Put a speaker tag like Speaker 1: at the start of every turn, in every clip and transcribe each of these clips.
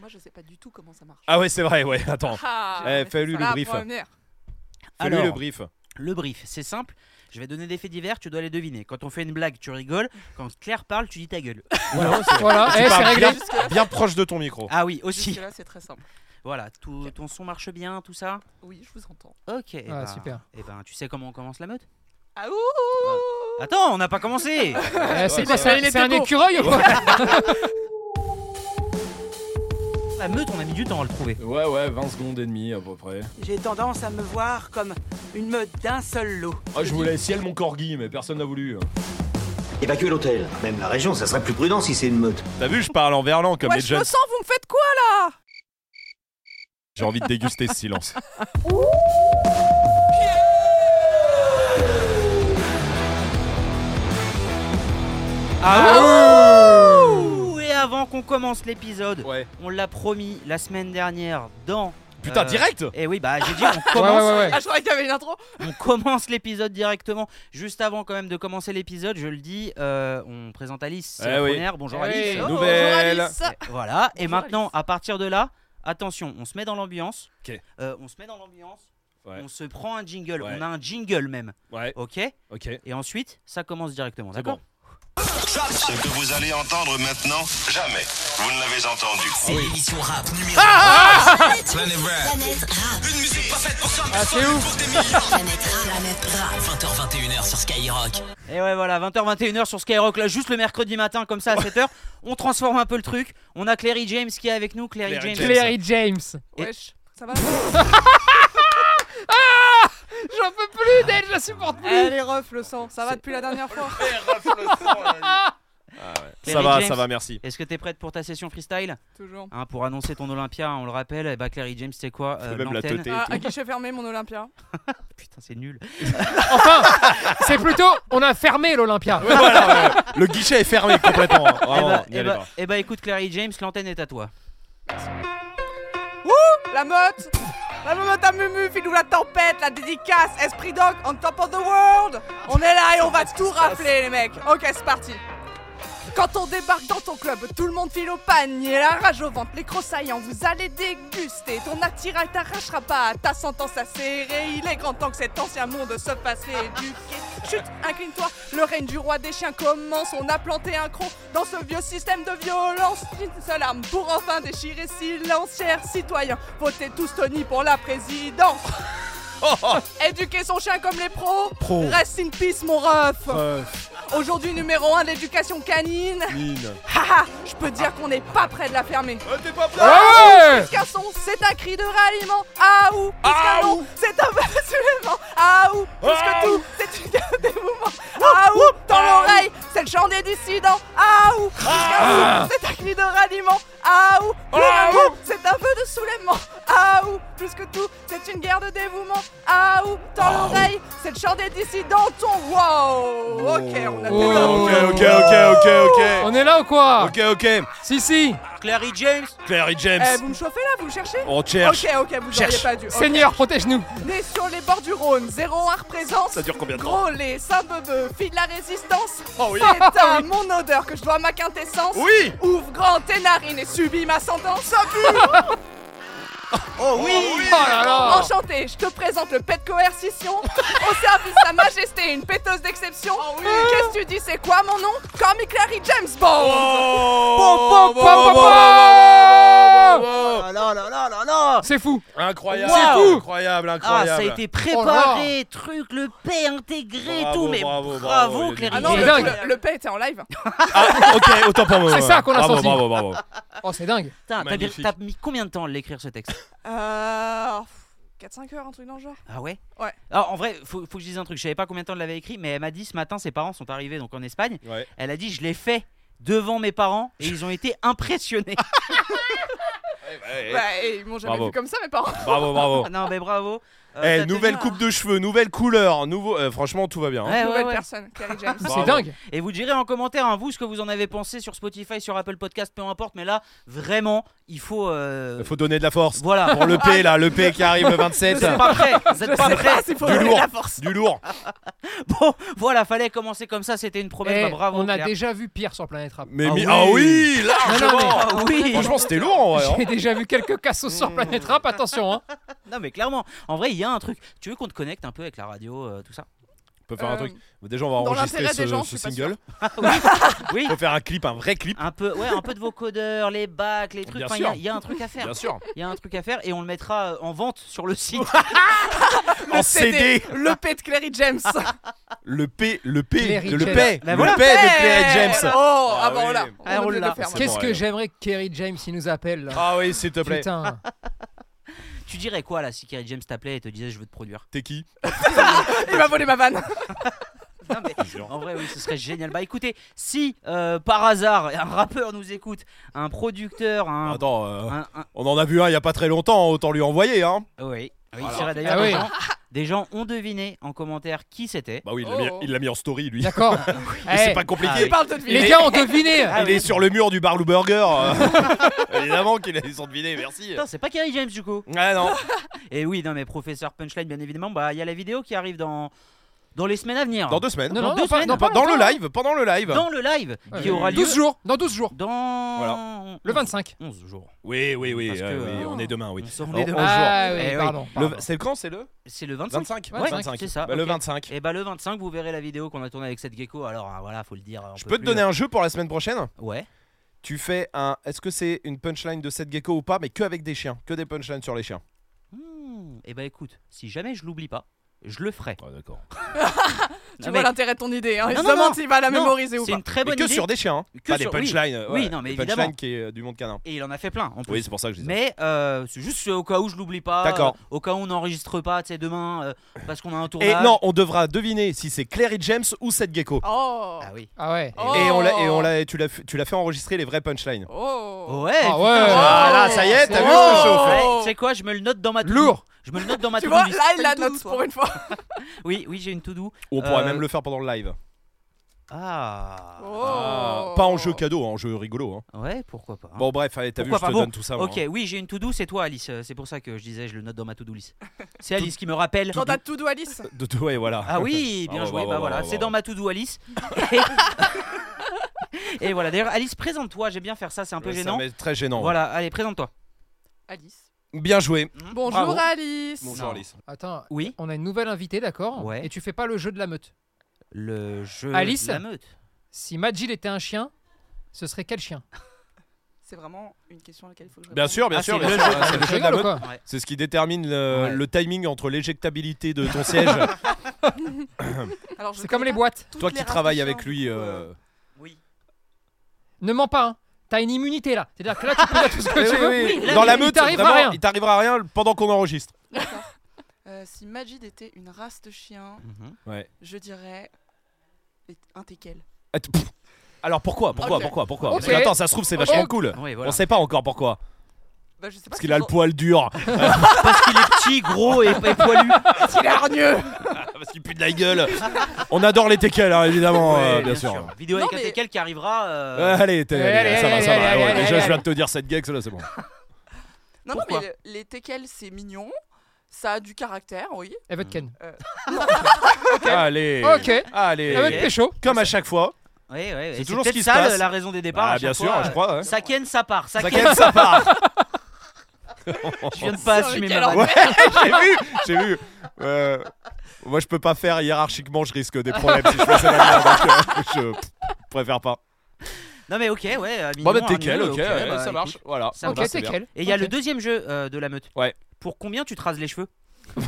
Speaker 1: Moi, je sais pas du tout comment ça marche.
Speaker 2: Ah ouais, c'est vrai, ouais, attends.
Speaker 1: Ah,
Speaker 2: Eh,
Speaker 1: mais
Speaker 2: fais-lui
Speaker 1: c'est
Speaker 2: le
Speaker 1: ça.
Speaker 2: brief.
Speaker 1: La première.
Speaker 2: Fais-lui le
Speaker 3: Alors.
Speaker 2: brief.
Speaker 4: Eh,
Speaker 3: Le brief, c'est simple. Je vais donner des faits divers, tu dois les deviner. Quand on fait une blague, tu rigoles. Quand Claire parle, tu dis ta gueule.
Speaker 4: Voilà, voilà.
Speaker 2: Tu
Speaker 4: Eh, c'est
Speaker 2: parles
Speaker 4: réglé.
Speaker 2: bien,
Speaker 1: Jusque-là,
Speaker 2: bien proche de ton micro.
Speaker 3: Ah oui, aussi.
Speaker 1: jusque-là, c'est très simple.
Speaker 3: Voilà, tout, ton son marche bien, tout ça.
Speaker 1: Oui, je vous entends.
Speaker 3: Ok. eh
Speaker 4: Ah,
Speaker 3: ben-
Speaker 4: super.
Speaker 3: Eh ben, tu sais comment on commence la meute
Speaker 1: Ah ouh
Speaker 3: Attends, on n'a pas commencé
Speaker 4: Eh, c'est
Speaker 2: ouais, c'est
Speaker 4: quoi, c'est
Speaker 2: vrai.
Speaker 4: un- c'est un écureuil ou quoi
Speaker 3: La meute, on a mis du temps à le trouver.
Speaker 5: Ouais, ouais, 20 secondes et demie à peu près.
Speaker 6: J'ai tendance à me voir comme une meute d'un seul lot.
Speaker 5: Ah, je voulais ciel mon corgi, mais personne n'a voulu.
Speaker 7: Évacuer l'hôtel, même la région, ça serait plus prudent si c'est une meute.
Speaker 2: T'as vu, je parle en verlan comme
Speaker 1: Moi,
Speaker 2: les
Speaker 1: je
Speaker 2: jeunes.
Speaker 1: me sens, vous me faites quoi là
Speaker 2: J'ai envie de déguster ce silence.
Speaker 3: Ah Et avant qu'on commence l'épisode,
Speaker 2: Ouais.
Speaker 3: on l'a promis la semaine dernière dans.
Speaker 2: Putain,
Speaker 3: euh,
Speaker 2: direct
Speaker 3: Eh oui, bah j'ai dit, on
Speaker 4: Ouais,
Speaker 3: commence,
Speaker 4: ouais, ouais, ouais.
Speaker 1: Ah, je croyais qu'il y avait une intro.
Speaker 3: on commence l'épisode directement. Juste avant quand même de commencer l'épisode, je le dis, euh, on présente Alice, c'est
Speaker 2: Eh
Speaker 3: la
Speaker 2: oui.
Speaker 3: première. Bonjour
Speaker 4: Eh
Speaker 3: Alice.
Speaker 4: oui.
Speaker 1: Oh,
Speaker 2: Nouvelle.
Speaker 1: bonjour, Alice.
Speaker 3: Et Voilà, et
Speaker 1: Bonjour,
Speaker 3: maintenant,
Speaker 1: Alice.
Speaker 3: à partir de là, attention, on se met dans l'ambiance.
Speaker 2: Ok.
Speaker 3: Euh, on se met dans l'ambiance.
Speaker 2: Ouais.
Speaker 3: On se prend un jingle.
Speaker 2: Ouais.
Speaker 3: On a un jingle même.
Speaker 2: Ouais,
Speaker 3: Ok
Speaker 2: ok.
Speaker 3: Et ensuite, ça commence directement. D'accord
Speaker 8: Ce que vous allez entendre maintenant, jamais vous ne l'avez entendu.
Speaker 9: C'est
Speaker 4: Ah
Speaker 9: l'émission rap numéro un. Planète rap. Une musique pas faite pour ça, mais
Speaker 4: Ah, c'est ouf.
Speaker 9: Planète rap. Planète rap. 20h21h sur Skyrock.
Speaker 3: Et ouais, voilà, 20h, 21h sur Skyrock, là, juste le mercredi matin, comme ça, à 7h. On transforme un peu le truc. On a Clary James qui est avec nous. Clary,
Speaker 2: Clary
Speaker 3: James.
Speaker 2: James.
Speaker 4: Clary James.
Speaker 1: Wesh, ça va
Speaker 4: J'en peux plus d'elle, je la supporte plus.
Speaker 1: Elle est rough Eh, le sang, ça va depuis la dernière fois
Speaker 2: Ça
Speaker 3: Clary
Speaker 2: va,
Speaker 3: James.
Speaker 2: ça va, merci.
Speaker 3: Est-ce que t'es prête pour ta session freestyle
Speaker 1: Toujours.
Speaker 3: Hein, Pour annoncer ton Olympia, hein, on le rappelle, et bah Clary James, c'est quoi euh,
Speaker 2: même la
Speaker 3: l'antenne
Speaker 2: teuté.
Speaker 1: Ah, à guichet fermé, mon Olympia.
Speaker 3: Putain, c'est nul.
Speaker 4: Enfin, c'est plutôt, on a fermé l'Olympia.
Speaker 2: Voilà, ouais. Le guichet est fermé complètement. hein.
Speaker 3: Eh
Speaker 2: Vraiment,
Speaker 3: bah,
Speaker 2: n'y
Speaker 3: eh
Speaker 2: allez
Speaker 3: bah-
Speaker 2: pas.
Speaker 3: eh bah, écoute, Clary James, l'antenne est à toi.
Speaker 1: La meute La meute à Mumu, filou la tempête, la dédicace, esprit dog, on top of the world On est là et on va tout rafler, les mecs Ok, c'est parti quand on débarque dans ton club, tout le monde file au panier, la rage au ventre, les saillants, vous allez déguster. Ton attirail t'arrachera pas, ta sentence à serrer. Il est grand temps que cet ancien monde se fasse rééduquer. Chut, incline-toi, le règne du roi des chiens commence. On a planté un cron dans ce vieux système de violence. Une seule arme pour enfin déchirer silence, chers citoyens. Votez tous Tony pour la présidence. Éduquer son chien comme les pros.
Speaker 2: Pro.
Speaker 1: Rest in peace, mon ref.
Speaker 5: Oh,
Speaker 2: Euh,
Speaker 1: Aujourd'hui, numéro 1 de l'éducation canine.
Speaker 2: mine.
Speaker 1: Haha, je peux dire qu'on n'est pas près de la fermer.
Speaker 4: Ouais.
Speaker 1: Garçon, c'est un cri de ralliement. Ah Aou, plus
Speaker 2: Ah
Speaker 1: qu'un nom, c'est un soulèvement. Aou, plus que tout, c'est une gamme de mouvements. Aou, dans
Speaker 2: Ah
Speaker 1: l'oreille, c'est le chant des dissidents. Aou, plus qu'un son, c'est un cri de ralliement. Aou,
Speaker 2: Ah
Speaker 1: plus qu'un nom, c'est un feu de soulèvement. Aou, plus que tout, c'est une guerre de dévouement. Aou,
Speaker 2: Ah
Speaker 1: dans l'oreille, c'est le chant des dissidents. Ton wow, ok, on a
Speaker 4: Oh.
Speaker 1: fait un-
Speaker 2: Ok, ok, ok, ok, ok.
Speaker 4: On est là ou quoi
Speaker 2: Ok, ok.
Speaker 4: Si, si.
Speaker 3: Clary James
Speaker 2: Clary James.
Speaker 1: Eh, vous me chauffez là, vous me cherchez
Speaker 2: On cherche.
Speaker 1: Ok, ok, vous
Speaker 2: Cherche.
Speaker 1: auriez pas dû. Ok.
Speaker 4: Seigneur, protège-nous.
Speaker 1: Né sur les bords du Rhône, 01 représente.
Speaker 2: Ça dure combien de temps
Speaker 1: Gros lait, Saint-Bebeu, fille de la résistance.
Speaker 2: Oh oui.
Speaker 1: C'est à mon odeur que je dois ma quintessence.
Speaker 2: Oui.
Speaker 1: Ouvre grand tes narines et subis ma sentence.
Speaker 2: Oh oui.
Speaker 4: Oh là là.
Speaker 1: Enchanté, je te présente le pet de coercition. Au service de sa majesté, une péteuse d'exception.
Speaker 2: Ah
Speaker 1: Euh, Qu'est-ce que tu dis, c'est quoi mon nom Comme Clary James Bond.
Speaker 2: Oh,
Speaker 4: Pom, pom, pom, pom, pom.
Speaker 2: oh, oh.
Speaker 3: Ah là là là là là
Speaker 4: C'est fou.
Speaker 2: Incroyable,
Speaker 3: Wow.
Speaker 2: incroyable,
Speaker 3: Ah,
Speaker 2: incroyable.
Speaker 3: ça a été préparé, truc, le paix intégré, et
Speaker 2: Bravo,
Speaker 3: tout, mais
Speaker 2: bravo,
Speaker 3: bravo,
Speaker 2: bravo, il est
Speaker 3: Clary
Speaker 1: Ah non,
Speaker 4: C'est
Speaker 1: le,
Speaker 3: James.
Speaker 4: dingue.
Speaker 1: le, le pet était en live.
Speaker 2: Ah, ok, autant pour moi.
Speaker 4: C'est
Speaker 2: ouais.
Speaker 4: ça qu'on a
Speaker 2: bravo,
Speaker 4: senti.
Speaker 2: Bravo, bravo,
Speaker 4: Oh, c'est dingue.
Speaker 3: Putain, t'as
Speaker 2: Magnifique.
Speaker 3: t'as mis combien de temps à l'écrire ce texte
Speaker 1: Euh. 4-5 heures, un truc dans le genre.
Speaker 3: Ah ouais
Speaker 1: Ouais.
Speaker 3: Alors, en vrai, faut, faut que je dise un truc, je savais pas combien de temps elle l'avait écrit, mais elle m'a dit ce matin, ses parents sont arrivés donc en Espagne,
Speaker 2: Ouais.
Speaker 3: elle a dit je l'ai fait devant mes parents et ils ont été impressionnés.
Speaker 1: Bah, et ils m'ont jamais
Speaker 2: Bravo.
Speaker 1: vu comme ça, mes parents.
Speaker 2: Bravo, bravo.
Speaker 3: Ah non mais bravo.
Speaker 2: Oh.
Speaker 3: Euh,
Speaker 2: Eh,
Speaker 3: t'as
Speaker 2: nouvelle
Speaker 3: tenu,
Speaker 2: coupe de cheveux, nouvelle couleur, nouveau. euh, franchement, tout va bien. hein.
Speaker 3: hein. Ouais, ouais,
Speaker 1: Nouvelle
Speaker 3: ouais.
Speaker 1: personne, Kerry James.
Speaker 4: C'est
Speaker 2: Bravo.
Speaker 4: dingue.
Speaker 3: Et vous direz en commentaire, hein, vous, ce que vous en avez pensé sur Spotify, sur Apple Podcast, peu importe. Mais là, vraiment, il faut. euh,
Speaker 2: Il faut donner de la force.
Speaker 3: Voilà.
Speaker 2: Pour le P là, le P qui arrive le 27.
Speaker 3: Vous êtes pas prêts. Vous
Speaker 1: Je
Speaker 3: êtes pas
Speaker 1: sais
Speaker 3: prêts.
Speaker 1: pas s'il faut
Speaker 2: Du
Speaker 1: donner
Speaker 2: lourd.
Speaker 1: la force.
Speaker 2: Du lourd.
Speaker 1: Ah
Speaker 3: Bon, voilà, fallait commencer comme ça. C'était une
Speaker 2: Oh,
Speaker 3: promesse.
Speaker 4: Eh,
Speaker 3: bah, bravo.
Speaker 4: on a
Speaker 3: Claire.
Speaker 4: déjà vu pire sur Planète Rap.
Speaker 2: Mais
Speaker 10: Ah oui.
Speaker 2: mi- ah oui, largement.
Speaker 4: mais-
Speaker 3: Ah oui.
Speaker 2: Franchement, c'était lourd en vrai. hein.
Speaker 4: J'ai déjà vu quelques cassos
Speaker 2: Mmh.
Speaker 4: sur Planète Rap, attention hein.
Speaker 3: Non, mais clairement. En vrai, il y a un truc. Tu veux qu'on te connecte un peu avec la radio, euh, tout ça
Speaker 2: On peut faire un
Speaker 1: Euh,
Speaker 2: truc. Déjà, on va
Speaker 1: dans
Speaker 2: enregistrer
Speaker 1: l'intérêt
Speaker 2: ce,
Speaker 1: des gens,
Speaker 2: ce
Speaker 1: je suis pas
Speaker 2: single.
Speaker 3: Ah, Oui.
Speaker 2: On peut faire un clip, un vrai clip.
Speaker 3: Un peu, ouais, un peu de vos codeurs, les bacs, les trucs.
Speaker 2: Bien
Speaker 3: Enfin, il y a-
Speaker 2: sûr.
Speaker 3: il y, a un truc à faire.
Speaker 2: Bien sûr.
Speaker 3: Il y a un truc à faire et on le mettra euh, en vente sur le site.
Speaker 2: En CD.
Speaker 1: Le P de Clary James.
Speaker 2: Le P, le P,
Speaker 4: Clary
Speaker 2: de- le
Speaker 4: James.
Speaker 2: P,
Speaker 3: Bah
Speaker 2: le
Speaker 3: voilà.
Speaker 2: P de Clary James.
Speaker 1: Oh,
Speaker 2: Ah
Speaker 1: ah, bah
Speaker 2: oui.
Speaker 1: voilà.
Speaker 3: Ah, on
Speaker 1: est obligé de
Speaker 3: l'a.
Speaker 1: le faire,
Speaker 2: C'est
Speaker 1: maintenant.
Speaker 4: Qu'est-ce
Speaker 2: bon,
Speaker 4: que
Speaker 2: allez.
Speaker 4: j'aimerais que Kerry James il nous appelle là.
Speaker 2: Ah oui, s'il te plaît.
Speaker 4: Putain.
Speaker 3: tu dirais quoi là si Kerry James t'appelait et te disait je veux te produire
Speaker 2: T'es qui
Speaker 1: Il m'a volé ma vanne.
Speaker 3: Non, mais En vrai, oui, ce serait génial. Bah écoutez, si euh, par hasard un rappeur nous écoute, un producteur, un.
Speaker 2: Attends, euh,
Speaker 3: un- un-
Speaker 2: on en a vu un il y a pas très longtemps, autant lui envoyer hein.
Speaker 3: Oui, oui, il serait d'ailleurs
Speaker 4: Ah
Speaker 3: des,
Speaker 4: oui.
Speaker 3: gens, des gens ont deviné en commentaire qui c'était.
Speaker 2: Bah oui, il l'a
Speaker 1: Oh.
Speaker 2: mis- il l'a mis, en story lui.
Speaker 4: D'accord. Eh,
Speaker 2: C'est pas
Speaker 3: Ah,
Speaker 2: compliqué.
Speaker 3: oui.
Speaker 1: Il parle de
Speaker 4: les
Speaker 1: vie.
Speaker 4: gars ont deviné.
Speaker 3: Ah,
Speaker 2: il est sur le mur du Barlou Burger. euh. Évidemment qu'il est sur deviner, merci.
Speaker 3: Putain, c'est pas Kerry James du coup.
Speaker 2: Ah non.
Speaker 3: Et oui, non mais professeur Punchline, bien évidemment, bah il y a la vidéo qui arrive dans dans les semaines à venir.
Speaker 2: Dans deux semaines.
Speaker 4: Non,
Speaker 3: Dans
Speaker 4: non,
Speaker 3: deux
Speaker 4: non, pas-
Speaker 3: semaines.
Speaker 4: non, pas
Speaker 2: Dans le
Speaker 4: longtemps.
Speaker 2: live, pendant le live.
Speaker 3: Dans le live qui
Speaker 4: Euh,
Speaker 3: aura lieu
Speaker 4: 12 jours, dans 12 jours.
Speaker 3: dans
Speaker 4: Le 25.
Speaker 3: 11 jours.
Speaker 2: Oui, oui, oui,
Speaker 3: Parce que,
Speaker 2: euh, oui,
Speaker 3: euh,
Speaker 2: on est demain, oui.
Speaker 3: On sort
Speaker 2: Oh,
Speaker 3: les deux.
Speaker 2: oh,
Speaker 4: Ah
Speaker 3: jours.
Speaker 4: oui,
Speaker 3: Eh oui.
Speaker 4: pardon.
Speaker 2: Le-
Speaker 4: pardon.
Speaker 2: C'est quand c'est le
Speaker 3: C'est le 25.
Speaker 2: 25
Speaker 4: Ouais,
Speaker 2: 25.
Speaker 3: c'est ça,
Speaker 2: Bah, Le
Speaker 3: ok.
Speaker 2: 25.
Speaker 3: Et bah le 25, vous verrez la vidéo qu'on a tournée avec cette gecko. Alors hein, voilà, faut le dire. on
Speaker 2: Je
Speaker 3: peut
Speaker 2: peux te
Speaker 3: plus-
Speaker 2: donner un jeu pour la semaine prochaine
Speaker 3: Ouais.
Speaker 2: Tu fais un. Est-ce que c'est une punchline de Seth Gecko ou pas Mais que avec des chiens. Que des punchlines sur les chiens.
Speaker 3: Et bah écoute, si jamais je l'oublie pas, je le ferai.
Speaker 2: Ah d'accord.
Speaker 1: Tu vois
Speaker 3: Non, mais-
Speaker 1: l'intérêt de ton idée. Hein. Il
Speaker 3: Non,
Speaker 1: se
Speaker 3: non,
Speaker 1: demande
Speaker 3: non.
Speaker 1: s'il va la
Speaker 3: Non,
Speaker 1: mémoriser ou
Speaker 3: C'est
Speaker 1: pas.
Speaker 3: une très bonne
Speaker 2: Mais que
Speaker 3: idée.
Speaker 2: sur des chiens. hein.
Speaker 3: Que
Speaker 2: pas
Speaker 3: sur-
Speaker 2: des
Speaker 3: oui.
Speaker 2: punchlines. euh,
Speaker 3: Oui,
Speaker 2: ouais,
Speaker 3: non, mais
Speaker 2: des
Speaker 3: évidemment.
Speaker 2: punchlines qui est euh, du monde canin.
Speaker 3: Et il en a fait plein. En plus.
Speaker 2: Oui, c'est pour ça que je dis ça.
Speaker 3: Mais euh, c'est juste au cas où je l'oublie pas.
Speaker 2: D'accord.
Speaker 3: euh, au cas où on n'enregistre pas, tu sais, demain, euh, parce qu'on a un tournage.
Speaker 2: Et non, on devra deviner si c'est Clary James ou Seth Gecko.
Speaker 1: Oh.
Speaker 3: Ah oui.
Speaker 4: Ah ouais.
Speaker 1: Oh.
Speaker 2: Et, on l'a, et on l'a, et tu, l'as, fait- tu l'as fait enregistrer les vraies punchlines.
Speaker 1: Oh.
Speaker 3: Ouais.
Speaker 4: Ah
Speaker 3: putain,
Speaker 4: ouais.
Speaker 3: j'ai-
Speaker 2: Ah là, ça y est, t'as
Speaker 4: Oh.
Speaker 2: vu, je te chauffe.
Speaker 1: Oh.
Speaker 3: Ouais, Tu sais quoi, je me le note dans ma to-do.
Speaker 4: Lourd.
Speaker 3: Je me le note dans ma
Speaker 1: Tu
Speaker 3: to-do
Speaker 1: vois,
Speaker 3: list.
Speaker 1: là il la
Speaker 11: Une douce,
Speaker 1: note
Speaker 11: toi.
Speaker 2: hein.
Speaker 1: pour une fois.
Speaker 3: Oui, oui, j'ai une to-do.
Speaker 2: On pourra
Speaker 3: Euh,
Speaker 2: même le faire pendant le live.
Speaker 3: Ah.
Speaker 2: Ah,
Speaker 1: Oh.
Speaker 2: pas en jeu cadeau, hein, en jeu rigolo. hein.
Speaker 3: Ouais, pourquoi pas. hein.
Speaker 2: Bon, bref, allez, t'as vu, je
Speaker 3: Pourquoi
Speaker 2: te
Speaker 3: pas,
Speaker 2: donne tout ça. hein. moi,
Speaker 3: Ok, oui, j'ai une to-do, c'est toi, Alice. euh, C'est pour ça que je disais, je le note dans ma to-do list. C'est Alice qui me rappelle.
Speaker 1: Dans ta to-do Alice.
Speaker 2: hein. De tout, ouais, voilà.
Speaker 3: Ah oui, bien
Speaker 2: Ah, bah,
Speaker 3: joué.
Speaker 2: bah,
Speaker 3: Bah,
Speaker 2: bah,
Speaker 3: voilà,
Speaker 2: bah,
Speaker 3: c'est
Speaker 2: bah,
Speaker 3: dans
Speaker 2: bah.
Speaker 3: ma to-do, Alice. Et, Et voilà, d'ailleurs, Alice, présente-toi. J'aime bien faire ça, c'est un peu
Speaker 2: Ouais, ça
Speaker 3: gênant.
Speaker 2: m'est très gênant.
Speaker 3: Voilà, allez, présente-toi.
Speaker 1: Alice.
Speaker 2: Bien joué.
Speaker 1: Bonjour
Speaker 3: Bravo.
Speaker 1: Alice.
Speaker 2: Bonjour
Speaker 3: Non.
Speaker 2: Alice.
Speaker 4: Attends,
Speaker 3: Oui,
Speaker 4: on a une nouvelle invitée, d'accord
Speaker 3: Ouais.
Speaker 4: Et tu fais pas le jeu de la meute.
Speaker 3: le jeu
Speaker 4: Alice
Speaker 3: de la meute.
Speaker 4: Si Majid était un chien, ce serait quel chien
Speaker 11: C'est vraiment une question à laquelle il faut que je
Speaker 2: Bien sûr, bien
Speaker 3: Ah,
Speaker 2: sûr.
Speaker 3: c'est
Speaker 2: bien
Speaker 3: le
Speaker 2: sûr.
Speaker 3: jeu.
Speaker 2: Ah, c'est le
Speaker 4: Tu
Speaker 2: jeu de la
Speaker 4: rigoles ou
Speaker 2: meute.
Speaker 4: quoi
Speaker 2: C'est ce qui détermine le,
Speaker 3: Ouais.
Speaker 2: le timing entre l'éjectabilité de ton siège.
Speaker 11: Alors, je
Speaker 4: C'est comme
Speaker 11: connais
Speaker 4: les
Speaker 11: pas
Speaker 4: boîtes.
Speaker 11: toutes
Speaker 2: Toi
Speaker 11: les
Speaker 2: qui
Speaker 11: races de
Speaker 2: travailles
Speaker 11: chiens,
Speaker 2: avec lui.
Speaker 11: donc,
Speaker 2: euh,
Speaker 11: euh,
Speaker 3: Oui.
Speaker 4: Ne mens pas, hein. T'as une immunité là. C'est-à-dire que là, tu peux dire tout ce que tu veux.
Speaker 2: oui, oui.
Speaker 3: là,
Speaker 2: Dans
Speaker 3: il-
Speaker 2: la
Speaker 4: il
Speaker 2: meute,
Speaker 4: t'arrivera
Speaker 2: vraiment,
Speaker 4: rien.
Speaker 2: il t'arrivera rien pendant qu'on enregistre.
Speaker 11: euh, si Majid était une race de chien,
Speaker 3: Mhm.
Speaker 11: je dirais les- un teckel.
Speaker 2: Ah, t- pff. Alors pourquoi Pourquoi
Speaker 1: Ok.
Speaker 2: Pourquoi Pourquoi Parce
Speaker 4: Ok.
Speaker 2: que attends, ça se trouve c'est vachement
Speaker 4: Ok.
Speaker 2: cool.
Speaker 1: Ah
Speaker 3: Oui,
Speaker 2: On
Speaker 3: voilà.
Speaker 2: sait pas encore pourquoi.
Speaker 11: Bah, je sais pas.
Speaker 2: Parce
Speaker 11: si
Speaker 2: qu'il a
Speaker 11: ils
Speaker 2: le
Speaker 11: ont-
Speaker 2: poil dur.
Speaker 3: Parce qu'il est petit, gros et, et poilu.
Speaker 1: Il est hargneux.
Speaker 2: Parce qu'il pue de la gueule. On adore les teckels, hein, évidemment, euh,
Speaker 3: Ouais,
Speaker 2: bien, sûr.
Speaker 3: Vidéo
Speaker 11: Non,
Speaker 3: avec
Speaker 11: mais-
Speaker 3: un TKL qui arrivera. euh,
Speaker 2: Euh, allez, t'es-
Speaker 4: Allez,
Speaker 2: allez, ça va,
Speaker 4: allez,
Speaker 2: ça va.
Speaker 4: allez,
Speaker 2: Ouais,
Speaker 4: allez,
Speaker 2: Déjà,
Speaker 4: allez,
Speaker 2: je viens de te dire cette gag, là c'est bon.
Speaker 11: Non,
Speaker 3: Pourquoi
Speaker 11: non, mais le- les teckels, c'est mignon. Ça a du caractère, oui.
Speaker 4: Elle veut te Eh, ken.
Speaker 2: Allez,
Speaker 4: Ok. Elle veut
Speaker 2: allez.
Speaker 4: te pécho.
Speaker 2: Comme à chaque fois.
Speaker 3: ouais, ouais, et
Speaker 2: C'est toujours ce
Speaker 3: peut-être
Speaker 2: qui se
Speaker 3: ça,
Speaker 2: passe.
Speaker 3: le- la raison des départs.
Speaker 2: Ah,
Speaker 3: à
Speaker 2: bien
Speaker 3: chaque
Speaker 2: sûr,
Speaker 3: fois,
Speaker 2: je
Speaker 3: euh,
Speaker 2: crois. ouais.
Speaker 3: Ça ken, ça part. Ça
Speaker 2: Ça
Speaker 3: ken,
Speaker 2: ken, ça part.
Speaker 3: je viens de pas
Speaker 1: Sur
Speaker 3: assumer
Speaker 1: lequel
Speaker 3: ma
Speaker 1: on-
Speaker 2: Ouais, j'ai vu, j'ai vu. Euh, moi, je peux pas faire hiérarchiquement, je risque des problèmes si je fais ça maintenant, donc euh, je préfère pas.
Speaker 3: Non mais ok, ouais. à minimum,
Speaker 2: Bon, bah,
Speaker 3: un
Speaker 2: t'es
Speaker 3: minimum,
Speaker 2: ok,
Speaker 3: ok,
Speaker 2: ouais,
Speaker 3: bah,
Speaker 2: ça
Speaker 3: écoute.
Speaker 2: marche. Voilà.
Speaker 3: ça
Speaker 4: Ok,
Speaker 3: marche,
Speaker 4: c'est quel
Speaker 3: Et il y a
Speaker 4: Ok.
Speaker 3: le deuxième jeu euh, de la meute.
Speaker 2: Ouais.
Speaker 3: Pour combien tu te rases les cheveux
Speaker 11: Il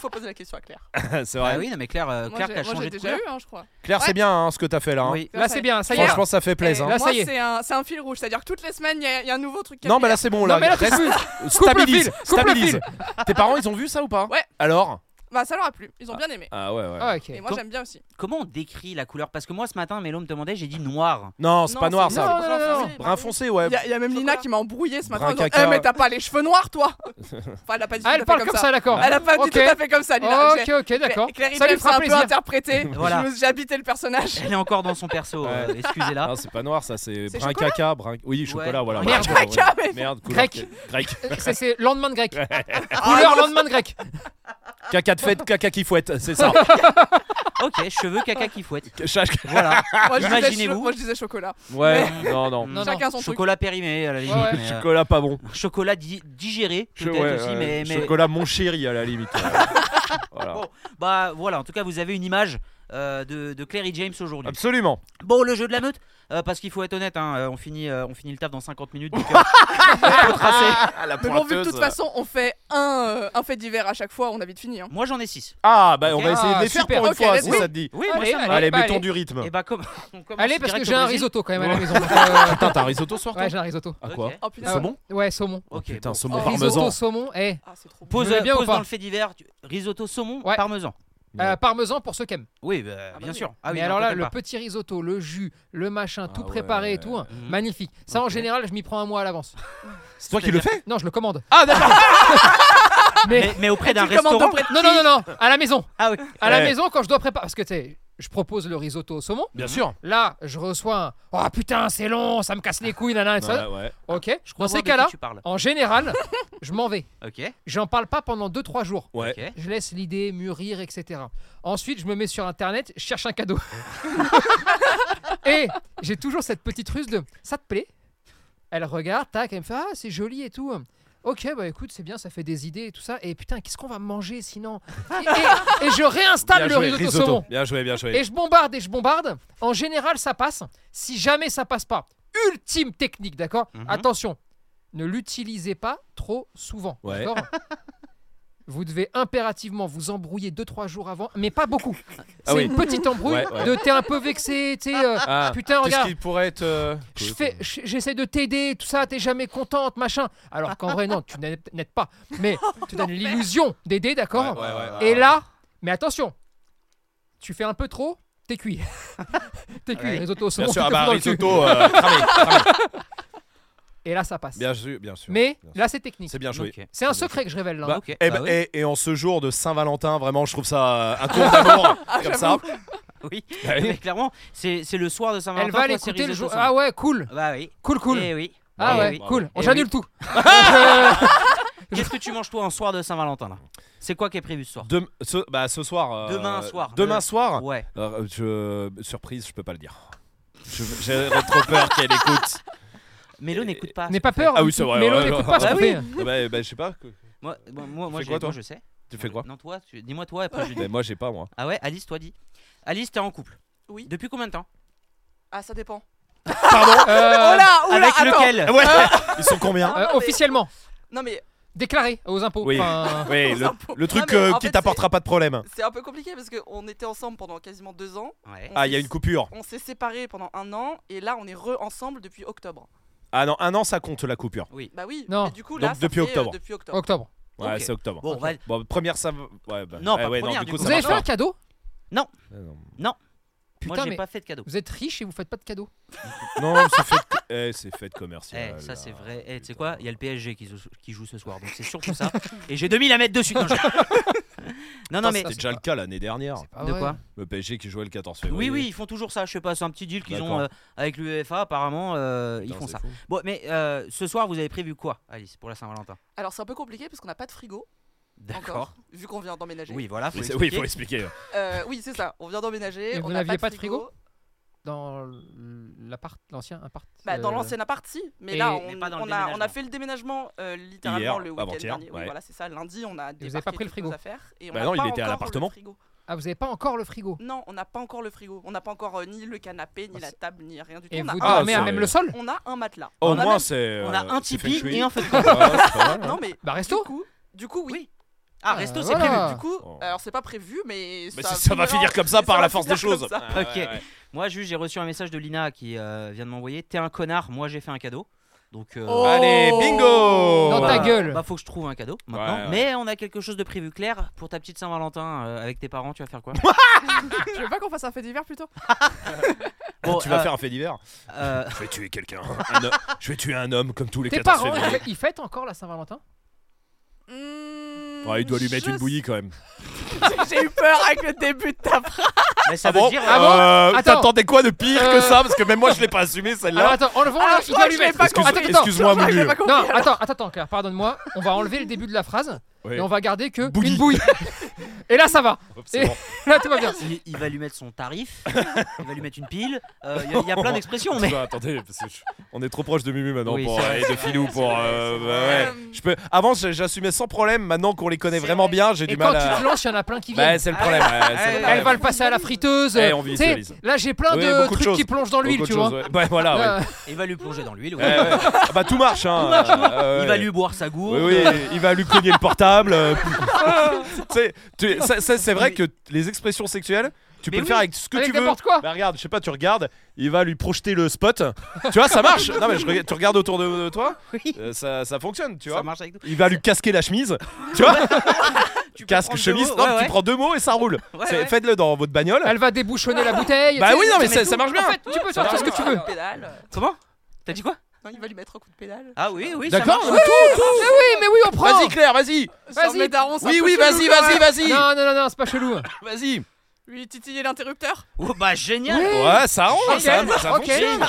Speaker 11: faut poser la question à Claire.
Speaker 2: C'est vrai.
Speaker 3: Ah oui, non mais Claire, euh,
Speaker 1: Moi
Speaker 3: Claire qui
Speaker 1: j'ai
Speaker 3: a
Speaker 1: moi,
Speaker 3: changé
Speaker 1: j'ai
Speaker 3: de
Speaker 1: déjà
Speaker 3: couleur.
Speaker 1: eu, hein, je crois.
Speaker 2: Claire, c'est
Speaker 1: Ouais.
Speaker 2: bien hein, ce que t'as fait là. hein.
Speaker 3: Oui.
Speaker 4: Là, c'est bien. Ça y est.
Speaker 2: Franchement, ça fait plaisir.
Speaker 4: Là,
Speaker 1: euh, moi,
Speaker 4: ça y est.
Speaker 1: c'est un, c'est un fil rouge, c'est-à-dire que toutes les semaines, il y, a- il y a un nouveau truc.
Speaker 2: Non, mais là, c'est bon.
Speaker 4: Non,
Speaker 2: Là,
Speaker 4: mais là, t'es
Speaker 2: Reste-
Speaker 4: plus. Coupe le
Speaker 2: stabilise.
Speaker 4: fil, coupe le
Speaker 2: stabilise.
Speaker 4: fil.
Speaker 2: Tes parents, ils ont vu ça ou pas
Speaker 1: Ouais.
Speaker 2: Alors
Speaker 12: Bah, ça leur a plu. Ils ont bien aimé.
Speaker 13: Ah ouais, ouais.
Speaker 4: Ah, ok.
Speaker 12: Et moi,
Speaker 3: Com-
Speaker 12: j'aime bien aussi.
Speaker 3: Comment on décrit la couleur Parce que moi ce matin, Mélo me demandait, j'ai dit noir.
Speaker 2: Non, c'est
Speaker 12: Non,
Speaker 2: pas noir
Speaker 12: c'est-
Speaker 2: ça.
Speaker 12: non, non, non, non.
Speaker 2: Brun foncé, ouais.
Speaker 12: Il y, a- il y a même Lina qui m'a embrouillé ce matin.
Speaker 2: Brun
Speaker 12: en disant,
Speaker 2: caca.
Speaker 12: Eh, mais t'as pas les cheveux noirs, toi Enfin, elle a pas dit tout
Speaker 4: Ah, elle
Speaker 12: à fait
Speaker 4: parle
Speaker 12: comme,
Speaker 4: comme
Speaker 12: ça.
Speaker 4: ça, d'accord.
Speaker 12: Elle a pas
Speaker 4: Ok.
Speaker 12: dit tout à fait comme ça, Lina. J'ai-
Speaker 4: Ok, ok, d'accord.
Speaker 12: Clary
Speaker 4: Ça lui
Speaker 12: James a
Speaker 4: fera
Speaker 12: un peu
Speaker 4: plaisir.
Speaker 12: interprété.
Speaker 3: Voilà.
Speaker 12: Je me- J'ai habité le personnage.
Speaker 3: Elle est encore dans son perso, euh, excusez-la.
Speaker 2: Non, c'est pas noir ça, c'est
Speaker 12: C'est
Speaker 2: brun caca, brun. Oui, chocolat, voilà.
Speaker 4: Merde.
Speaker 2: Brun
Speaker 12: Caca, mais-
Speaker 2: Merde, couleur-
Speaker 4: Grec.
Speaker 2: Grec.
Speaker 4: C'est- C'est lendemain de grec.
Speaker 12: Ah,
Speaker 4: Couleur lendemain de grec.
Speaker 2: Caca de fête, caca qui fouette, c'est ça.
Speaker 3: Ok, cheveux caca qui fouette.
Speaker 2: Chaque-
Speaker 3: Voilà.
Speaker 12: Moi, je disais
Speaker 3: Imaginez-vous.
Speaker 12: cho- Moi, je disais chocolat.
Speaker 2: Ouais, non, non.
Speaker 4: Non,
Speaker 12: Chacun son truc.
Speaker 3: Chocolat périmé à la limite.
Speaker 4: Ouais.
Speaker 3: mais, euh,
Speaker 2: Chocolat pas bon.
Speaker 3: chocolat di- digéré
Speaker 2: Je-
Speaker 3: peut-être
Speaker 2: ouais,
Speaker 3: aussi,
Speaker 2: ouais,
Speaker 3: mais, mais-
Speaker 2: Chocolat mon chéri à la limite. Voilà.
Speaker 3: Bon, bah voilà. En tout cas, vous avez une image euh, de, de Clary James aujourd'hui.
Speaker 2: Absolument.
Speaker 3: Bon, le jeu de la meute, euh, parce qu'il faut être honnête, hein, euh, on finit, euh, on finit le taf dans 50 minutes. donc, euh, faut tracer.
Speaker 2: Ah,
Speaker 12: Mais bon, vu que de toute façon, on fait un, euh, un fait divers à chaque fois, on a vite fini. Hein.
Speaker 3: Moi, j'en ai 6
Speaker 2: Ah, bah on va
Speaker 3: Ok.
Speaker 2: essayer de les
Speaker 4: Ah,
Speaker 2: faire
Speaker 4: super.
Speaker 2: pour une
Speaker 12: Ok,
Speaker 2: fois,
Speaker 12: let's
Speaker 2: si
Speaker 12: go.
Speaker 2: ça te dit.
Speaker 3: Oui,
Speaker 4: Allez,
Speaker 3: moi ça me va.
Speaker 4: allez.
Speaker 2: Allez,
Speaker 4: bah,
Speaker 2: mettons du rythme.
Speaker 3: Et bah comme. on commence
Speaker 4: Allez, parce
Speaker 3: direct
Speaker 4: que
Speaker 3: au
Speaker 4: j'ai un
Speaker 3: Brésil.
Speaker 4: risotto quand même à la
Speaker 2: Ouais.
Speaker 4: maison. donc, euh,
Speaker 2: Putain, t'as un risotto ce soir toi
Speaker 4: Ouais, j'ai un risotto.
Speaker 2: Ah
Speaker 3: Ok.
Speaker 2: quoi
Speaker 12: Oh
Speaker 2: Ah,
Speaker 12: putain.
Speaker 2: Saumon
Speaker 4: Ouais, saumon.
Speaker 3: Ok,
Speaker 2: Putain,
Speaker 3: bon.
Speaker 2: saumon
Speaker 12: Oh.
Speaker 4: Risotto,
Speaker 2: parmesan.
Speaker 4: saumon. Eh,
Speaker 12: Ah, c'est trop bon.
Speaker 3: Pose,
Speaker 4: Vous voulez bien
Speaker 3: pose
Speaker 4: ou pas
Speaker 3: dans le fait divers. tu- Risotto saumon,
Speaker 4: Ouais.
Speaker 3: parmesan.
Speaker 4: euh, parmesan pour ceux qui aiment.
Speaker 3: Oui, bah, bien
Speaker 12: oui.
Speaker 3: sûr. Ah oui,
Speaker 4: Mais
Speaker 3: j'en
Speaker 4: alors là,
Speaker 3: comptais
Speaker 4: le
Speaker 3: pas.
Speaker 4: petit risotto, le jus, le machin, tout
Speaker 13: Ah
Speaker 4: préparé et
Speaker 13: ouais.
Speaker 4: tout, hein,
Speaker 3: Mhm.
Speaker 4: magnifique. Ça, en général, je m'y prends un mois à l'avance.
Speaker 2: C'est toi qui le fais
Speaker 4: Non, je le commande.
Speaker 2: Ah, d'accord.
Speaker 3: mais, mais auprès d'un
Speaker 12: Tu commandes
Speaker 3: restaurant.
Speaker 12: auprès de
Speaker 4: Non, non, non, non, à la maison.
Speaker 3: Ah oui.
Speaker 4: À la
Speaker 2: Ouais.
Speaker 4: maison, quand je dois préparer. Parce que tu sais, je propose le risotto au saumon.
Speaker 2: Bien sûr.
Speaker 4: Là, je reçois un. Oh putain, c'est long, ça me casse les couilles, nanana, et
Speaker 13: Ouais,
Speaker 4: ça.
Speaker 13: ouais.
Speaker 4: Ok.
Speaker 3: Je crois
Speaker 4: Dans
Speaker 3: voir
Speaker 4: ces
Speaker 3: de qui
Speaker 4: cas-là,
Speaker 3: Tu parles.
Speaker 4: en général, je m'en vais.
Speaker 3: Ok.
Speaker 4: J'en parle pas pendant 2-3 jours.
Speaker 2: Ouais.
Speaker 3: ok.
Speaker 4: Je laisse l'idée mûrir, etc. Ensuite, je me mets sur internet, je cherche un cadeau. et j'ai toujours cette petite ruse de ça te plaît Elle regarde, tac, elle me fait ah, c'est joli et tout. Ok, bah écoute, c'est bien, ça fait des idées et tout ça. Et putain, qu'est-ce qu'on va manger sinon et, et- et je réinstalle
Speaker 2: Bien
Speaker 4: le
Speaker 2: joué,
Speaker 4: risotto, saumon.
Speaker 2: Bien joué, bien joué.
Speaker 4: Et je bombarde et je bombarde. En général, ça passe. Si jamais ça passe pas, ultime technique, d'accord
Speaker 3: Mhm.
Speaker 4: Attention, ne l'utilisez pas trop souvent,
Speaker 2: Ouais.
Speaker 4: d'accord Vous devez impérativement vous embrouiller 2-3 jours avant, mais pas beaucoup. C'est
Speaker 2: Ah oui.
Speaker 4: une petite embrouille
Speaker 2: Ouais, ouais.
Speaker 4: de t'es un peu vexé, t'es euh,
Speaker 2: Ah,
Speaker 4: putain,
Speaker 2: qu'est-ce
Speaker 4: regarde,
Speaker 2: qu'il pourrait être euh,
Speaker 4: je fais- je- j'essaie de t'aider, tout ça, t'es jamais contente, machin. Alors qu'en vrai, non, tu n'aides n'aides pas, mais
Speaker 2: Oh,
Speaker 4: tu donnes l'illusion d'aider, d'accord
Speaker 2: Ouais, ouais, ouais, ouais.
Speaker 4: et là, Ah. mais attention, tu fais un peu trop, t'es cuit. t'es cuit,
Speaker 3: Ouais.
Speaker 4: risotto au saumon,
Speaker 2: Bien sûr,
Speaker 4: tu
Speaker 2: ah
Speaker 4: te
Speaker 2: bah
Speaker 4: fous dans le cul.
Speaker 2: risotto. euh, cramé, cramé.
Speaker 4: Et là, ça passe.
Speaker 2: Bien sûr, bien sûr.
Speaker 4: mais
Speaker 2: bien sûr.
Speaker 4: là, c'est technique.
Speaker 2: c'est bien joué.
Speaker 3: Ok.
Speaker 4: C'est un secret que je révèle là.
Speaker 3: Bah,
Speaker 4: hein.
Speaker 3: ok.
Speaker 2: Eh
Speaker 3: bah
Speaker 2: ben,
Speaker 3: oui.
Speaker 2: et, et en ce jour de Saint-Valentin, vraiment, je trouve ça euh, un tour d'amour comme ça.
Speaker 3: Bah Oui,
Speaker 2: Ouais.
Speaker 3: mais clairement, c'est c'est le soir de Saint-Valentin.
Speaker 4: Elle va
Speaker 3: toi, c'est
Speaker 4: l'écouter le
Speaker 3: risotto
Speaker 4: jour.
Speaker 3: saumon.
Speaker 4: Ah ouais, cool,
Speaker 3: Bah oui.
Speaker 4: cool, cool.
Speaker 3: Eh oui.
Speaker 4: Ah
Speaker 3: Eh
Speaker 4: ouais,
Speaker 3: oui.
Speaker 4: cool.
Speaker 3: Eh
Speaker 4: J'annule
Speaker 3: oui.
Speaker 4: tout.
Speaker 2: Ah
Speaker 3: Qu'est-ce que tu manges toi en soir de Saint-Valentin là C'est quoi qui est prévu ce soir
Speaker 2: Dem- ce, bah, ce soir. euh,
Speaker 3: Demain soir. oh.
Speaker 2: Demain
Speaker 3: Le-
Speaker 2: soir.
Speaker 3: Ouais.
Speaker 2: Euh, je- surprise, je peux pas le dire. Je- J'ai trop peur qu'elle écoute.
Speaker 3: Mélo n'écoute pas.
Speaker 4: N'aie pas peur.
Speaker 2: Ah oui, c'est vrai,
Speaker 4: Mais l'autre
Speaker 2: ouais,
Speaker 4: n'écoute
Speaker 2: ouais,
Speaker 4: pas hein. ce
Speaker 3: ouais.
Speaker 4: qu'on
Speaker 3: Bah oui.
Speaker 4: fait.
Speaker 2: Ah bah, bah, je sais pas. que-
Speaker 3: Moi, bon, moi, moi,
Speaker 2: fais
Speaker 3: j'ai-
Speaker 2: quoi, toi
Speaker 3: moi, je sais.
Speaker 2: Tu fais quoi
Speaker 3: Non toi, tu- dis-moi toi après je dis.
Speaker 2: Mais Moi, j'ai pas, moi.
Speaker 3: Ah ouais, Alice, toi dis. Alice, t'es en couple.
Speaker 12: Oui.
Speaker 3: Depuis combien de temps
Speaker 12: Ah, ça dépend.
Speaker 2: Pardon
Speaker 12: oh
Speaker 4: Euh,
Speaker 12: là, oh là,
Speaker 3: Avec
Speaker 12: attends.
Speaker 3: lequel
Speaker 2: Ouais Ils sont combien
Speaker 4: euh, officiellement,
Speaker 12: Non, mais
Speaker 4: déclaré aux impôts.
Speaker 2: Oui.
Speaker 4: Enfin,
Speaker 2: Oui, le, le truc
Speaker 1: Non, mais
Speaker 2: euh,
Speaker 1: en
Speaker 2: qui
Speaker 1: fait,
Speaker 2: t'apportera pas de problème.
Speaker 1: C'est un peu compliqué parce qu'on était ensemble pendant quasiment deux ans.
Speaker 3: Ouais.
Speaker 1: On
Speaker 2: Ah,
Speaker 1: s'est-
Speaker 2: il y a une coupure.
Speaker 1: On s'est séparés pendant un an et là on est re-ensemble depuis octobre.
Speaker 2: Ah non, un an, ça compte la coupure.
Speaker 1: Bah oui,
Speaker 4: Non.
Speaker 1: mais du coup
Speaker 2: Donc,
Speaker 1: là. ça
Speaker 2: depuis
Speaker 1: fait, euh,
Speaker 2: octobre.
Speaker 1: depuis octobre.
Speaker 4: octobre.
Speaker 2: Ouais,
Speaker 3: Ok.
Speaker 2: c'est octobre.
Speaker 3: Bon, on va-
Speaker 2: Bon, première, ça. va- Ouais, bah,
Speaker 3: Non,
Speaker 2: ouais,
Speaker 3: pas
Speaker 2: ouais,
Speaker 3: première,
Speaker 2: non,
Speaker 3: du
Speaker 2: du coup,
Speaker 3: coup.
Speaker 4: Vous
Speaker 2: ça
Speaker 4: avez
Speaker 2: marche
Speaker 4: fait un
Speaker 2: pas.
Speaker 4: cadeau
Speaker 2: Ah, non.
Speaker 3: moi,
Speaker 4: Putain,
Speaker 3: j'ai
Speaker 4: mais
Speaker 3: pas fait de cadeau.
Speaker 4: vous êtes riche et vous faites pas de cadeau.
Speaker 2: Non, c'est fait, eh, c'est fait
Speaker 3: Eh,
Speaker 2: commercial.
Speaker 3: ça c'est
Speaker 2: là.
Speaker 3: vrai. Eh, tu sais
Speaker 2: putain.
Speaker 3: quoi Il y a le PSG qui, se- qui joue ce soir, donc c'est surtout ça. Et j'ai 2000 à mettre dessus. Non, je- non, non, mais.
Speaker 2: C'était déjà le cas l'année dernière.
Speaker 4: C'est pas
Speaker 3: De
Speaker 4: vrai.
Speaker 3: quoi
Speaker 2: Le PSG qui jouait le 14
Speaker 3: Oui,
Speaker 2: février.
Speaker 3: oui, ils font toujours ça. Je sais pas, c'est un petit deal qu'ils ont
Speaker 2: D'accord.
Speaker 3: euh, avec l'UEFA. Apparemment, euh, ils
Speaker 2: Putain,
Speaker 3: font
Speaker 2: c'est
Speaker 3: ça.
Speaker 2: fou.
Speaker 3: Bon, mais euh, ce soir, vous avez prévu quoi, Alice, pour la Saint-Valentin
Speaker 1: Alors c'est un peu compliqué parce qu'on n'a pas de frigo
Speaker 3: D'accord.
Speaker 1: encore, vu qu'on vient d'emménager.
Speaker 3: Oui, voilà. Faut
Speaker 2: Oui, c'est-
Speaker 3: expliquer.
Speaker 2: oui, il faut expliquer.
Speaker 1: Euh, oui, c'est ça, on vient d'emménager.
Speaker 4: Et
Speaker 1: on
Speaker 4: vous
Speaker 1: n'a
Speaker 4: n'aviez pas de Dans l'appart, l'ancien appart.
Speaker 1: Bah, Dans
Speaker 4: euh,
Speaker 1: l'ancien appart, si, mais
Speaker 4: et-
Speaker 1: là
Speaker 3: Mais
Speaker 1: on,
Speaker 3: pas dans le
Speaker 1: on a, on
Speaker 3: déménagement.
Speaker 1: a fait le déménagement euh, littéralement
Speaker 2: Hier,
Speaker 1: le week-end
Speaker 2: avant-hier,
Speaker 1: dernier.
Speaker 2: ouais.
Speaker 1: Oui, voilà, c'est ça, lundi on a
Speaker 4: avez pas
Speaker 1: débarqué
Speaker 4: pris le
Speaker 1: toutes nos
Speaker 4: frigo
Speaker 1: affaires et on
Speaker 2: Bah
Speaker 1: n'a
Speaker 2: non, il
Speaker 1: pas
Speaker 2: était à
Speaker 1: encore le
Speaker 2: l'appartement.
Speaker 1: frigo.
Speaker 4: Ah, vous n'avez pas encore le frigo.
Speaker 1: Non, on n'a pas encore le frigo. On n'a pas encore euh, ni le canapé, ni
Speaker 2: Oh,
Speaker 4: Ah,
Speaker 1: la
Speaker 4: c'est-
Speaker 1: table, ni rien du tout.
Speaker 4: Et
Speaker 1: on, a
Speaker 4: vous
Speaker 1: un,
Speaker 2: Ah,
Speaker 4: dormez à
Speaker 2: c'est-
Speaker 4: même le sol
Speaker 1: on a un matelas.
Speaker 2: Au
Speaker 1: a
Speaker 2: moins,
Speaker 1: même-
Speaker 2: c'est.
Speaker 3: On a
Speaker 2: euh,
Speaker 3: un
Speaker 2: c'est
Speaker 3: Tipeee
Speaker 2: feng shui.
Speaker 3: et un feu de camp.
Speaker 2: Ouais, c'est pas mal, hein.
Speaker 1: Non mais
Speaker 4: Bah, resto
Speaker 1: Du coup, du coup, oui.
Speaker 3: Oui. Ah, resto,
Speaker 4: Euh,
Speaker 3: c'est
Speaker 4: voilà.
Speaker 3: prévu.
Speaker 4: Ah.
Speaker 1: Du coup,
Speaker 2: Oh.
Speaker 1: alors c'est pas prévu, mais
Speaker 2: Mais
Speaker 1: ça,
Speaker 2: c'est- ça va finir comme ça
Speaker 1: mais
Speaker 2: par
Speaker 1: ça
Speaker 2: la
Speaker 1: va
Speaker 2: force des
Speaker 1: finir comme
Speaker 2: choses.
Speaker 1: ça.
Speaker 2: Ouais, ouais,
Speaker 3: Ok.
Speaker 2: ouais.
Speaker 3: Moi, juste, j'ai reçu un message de Lina qui euh, vient de m'envoyer. T'es un connard, moi j'ai fait un cadeau. Donc, euh,
Speaker 1: Oh.
Speaker 2: Allez, bingo
Speaker 4: Dans ta
Speaker 3: bah,
Speaker 4: gueule.
Speaker 3: Bah, faut que je trouve un cadeau maintenant.
Speaker 14: Ouais, ouais.
Speaker 3: Mais on a quelque chose de prévu. Claire, pour ta petite Saint-Valentin, euh, avec tes parents, tu vas faire quoi
Speaker 1: Je veux pas qu'on fasse un fait divers plutôt.
Speaker 3: Bon,
Speaker 2: Tu vas
Speaker 3: euh,
Speaker 2: faire un fait divers
Speaker 3: euh,
Speaker 2: Je vais tuer quelqu'un. Un homme- Je vais tuer un homme comme tous les
Speaker 4: Tes
Speaker 2: 14
Speaker 4: parents,
Speaker 2: février.
Speaker 4: ils fêtent encore la Saint-Valentin
Speaker 1: Mmh,
Speaker 2: Ouais, il doit lui mettre
Speaker 1: Hmm, je
Speaker 2: une bouillie quand même.
Speaker 1: sais- J'ai eu peur avec le début de ta phrase.
Speaker 3: Mais ça
Speaker 2: Ah
Speaker 3: veut
Speaker 2: bon
Speaker 3: dire.
Speaker 4: Ah bon
Speaker 2: Euh,
Speaker 4: Attends.
Speaker 2: T'attendais quoi de pire
Speaker 4: Euh.
Speaker 2: que ça Parce que même moi je l'ai pas assumé
Speaker 4: Alors
Speaker 2: celle-là.
Speaker 4: attends, enlevons
Speaker 1: Alors,
Speaker 4: là,
Speaker 1: je
Speaker 4: il
Speaker 1: crois
Speaker 4: doit
Speaker 1: que
Speaker 4: lui
Speaker 1: je l'ai
Speaker 4: mettre.
Speaker 1: pas
Speaker 4: Attends,
Speaker 2: Excuse-
Speaker 4: attends, attends.
Speaker 2: Excuse-moi,
Speaker 1: J'ai
Speaker 2: Moulu.
Speaker 1: pas compris.
Speaker 4: Non,
Speaker 1: alors.
Speaker 4: attends, attends, attends, Claire, pardonne-moi. On va enlever le début de la phrase
Speaker 2: Oui.
Speaker 4: et on va garder que
Speaker 2: Bouillie.
Speaker 4: une bouille. Et là, ça va.
Speaker 2: Hop,
Speaker 4: Et-
Speaker 2: c'est bon.
Speaker 4: Là, tout va bien.
Speaker 3: Il, il va lui mettre son tarif, il va lui mettre une pile. euh, Il y a- il y, a plein d'expressions, mais.
Speaker 2: Oh. Tu vois, attendez, parce que je- on est trop proche de Mumu maintenant
Speaker 3: Oui,
Speaker 2: pour,
Speaker 3: c'est
Speaker 2: euh,
Speaker 3: vrai,
Speaker 2: et de Filou pour. euh, bah
Speaker 1: vrai.
Speaker 2: ouais. Je peux. Avant, j'a- j'assumais sans problème. Maintenant qu'on les connaît
Speaker 1: C'est
Speaker 2: vraiment
Speaker 1: vrai.
Speaker 2: bien, j'ai
Speaker 4: Et
Speaker 2: du
Speaker 4: quand
Speaker 2: mal
Speaker 4: tu te
Speaker 2: à.
Speaker 4: lances, il y en a plein qui
Speaker 2: Bah,
Speaker 4: viennent.
Speaker 2: c'est le problème. ouais, c'est le
Speaker 3: ouais,
Speaker 4: Elle
Speaker 2: problème.
Speaker 4: va le passer à la friteuse.
Speaker 2: Eh, on
Speaker 4: Tu sais,
Speaker 2: visualise.
Speaker 4: Là, j'ai plein
Speaker 2: Oui,
Speaker 4: de
Speaker 2: beaucoup de
Speaker 4: trucs
Speaker 2: choses.
Speaker 4: qui plongent dans l'huile,
Speaker 2: Autre
Speaker 4: tu
Speaker 2: chose,
Speaker 4: vois.
Speaker 2: ouais. Ouais, voilà.
Speaker 4: Euh,
Speaker 3: Il va lui plonger dans l'huile.
Speaker 2: ouais.
Speaker 3: ouais.
Speaker 2: Ouais, ouais. Ah Bah, tout marche, hein. euh,
Speaker 3: Il va
Speaker 2: ouais.
Speaker 3: lui boire sa gourde. euh,
Speaker 2: Oui, oui, il va lui cogner le portable. euh, tu sais, tu- ça- ça, c'est vrai que les expressions sexuelles, tu peux
Speaker 3: Mais
Speaker 2: le
Speaker 3: oui,
Speaker 2: faire avec ce que
Speaker 4: Avec
Speaker 2: tu veux.
Speaker 4: n'importe quoi.
Speaker 2: Bah regarde, je sais pas, tu regardes, il va lui projeter le spot. tu vois, ça marche. Non mais je regarde- tu regardes autour de, de toi,
Speaker 3: Oui.
Speaker 2: euh, ça, ça fonctionne, tu
Speaker 3: Ça
Speaker 2: vois.
Speaker 3: marche avec tout.
Speaker 2: Il va lui casquer la chemise, tu vois.
Speaker 3: Tu peux
Speaker 2: Casque,
Speaker 3: prendre deux
Speaker 2: chemise,
Speaker 3: mots,
Speaker 2: non,
Speaker 3: ouais, ouais.
Speaker 2: tu prends deux mots et ça roule.
Speaker 3: Ouais,
Speaker 2: C'est-
Speaker 3: ouais.
Speaker 2: Faites-le dans votre bagnole.
Speaker 4: Elle va débouchonner la bouteille.
Speaker 2: Bah
Speaker 4: tu sais,
Speaker 2: oui, non, mais ça,
Speaker 4: met
Speaker 2: ça
Speaker 4: tout.
Speaker 2: marche bien.
Speaker 4: En fait, tu peux faire tout ce que tu veux.
Speaker 15: Un coup de pédale.
Speaker 3: Comment T'as dit quoi
Speaker 15: Non, il va lui mettre un coup de pédale.
Speaker 3: Ah oui, oui, ça
Speaker 2: D'accord
Speaker 3: marche.
Speaker 2: tout, tout.
Speaker 4: Mais oui, mais oui, on prend.
Speaker 2: Vas-y Claire, vas-y.
Speaker 1: Sors mes
Speaker 4: Vas-y.
Speaker 1: darons, c'est un
Speaker 2: Oui,
Speaker 1: peu
Speaker 2: oui,
Speaker 1: chelou,
Speaker 2: vas-y,
Speaker 1: quand
Speaker 2: vas-y,
Speaker 1: même.
Speaker 2: vas-y.
Speaker 4: Non, non, non, non, c'est pas chelou.
Speaker 2: Vas-y.
Speaker 1: Lui titiller l'interrupteur.
Speaker 3: Oh, bah génial.
Speaker 4: Oui.
Speaker 2: Ouais, ça rentre,
Speaker 4: Ok,
Speaker 2: ça, ça
Speaker 4: ok.
Speaker 2: fonctionne.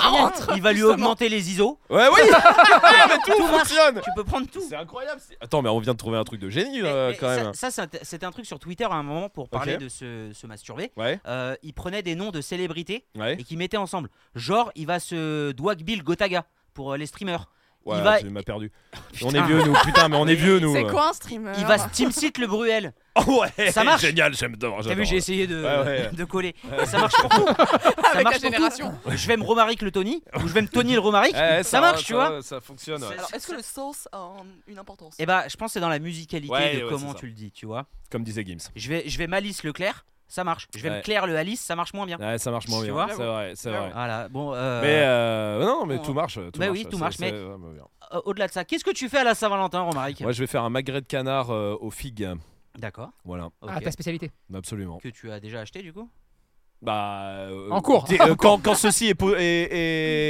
Speaker 3: Il va lui augmenter les ISO.
Speaker 2: Ouais, oui. Ouais, mais tout fonctionne.
Speaker 3: Tu peux prendre tout.
Speaker 2: C'est incroyable. c'est- Attends, mais on vient de trouver un truc de génie
Speaker 3: Mais-
Speaker 2: euh,
Speaker 3: mais
Speaker 2: quand
Speaker 3: ça-
Speaker 2: même.
Speaker 3: Ça, c'est un- c'était un truc sur Twitter à un moment pour parler
Speaker 2: Ok.
Speaker 3: de se, se masturber.
Speaker 2: Ouais,
Speaker 3: Euh, il prenait des noms de célébrités
Speaker 2: ouais.
Speaker 3: et qui mettaient ensemble. Genre, il va se Dwag Bill Gotaga pour euh, les streamers.
Speaker 2: Ouais,
Speaker 3: il va-
Speaker 2: tu m'as perdu.
Speaker 3: Putain.
Speaker 2: On est vieux, nous. Putain, mais on est vieux, nous.
Speaker 1: C'est quoi un euh, streamer
Speaker 3: Il va Steamsit le Bruel.
Speaker 2: Oh ouais,
Speaker 3: Ça marche.
Speaker 2: Génial, j'aime d'abord.
Speaker 3: T'as vu, j'ai essayé de,
Speaker 2: Ouais, ouais.
Speaker 3: de coller. Et Ça marche pour tout. ça
Speaker 1: avec la
Speaker 3: marche pour
Speaker 1: génération
Speaker 3: tout. Je vais me Romaric le Tony ou je vais me Tony le Romaric. ça, marche, tu vois.
Speaker 2: Eh, Ça fonctionne.
Speaker 3: ouais.
Speaker 15: Alors, est-ce que le sauce a un- une importance
Speaker 3: Et bah, je pense que c'est dans la musicalité
Speaker 2: Ouais,
Speaker 3: de
Speaker 2: ouais,
Speaker 3: comment
Speaker 2: c'est ça.
Speaker 3: tu le dis, tu vois.
Speaker 2: Comme disait Gims.
Speaker 3: Je vais, je vais Malice Leclerc, ça marche. Je vais me
Speaker 2: Ouais.
Speaker 3: Claire le Alice, ça marche moins bien.
Speaker 2: Ouais, ça marche moins
Speaker 3: Tu
Speaker 2: bien.
Speaker 3: vois
Speaker 2: C'est vrai, c'est vrai.
Speaker 3: Voilà, bon. euh,
Speaker 2: Mais euh, non, mais
Speaker 3: on-
Speaker 2: tout marche. Tout
Speaker 3: Bah oui, tout
Speaker 2: c'est-
Speaker 3: marche,
Speaker 2: c'est
Speaker 3: mais-
Speaker 2: vraiment bien.
Speaker 3: euh, au-delà de ça, qu'est-ce que tu fais à la Saint-Valentin, Romaric
Speaker 2: Moi, je vais faire un magret de canard euh, aux figues.
Speaker 3: D'accord.
Speaker 2: Voilà,
Speaker 3: ok.
Speaker 4: Ah, ta spécialité.
Speaker 2: absolument.
Speaker 3: que tu as déjà acheté du coup
Speaker 2: Bah. euh,
Speaker 4: En cours.
Speaker 2: t'es- euh, quand, quand ceci est, po- est-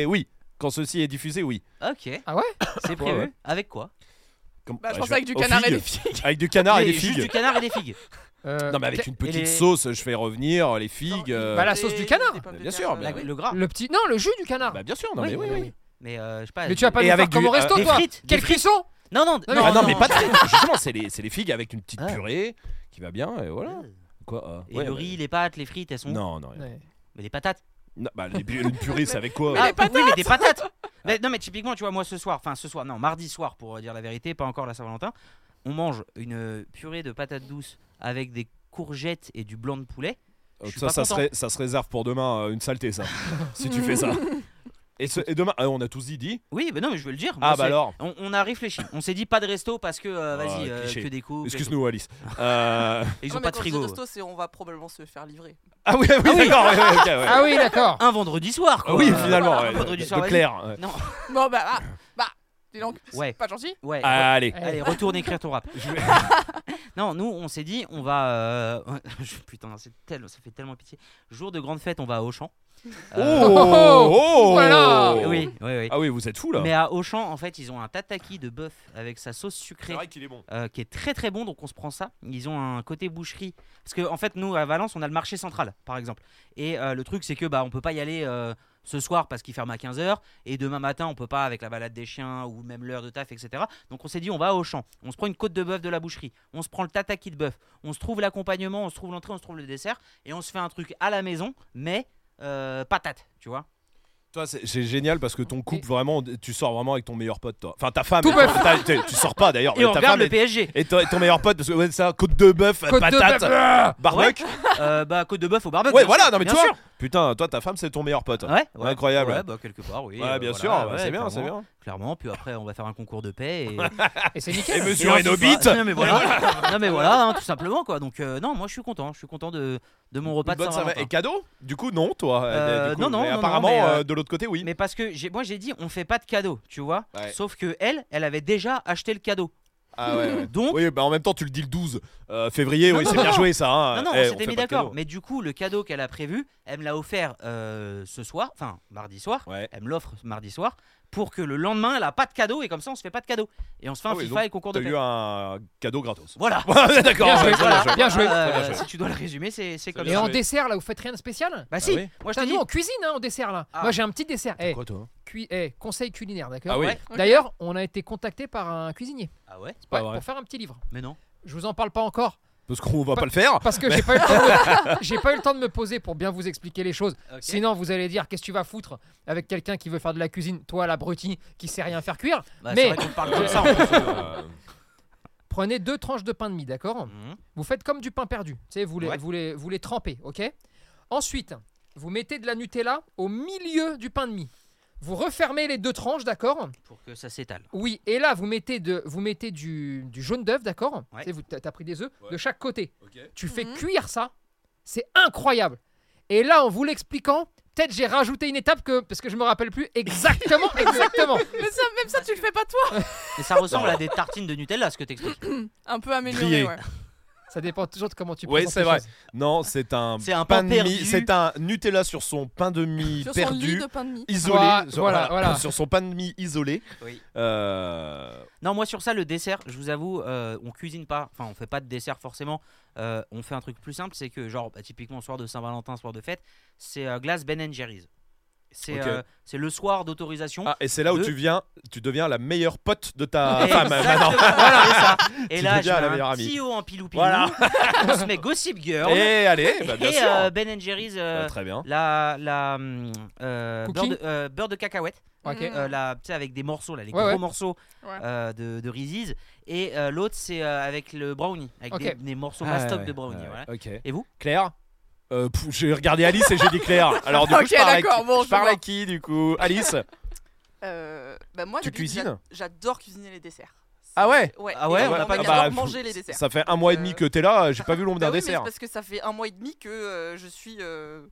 Speaker 2: est- Oui. Quand ceci est diffusé, oui.
Speaker 3: Ok,
Speaker 4: Ah ouais
Speaker 3: c'est prévu.
Speaker 2: ouais.
Speaker 3: Avec quoi
Speaker 2: Comme-
Speaker 1: Bah, je
Speaker 2: bah,
Speaker 1: pensais
Speaker 2: vais-
Speaker 1: avec du
Speaker 2: aux
Speaker 1: canard et
Speaker 2: figues.
Speaker 1: des filles.
Speaker 2: Avec du canard et
Speaker 3: Et
Speaker 2: des
Speaker 3: Juste
Speaker 2: figues.
Speaker 3: du canard et des figues.
Speaker 4: Euh,
Speaker 2: Non, mais avec
Speaker 4: ca-
Speaker 2: une petite
Speaker 3: les-
Speaker 2: sauce, je fais revenir les figues. euh,
Speaker 4: Bah, la sauce du canard.
Speaker 15: des pommes de
Speaker 2: Bien
Speaker 15: terre,
Speaker 2: sûr,
Speaker 15: euh,
Speaker 2: mais-
Speaker 3: La-
Speaker 1: bah
Speaker 15: oui.
Speaker 3: Bah, le gras.
Speaker 4: Ah, Le petit. Non, le jus du canard.
Speaker 2: Bah bien sûr, non
Speaker 4: Oui,
Speaker 2: mais oui,
Speaker 4: oui,
Speaker 2: oui.
Speaker 4: oui.
Speaker 3: Mais euh, je sais pas.
Speaker 4: Mais tu vas pas nous
Speaker 2: avec
Speaker 4: faire comme
Speaker 2: du-
Speaker 4: au resto,
Speaker 2: euh,
Speaker 3: des
Speaker 4: toi
Speaker 3: frites,
Speaker 4: Quel
Speaker 3: des frites.
Speaker 4: frisson
Speaker 3: Non, non,
Speaker 4: Ah
Speaker 3: non,
Speaker 4: non,
Speaker 2: Ah non, mais
Speaker 3: non.
Speaker 2: pas de frites. Justement, c'est les, c'est les figues avec une petite
Speaker 3: Ah.
Speaker 2: purée qui va bien et voilà. Quoi ah,
Speaker 3: Et
Speaker 2: ouais,
Speaker 3: le
Speaker 2: ouais.
Speaker 3: riz, les pâtes, les frites, elles sont. où
Speaker 2: Non, non.
Speaker 4: Ouais.
Speaker 3: Mais les patates.
Speaker 2: Non, bah les pu- une purée, c'est avec quoi euh,
Speaker 1: Mais les
Speaker 3: Ah, oui, mais des patates. Mais non, mais typiquement, tu vois, moi ce soir, enfin ce soir, non, mardi soir pour euh, dire la vérité, pas encore la Saint-Valentin, on mange une euh, purée de patates douces avec des courgettes et du blanc de poulet.
Speaker 2: Oh,
Speaker 3: je suis
Speaker 2: Ça,
Speaker 3: pas
Speaker 2: ça,
Speaker 3: content.
Speaker 2: serait- ça se réserve pour demain euh, une saleté, ça. si tu fais ça. Et, ce- et demain, ah, on a tous dit dit.
Speaker 3: Oui, mais non, mais je veux le dire. moi,
Speaker 2: Ah bah
Speaker 3: c'est-
Speaker 2: alors.
Speaker 3: On, on a réfléchi. On s'est dit pas de resto parce que euh, vas-y
Speaker 2: Ah,
Speaker 3: euh,
Speaker 2: cliché.
Speaker 3: que des coups.
Speaker 2: Excuse-nous, Alice. Euh,
Speaker 3: Ils
Speaker 15: Non,
Speaker 3: ont
Speaker 15: mais
Speaker 3: pas de
Speaker 15: quand je dis
Speaker 3: frigo.
Speaker 15: resto, c'est on va probablement se faire livrer.
Speaker 2: Ah oui, oui, d'accord. ouais, ouais, ok, ouais.
Speaker 4: Ah oui, d'accord.
Speaker 3: Un vendredi soir.
Speaker 2: Ah
Speaker 3: Quoi.
Speaker 2: oui,
Speaker 3: Euh,
Speaker 2: finalement. ouais,
Speaker 3: vendredi
Speaker 2: de-
Speaker 3: soir,
Speaker 2: de
Speaker 3: vas-y.
Speaker 2: Claire. ouais.
Speaker 3: Non.
Speaker 1: Bon bah, bah, bah, dis donc, c'est
Speaker 3: Ouais.
Speaker 1: pas gentil.
Speaker 3: Ouais.
Speaker 2: Allez.
Speaker 3: Allez, retourne écrire ton rap.
Speaker 2: Ah. Je vais-
Speaker 3: Non, nous, on s'est dit, on va. euh, Putain, c'est tel- ça fait tellement pitié. Jour de grande fête, on va à Auchan. Euh,
Speaker 2: Oh,
Speaker 4: Voilà.
Speaker 2: oh.
Speaker 3: Oui, oui, oui.
Speaker 2: Ah oui, vous êtes fous là.
Speaker 3: Mais à Auchan, en fait, ils ont un tataki de bœuf avec sa sauce sucrée
Speaker 2: qu'il est bon.
Speaker 3: euh, qui est très très bon, donc on se prend ça. Ils ont un côté boucherie. Parce que, en fait, nous, à Valence, on a le marché central, par exemple. Et euh, le truc, c'est que bah, on peut pas y aller euh, ce soir parce qu'il ferme à 15h. Et demain matin, on peut pas avec la balade des chiens ou même l'heure de taf, etc. Donc on s'est dit, on va au champ. On se prend une côte de bœuf de la boucherie. On se prend le tataki de bœuf. On se trouve l'accompagnement, on se trouve l'entrée, on se trouve le dessert. Et on se fait un truc à la maison, mais euh, patate, tu vois.
Speaker 2: Toi, c'est c'est génial parce que ton couple, vraiment, tu sors vraiment avec ton meilleur pote, toi. Enfin, ta femme.
Speaker 4: Tout
Speaker 2: ta-
Speaker 4: bœuf.
Speaker 2: ta- t'es- tu sors pas d'ailleurs.
Speaker 3: Et
Speaker 2: mais
Speaker 3: on
Speaker 2: Ah, ta femme
Speaker 3: regarde le
Speaker 2: est-
Speaker 3: PSG.
Speaker 2: et, ton- et ton meilleur pote, parce que ouais, ça, côte de bœuf,
Speaker 4: Côte de
Speaker 2: patate,
Speaker 4: bœuf.
Speaker 2: euh, barbecue.
Speaker 3: Euh, bah, côte de bœuf au barbecue.
Speaker 2: Ouais, voilà, non mais
Speaker 3: bien
Speaker 2: toi.
Speaker 3: sûr.
Speaker 2: Putain, toi, ta femme, c'est ton meilleur pote.
Speaker 3: Ouais, ouais.
Speaker 2: Incroyable.
Speaker 3: Ouais, bah, quelque part, oui.
Speaker 2: Ouais,
Speaker 3: euh,
Speaker 2: bien
Speaker 3: voilà,
Speaker 2: sûr, bah,
Speaker 3: ouais,
Speaker 2: c'est bien,
Speaker 3: clairement.
Speaker 2: c'est bien.
Speaker 3: Clairement, puis après on va faire un concours de paix et,
Speaker 4: Et c'est nickel.
Speaker 2: Et
Speaker 3: Et
Speaker 2: mesurer
Speaker 3: on
Speaker 2: nos
Speaker 3: se fera-
Speaker 2: bites
Speaker 3: Non mais voilà, non, mais voilà hein, tout simplement quoi. Donc euh, non, moi je suis content, je suis content de, de mon repas de
Speaker 2: Bonne Saint-Valentin.
Speaker 3: Saint-Valentin.
Speaker 2: Et cadeau Du coup, non, toi.
Speaker 3: Euh,
Speaker 2: Du coup,
Speaker 3: non, non,
Speaker 2: mais
Speaker 3: non, non,
Speaker 2: apparemment,
Speaker 3: mais, euh,
Speaker 2: euh, de l'autre côté, oui.
Speaker 3: Mais parce que j'ai- moi j'ai dit on fait pas de cadeau, tu vois.
Speaker 2: Ouais.
Speaker 3: Sauf que elle, elle avait déjà acheté le cadeau.
Speaker 2: Ah ouais, ouais.
Speaker 3: Donc
Speaker 2: Oui, bah en même temps, tu le dis le 12 euh, février,
Speaker 3: Non,
Speaker 2: oui,
Speaker 3: non,
Speaker 2: c'est bien
Speaker 3: non.
Speaker 2: joué ça. hein.
Speaker 3: non non,
Speaker 2: Eh,
Speaker 3: on s'était
Speaker 2: fait
Speaker 3: mis
Speaker 2: pas de
Speaker 3: d'accord.
Speaker 2: cadeau.
Speaker 3: Mais du coup le cadeau qu'elle a prévu, elle me l'a offert euh, ce soir, enfin mardi soir.
Speaker 2: Ouais.
Speaker 3: Elle me l'offre ce mardi soir pour que le lendemain elle a pas de cadeau et comme ça on se fait pas de cadeau et on se fait
Speaker 2: Ah
Speaker 3: un
Speaker 2: oui,
Speaker 3: FIFA
Speaker 2: donc
Speaker 3: et concours de
Speaker 2: T'as
Speaker 3: paix.
Speaker 2: eu un cadeau gratos.
Speaker 3: Voilà.
Speaker 2: Ouais, d'accord.
Speaker 4: Bien joué,
Speaker 2: ouais, bien joué.
Speaker 4: voilà. Bien joué.
Speaker 3: Euh,
Speaker 2: Très bien joué.
Speaker 3: Si tu dois le résumer, c'est c'est comme
Speaker 4: Et
Speaker 3: ça.
Speaker 4: en dessert, là, vous faites rien de spécial
Speaker 3: Bah si.
Speaker 2: Bah oui.
Speaker 3: Moi je
Speaker 4: Putain,
Speaker 3: te dis.
Speaker 4: nous, on cuisine hein, en dessert, là.
Speaker 3: Ah.
Speaker 4: Moi, j'ai un petit dessert. Eh,
Speaker 2: Quoi, toi hein
Speaker 4: cui- eh, conseil culinaire, d'accord
Speaker 2: Ah oui.
Speaker 3: Ouais.
Speaker 4: D'ailleurs, on a été contacté par un cuisinier
Speaker 3: Ah ouais.
Speaker 16: pas
Speaker 4: Ouais,
Speaker 16: vrai.
Speaker 4: pour faire un petit livre.
Speaker 3: Mais non.
Speaker 4: Je vous en parle pas encore.
Speaker 2: Parce qu'on va pas le faire.
Speaker 4: Parce que j'ai pas, eu le temps de- j'ai pas eu le temps de me poser pour bien vous expliquer les choses.
Speaker 3: Ok.
Speaker 4: Sinon, vous allez dire qu'est-ce que tu vas foutre avec quelqu'un qui veut faire de la cuisine, toi l'abruti qui sait rien faire cuire.
Speaker 3: Bah,
Speaker 4: Mais-
Speaker 3: c'est vrai qu'on parle comme ça. en fait.
Speaker 16: Euh,
Speaker 4: Prenez deux tranches de pain de mie, d'accord
Speaker 3: Mhm.
Speaker 4: Vous faites comme du pain perdu, tu sais, vous les,
Speaker 3: Ouais.
Speaker 4: vous, les, vous les trempez, ok Ensuite, vous mettez de la Nutella au milieu du pain de mie. Vous refermez les deux tranches, d'accord
Speaker 3: Pour que ça s'étale.
Speaker 4: Oui, et là, vous mettez, de, vous mettez du, du jaune d'œuf, d'accord
Speaker 3: Ouais.
Speaker 4: Tu sais, vous- T'as t'as pris des œufs
Speaker 16: Ouais.
Speaker 4: de chaque côté.
Speaker 16: ok.
Speaker 4: Tu fais
Speaker 1: Mhm.
Speaker 4: cuire ça, c'est incroyable. Et là, en vous l'expliquant, peut-être j'ai rajouté une étape que parce que je me rappelle plus exactement, exactement.
Speaker 1: Mais ça, même ça, tu le fais pas toi
Speaker 3: Mais ça ressemble à des tartines de Nutella, ce que t'expliques.
Speaker 1: Un peu amélioré,
Speaker 2: Grillé.
Speaker 1: ouais.
Speaker 4: Ça dépend toujours de comment tu.
Speaker 2: Oui,
Speaker 4: présentes
Speaker 2: c'est
Speaker 4: les
Speaker 2: vrai.
Speaker 4: choses.
Speaker 2: Non, c'est un
Speaker 3: C'est un
Speaker 2: pain
Speaker 3: pain
Speaker 2: de mie.
Speaker 3: perdu.
Speaker 2: C'est un Nutella sur son pain de mie
Speaker 1: Sur son lit
Speaker 2: perdu,
Speaker 1: de pain de mie.
Speaker 2: isolé.
Speaker 4: Voilà,
Speaker 2: sur,
Speaker 4: voilà, voilà.
Speaker 2: sur son pain de mie isolé.
Speaker 3: Oui.
Speaker 2: Euh,
Speaker 3: Non, moi sur ça, le dessert, je vous avoue, euh, on cuisine pas. Enfin, on fait pas de dessert forcément. Euh, on fait un truc plus simple, c'est que genre, bah, typiquement soir de Saint-Valentin, soir de fête, c'est euh, glace Ben Jerry's. C'est
Speaker 2: Ok.
Speaker 3: euh, c'est le soir d'autorisation.
Speaker 2: Ah, et c'est là où
Speaker 3: Deux.
Speaker 2: tu viens, tu deviens la meilleure pote de ta
Speaker 3: Exactement,
Speaker 2: femme. hein, maintenant.
Speaker 3: voilà, c'est ça.
Speaker 2: bah,
Speaker 3: Et
Speaker 2: Tu
Speaker 3: là, je
Speaker 2: deviens
Speaker 3: mets
Speaker 2: la meilleure
Speaker 3: un
Speaker 2: amie.
Speaker 3: petit haut en pilou pilou.
Speaker 2: Voilà.
Speaker 3: on se met Gossip Girl.
Speaker 2: Et allez, bah, bien
Speaker 3: et,
Speaker 2: sûr.
Speaker 3: euh, Ben Jerry's, euh,
Speaker 2: Bah, très bien.
Speaker 3: la, la hum, euh, beurre,
Speaker 4: Cookie
Speaker 3: de, euh, beurre de cacahuète.
Speaker 4: Ok.
Speaker 1: Mhm.
Speaker 3: Euh, la- tu sais, avec des morceaux, là, les
Speaker 4: Ouais,
Speaker 3: gros
Speaker 4: ouais.
Speaker 3: morceaux
Speaker 1: Ouais.
Speaker 3: euh, de, de Reese's. Et euh, l'autre, c'est euh, avec le brownie, avec
Speaker 4: Ok.
Speaker 3: des, des morceaux mastoc de brownie.
Speaker 16: Ah ouais,
Speaker 3: voilà.
Speaker 16: Ok.
Speaker 3: Et vous
Speaker 2: Claire euh, pff, J'ai regardé Alice et j'ai dit Claire. Alors du coup,
Speaker 1: Ok,
Speaker 2: je parle, à,
Speaker 1: d'accord,
Speaker 2: qui-
Speaker 1: bon,
Speaker 2: je
Speaker 1: je
Speaker 2: parle à
Speaker 1: vois.
Speaker 2: qui du coup Alice
Speaker 1: Euh, bah moi,
Speaker 2: Tu
Speaker 1: depuis que j'a-
Speaker 2: cuisines
Speaker 1: J'adore cuisiner les desserts.
Speaker 2: Ah ouais
Speaker 1: Ouais,
Speaker 3: Ah ouais,
Speaker 1: et
Speaker 3: on n'a
Speaker 1: mon
Speaker 3: pas-
Speaker 1: mec
Speaker 2: ah bah,
Speaker 1: adore manger les desserts.
Speaker 2: Ça fait un mois et demi
Speaker 1: Euh.
Speaker 2: que t'es là, j'ai pas vu l'ombre
Speaker 1: Bah
Speaker 2: d'un
Speaker 1: oui, mais
Speaker 2: dessert.
Speaker 1: c'est parce que ça fait un mois et demi que euh, je suis. euh,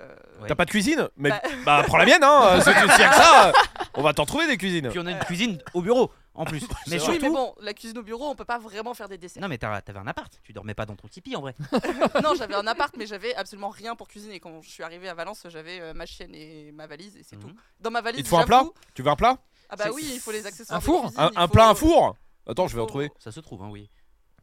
Speaker 1: euh,
Speaker 3: Ouais.
Speaker 2: T'as pas de cuisine Mais bah,
Speaker 1: Bah-
Speaker 2: prends la mienne, hein euh, Si tu tiens que ça, euh, on va t'en trouver des cuisines.
Speaker 3: Puis on a une cuisine au bureau, en plus. mais
Speaker 1: Oui, mais
Speaker 3: surtout.
Speaker 1: bon, la cuisine au bureau, on peut pas vraiment faire des desserts.
Speaker 3: Non, mais t'as- t'avais un appart, tu dormais pas dans ton tipi en vrai.
Speaker 1: non, j'avais un appart, mais j'avais absolument rien pour cuisiner. Quand je suis arrivée à Valence, j'avais euh, ma chienne et ma valise, et c'est
Speaker 3: Mhm.
Speaker 1: tout. Dans ma valise,
Speaker 2: Il te faut un
Speaker 1: j'avoue-
Speaker 2: Tu veux un plat
Speaker 1: Ah bah
Speaker 3: C'est-
Speaker 1: oui, il faut les accessoires.
Speaker 4: Un
Speaker 1: de
Speaker 4: four
Speaker 1: cuisine,
Speaker 2: un,
Speaker 1: il
Speaker 2: un
Speaker 1: faut-
Speaker 2: plat, un four Attends, je vais
Speaker 1: faut-
Speaker 2: en trouver.
Speaker 3: Ça se trouve, hein, oui.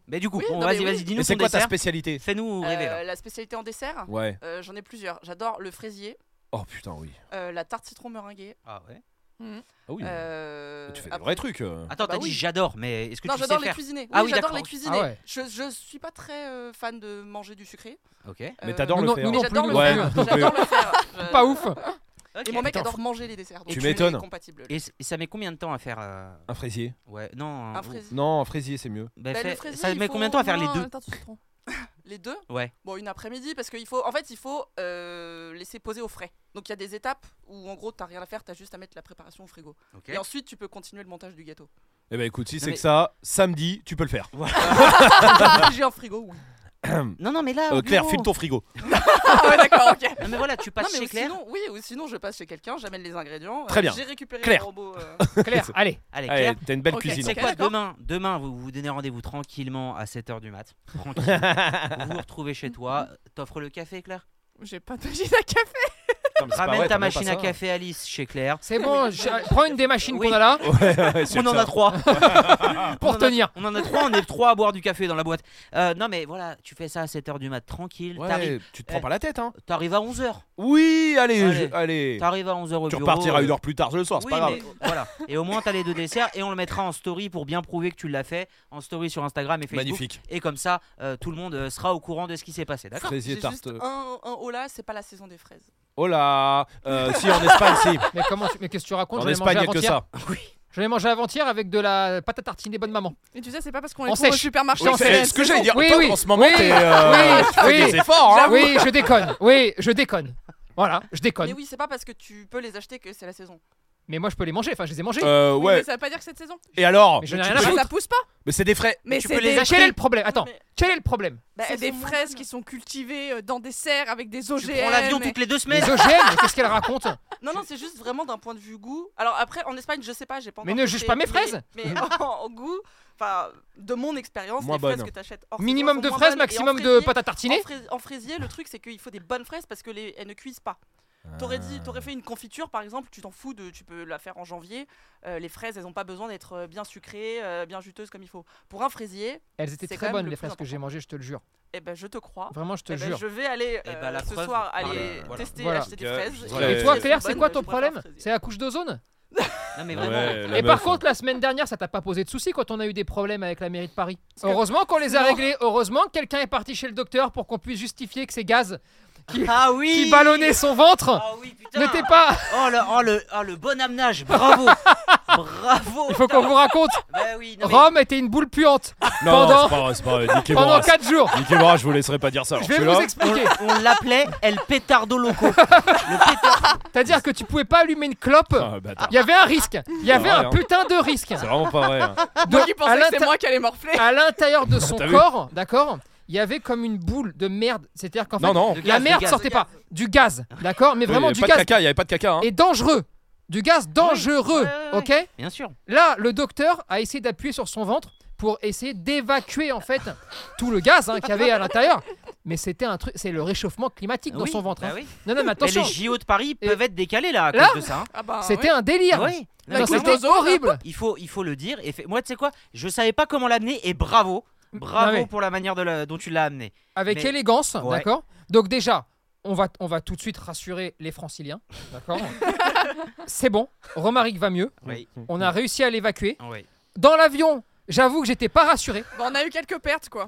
Speaker 3: Mais du coup,
Speaker 1: Oui,
Speaker 3: bon,
Speaker 1: non,
Speaker 3: vas-y,
Speaker 1: mais
Speaker 3: vas-y,
Speaker 1: oui.
Speaker 3: dis-nous
Speaker 2: Et
Speaker 3: ton
Speaker 2: c'est quoi ta
Speaker 3: dessert.
Speaker 2: spécialité
Speaker 3: Fais-nous
Speaker 1: Euh,
Speaker 3: rêver. là.
Speaker 1: la spécialité en dessert,
Speaker 16: Ouais.
Speaker 1: euh, j'en ai plusieurs. J'adore le fraisier,
Speaker 2: Oh putain, oui.
Speaker 1: euh, la tarte citron meringuée.
Speaker 3: Ah ouais.
Speaker 16: Ah oui.
Speaker 1: euh,
Speaker 2: Tu fais des
Speaker 1: après-
Speaker 2: vrais trucs. euh.
Speaker 3: Attends,
Speaker 1: bah
Speaker 3: t'as dit
Speaker 1: oui.
Speaker 3: j'adore, mais est-ce que
Speaker 1: Non,
Speaker 3: tu sais
Speaker 1: j'adore les
Speaker 3: faire
Speaker 1: cuisiner. Oui,
Speaker 3: Ah oui,
Speaker 1: j'adore
Speaker 3: d'accord,
Speaker 1: les
Speaker 3: ok.
Speaker 1: cuisiner.
Speaker 4: Ah ouais.
Speaker 1: je, je suis pas très euh, fan de manger du sucré.
Speaker 3: Ok.
Speaker 2: Mais
Speaker 1: euh,
Speaker 2: t'adores
Speaker 4: nous
Speaker 2: le
Speaker 4: non-
Speaker 2: faire.
Speaker 4: nous
Speaker 1: mais
Speaker 4: non
Speaker 1: j'adore le
Speaker 4: plus, nous
Speaker 1: faire.
Speaker 2: non
Speaker 4: plus.
Speaker 1: J'adore le faire. Je-
Speaker 4: Pas ouf.
Speaker 3: Ok.
Speaker 1: Et mon mec
Speaker 4: Putain,
Speaker 1: adore manger les desserts. donc
Speaker 2: Tu
Speaker 1: je suis
Speaker 2: m'étonnes.
Speaker 1: compatible.
Speaker 3: Et, c- et ça met combien de temps à faire euh,
Speaker 2: Un fraisier
Speaker 3: Ouais, non.
Speaker 1: Un
Speaker 3: euh,
Speaker 1: fraisier.
Speaker 2: Non, un fraisier, c'est mieux.
Speaker 3: bah,
Speaker 1: Bah,
Speaker 3: fais-
Speaker 1: le fraisier,
Speaker 3: Ça
Speaker 1: il
Speaker 3: met
Speaker 1: faut
Speaker 3: combien de temps à
Speaker 1: au
Speaker 3: faire les
Speaker 1: moins euh,
Speaker 3: deux
Speaker 1: un tas de citrons. Les deux
Speaker 3: Ouais.
Speaker 1: Bon, une après-midi, parce qu'il faut. En fait, il faut euh, laisser poser au frais. Donc il y a des étapes où, en gros, t'as rien à faire, t'as juste à mettre la préparation au frigo.
Speaker 3: Ok.
Speaker 1: Et ensuite, tu peux continuer le montage du gâteau.
Speaker 2: Eh ben écoute, si c'est
Speaker 3: mais-
Speaker 2: que ça, samedi, tu peux le faire.
Speaker 3: Ah,
Speaker 1: J'ai un frigo, oui.
Speaker 3: Non, non, mais là.
Speaker 2: Euh,
Speaker 3: au
Speaker 2: Claire,
Speaker 3: bureau.
Speaker 2: file ton frigo.
Speaker 1: Ah ouais, d'accord, ok.
Speaker 3: Non, mais voilà, tu
Speaker 1: Non,
Speaker 3: passes
Speaker 1: mais
Speaker 3: chez
Speaker 1: ou
Speaker 3: Claire.
Speaker 1: sinon, oui, ou sinon, je passe chez quelqu'un, j'amène les ingrédients.
Speaker 2: Très
Speaker 1: euh,
Speaker 2: bien.
Speaker 1: J'ai récupéré
Speaker 2: Claire.
Speaker 1: le robot. euh,
Speaker 4: Claire, allez.
Speaker 3: Allez, Claire.
Speaker 2: Allez, t'as une belle
Speaker 1: Ok,
Speaker 2: cuisine.
Speaker 3: C'est
Speaker 1: Ok,
Speaker 3: quoi
Speaker 1: d'accord.
Speaker 3: demain Demain, vous vous donnez rendez-vous tranquillement à 7h du mat. Tranquille. vous vous retrouvez chez toi. T'offres le café, Claire
Speaker 1: J'ai pas de machine à café.
Speaker 2: Putain, mais c'est pas
Speaker 3: Ramène
Speaker 2: vrai,
Speaker 3: ta
Speaker 2: t'as même pas
Speaker 3: machine à
Speaker 2: ça. hein.
Speaker 3: café Alice chez Claire.
Speaker 4: C'est bon, je- prends une des machines qu'on a là
Speaker 2: Ouais, ouais, c'est
Speaker 3: On en
Speaker 2: ça.
Speaker 3: a trois.
Speaker 4: pour
Speaker 1: Ah,
Speaker 3: On en a-
Speaker 4: tenir.
Speaker 3: on en a trois, on est trois à boire du café dans la boîte. Euh, non, mais voilà, tu fais ça à 7h du mat, tranquille. T'arrives
Speaker 2: Ouais, tu te prends pas la tête, hein.
Speaker 3: t'arrives à 11h.
Speaker 2: Oui, allez,
Speaker 3: Eh. Allez.
Speaker 2: je- allez.
Speaker 3: T'arrives à 11h au
Speaker 2: Tu
Speaker 3: bureau.
Speaker 2: repartiras
Speaker 3: euh,
Speaker 2: une heure plus tard le soir, c'est
Speaker 3: oui,
Speaker 2: pas grave.
Speaker 3: mais voilà. Et au moins, t'as les deux desserts et on le mettra en story pour bien prouver que tu l'as fait. En story sur Instagram et Facebook.
Speaker 2: Magnifique.
Speaker 3: Et comme ça, euh, tout le monde euh, sera au courant de ce qui s'est passé, d'accord
Speaker 1: J'ai
Speaker 2: Fraisier
Speaker 1: juste
Speaker 2: tarte.
Speaker 1: un, un haut là, c'est pas la saison des fraises.
Speaker 2: Oh là euh, Si, en Espagne, si.
Speaker 4: Mais comment tu- Mais qu'est-ce que tu racontes
Speaker 2: En
Speaker 4: J'en ai
Speaker 2: Espagne,
Speaker 4: mangé
Speaker 2: il n'y a que
Speaker 4: avant-hier.
Speaker 2: ça.
Speaker 4: J'en ai mangé avant-hier avec de la pâte à tartiner des bonnes mamans.
Speaker 1: Et tu sais, c'est pas parce qu'on
Speaker 4: En
Speaker 1: les trouve au
Speaker 4: sèche.
Speaker 1: supermarché.
Speaker 4: Oui,
Speaker 1: en
Speaker 2: C'est ce que j'allais dire.
Speaker 4: Oui,
Speaker 2: Toi,
Speaker 4: oui,
Speaker 2: en ce moment,
Speaker 4: oui,
Speaker 2: t'es, euh,
Speaker 4: oui,
Speaker 2: tu fais
Speaker 4: oui.
Speaker 2: des efforts,
Speaker 1: Ah
Speaker 2: hein.
Speaker 4: Oui, je déconne. Oui, je déconne. Voilà, je déconne.
Speaker 1: Mais oui, c'est pas parce que tu peux les acheter que c'est la saison.
Speaker 4: Mais moi, je peux les manger. Enfin, je les ai mangés.
Speaker 17: Euh,
Speaker 1: Oui,
Speaker 17: ouais.
Speaker 1: mais ça veut pas dire que cette saison.
Speaker 17: Et alors
Speaker 4: Ah, Mais je n'ai
Speaker 17: tu
Speaker 4: rien à
Speaker 17: peux-
Speaker 1: Bah,
Speaker 4: foutre.
Speaker 1: ça pousse pas.
Speaker 17: Mais c'est des frais.
Speaker 1: Mais
Speaker 4: Tu
Speaker 1: c'est
Speaker 4: peux les
Speaker 1: des
Speaker 4: acheter. Quel est le
Speaker 1: fraises.
Speaker 4: problème Attends,
Speaker 1: mais-
Speaker 4: quel est le problème
Speaker 1: Bah,
Speaker 18: Elles
Speaker 1: des
Speaker 18: sont moins
Speaker 1: fraises
Speaker 18: bonnes.
Speaker 1: qui sont cultivées euh, dans des serres avec des OGM.
Speaker 3: Tu prends l'avion
Speaker 1: et-
Speaker 3: toutes les deux semaines.
Speaker 4: Les OGM, qu'est-ce qu'elle raconte
Speaker 1: Non, non, c'est juste vraiment d'un point de vue goût. Alors après, en Espagne, je sais pas, j'ai pas
Speaker 4: Mais
Speaker 1: encore
Speaker 4: ne juge
Speaker 1: goûté,
Speaker 4: pas mes fraises.
Speaker 1: Mais, mais en, en goût, enfin, de mon expérience, les
Speaker 17: Moins
Speaker 1: fraises
Speaker 17: bonnes.
Speaker 1: que t'achètes hors saison
Speaker 4: Minimum
Speaker 1: sont
Speaker 4: de
Speaker 1: moins
Speaker 4: fraises,
Speaker 1: bonnes. Et en
Speaker 4: maximum de
Speaker 1: fraisier-
Speaker 4: pâtes à
Speaker 1: en,
Speaker 4: tartiner.
Speaker 1: frais- en fraisier, le truc, c'est qu'il faut des bonnes fraises parce que les, elles ne cuisent pas. T'aurais
Speaker 17: Ah.
Speaker 1: dit, t'aurais fait une confiture par exemple, tu t'en fous de, tu peux la faire en janvier. euh, les fraises, elles ont pas besoin d'être euh, bien sucrées, euh, bien juteuses comme il faut. Pour un fraisier,
Speaker 4: Elles étaient
Speaker 1: c'est
Speaker 4: très
Speaker 1: quand même
Speaker 4: bonnes
Speaker 1: le
Speaker 4: les
Speaker 1: plus
Speaker 4: fraises que j'ai mangées, je te le jure.
Speaker 1: eh ben je te crois.
Speaker 4: Vraiment, je te
Speaker 1: Eh ben,
Speaker 4: jure.
Speaker 1: je vais aller
Speaker 3: Eh ben,
Speaker 1: euh,
Speaker 3: la
Speaker 1: ce
Speaker 3: preuve.
Speaker 1: soir
Speaker 3: Ah,
Speaker 1: aller
Speaker 3: voilà.
Speaker 1: tester,
Speaker 4: Voilà.
Speaker 1: acheter des
Speaker 17: Ok.
Speaker 1: fraises.
Speaker 17: Voilà.
Speaker 4: Et
Speaker 17: Euh,
Speaker 4: toi,
Speaker 17: c'est
Speaker 4: Claire, c'est
Speaker 1: bonne,
Speaker 4: quoi
Speaker 1: je
Speaker 4: ton
Speaker 1: préfère
Speaker 4: problème
Speaker 1: fraisier.
Speaker 4: C'est la couche d'ozone
Speaker 3: Non mais vraiment.
Speaker 2: Ouais, la
Speaker 4: Et
Speaker 2: meuf,
Speaker 4: par contre, la semaine dernière, ça t'a pas posé de soucis quand on a eu des problèmes avec la mairie de Paris.
Speaker 1: que-
Speaker 4: Heureusement qu'on les a
Speaker 1: Non.
Speaker 4: réglés. Heureusement que quelqu'un est parti chez le docteur pour qu'on puisse justifier que ces gaz
Speaker 3: Ah oui.
Speaker 4: qui ballonnaient son ventre
Speaker 3: Ah oui putain.
Speaker 4: n'étaient pas.
Speaker 3: Oh le, oh, le, oh, le bon amenage, bravo Bravo
Speaker 4: Il faut
Speaker 3: Oh, putain.
Speaker 4: qu'on vous raconte.
Speaker 3: Bah oui, non, mais-
Speaker 4: Rome était une boule puante
Speaker 2: Non, non,
Speaker 4: pendant-
Speaker 2: c'est pas vrai, c'est pas vrai. Niquez
Speaker 4: pendant
Speaker 2: moi.
Speaker 4: 4 jours.
Speaker 2: Niquez moi, je vous laisserai pas dire ça.
Speaker 4: Je
Speaker 2: alors
Speaker 4: vais
Speaker 2: celui-là-
Speaker 4: vous expliquer.
Speaker 3: On l'appelait El Pétardo Loco. Le pétard...
Speaker 4: C'est-à-dire que tu pouvais pas allumer une clope.
Speaker 2: Ah, bâtard.
Speaker 4: Il y avait un risque. Il y avait
Speaker 2: Ah ouais,
Speaker 4: un
Speaker 2: hein.
Speaker 4: putain de risque.
Speaker 2: C'est vraiment pas vrai. hein.
Speaker 4: De-
Speaker 19: Moi qui
Speaker 4: à
Speaker 19: pensais que
Speaker 4: l'inter-
Speaker 19: c'était moi qui allais morfler.
Speaker 4: à l'intérieur de son
Speaker 2: T'as vu
Speaker 4: corps, d'accord, il y avait comme une boule de merde. C'est-à-dire qu'en fait,
Speaker 2: Non, non.
Speaker 3: de
Speaker 4: la
Speaker 3: gaz, de
Speaker 4: merde
Speaker 3: gaz.
Speaker 4: sortait pas. Du gaz, d'accord, mais vraiment
Speaker 2: il
Speaker 4: du
Speaker 2: y avait pas
Speaker 4: gaz.
Speaker 2: de caca, il y avait pas de caca. Hein.
Speaker 4: Et dangereux. Du gaz dangereux,
Speaker 3: ouais,
Speaker 4: ok
Speaker 3: Bien sûr.
Speaker 4: Là, le docteur a essayé d'appuyer sur son ventre pour essayer d'évacuer en fait tout le gaz hein, qu'il y avait à l'intérieur. Mais c'était un truc, c'est le réchauffement climatique dans
Speaker 3: Oui,
Speaker 4: son ventre.
Speaker 3: bah
Speaker 4: hein.
Speaker 3: oui.
Speaker 4: Non, non, mais
Speaker 3: Mais
Speaker 4: attention,
Speaker 3: les JO de Paris peuvent être décalés là à
Speaker 4: Là Bah,
Speaker 3: cause de ça. hein.
Speaker 19: Ah bah,
Speaker 4: c'était
Speaker 19: oui.
Speaker 4: un délire.
Speaker 3: Oui. hein. Non,
Speaker 4: Non,
Speaker 3: mais
Speaker 4: c'était
Speaker 3: clairement,
Speaker 4: horrible.
Speaker 3: Il faut, il faut le dire. Et fait- Moi, tu sais quoi Je savais pas comment l'amener et bravo. Bravo
Speaker 4: Non, mais-
Speaker 3: pour la manière de la- dont tu l'as amené.
Speaker 4: avec
Speaker 3: Mais-
Speaker 4: élégance,
Speaker 3: Ouais.
Speaker 4: d'accord Donc déjà, on va, on va tout de suite rassurer les franciliens, d'accord C'est bon, Romaric va mieux,
Speaker 3: Oui.
Speaker 4: on a réussi à l'évacuer.
Speaker 3: oui.
Speaker 4: Dans l'avion, j'avoue que j'étais pas rassuré.
Speaker 19: Bon, Bah, on a eu quelques pertes quoi.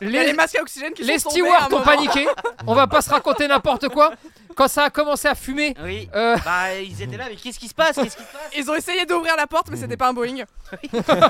Speaker 19: Il y a les
Speaker 4: Les,
Speaker 19: masques à oxygène qui
Speaker 4: les
Speaker 19: sont tombés à un
Speaker 4: stewards ont
Speaker 19: moment.
Speaker 4: paniqué, on va pas se raconter n'importe quoi. Quand ça a commencé à fumer,
Speaker 3: Oui.
Speaker 4: euh,
Speaker 3: Bah, ils étaient là, mais qu'est-ce qui se passe Qu'est-ce qui se passe
Speaker 19: Ils ont essayé d'ouvrir la porte, mais c'était pas un Boeing.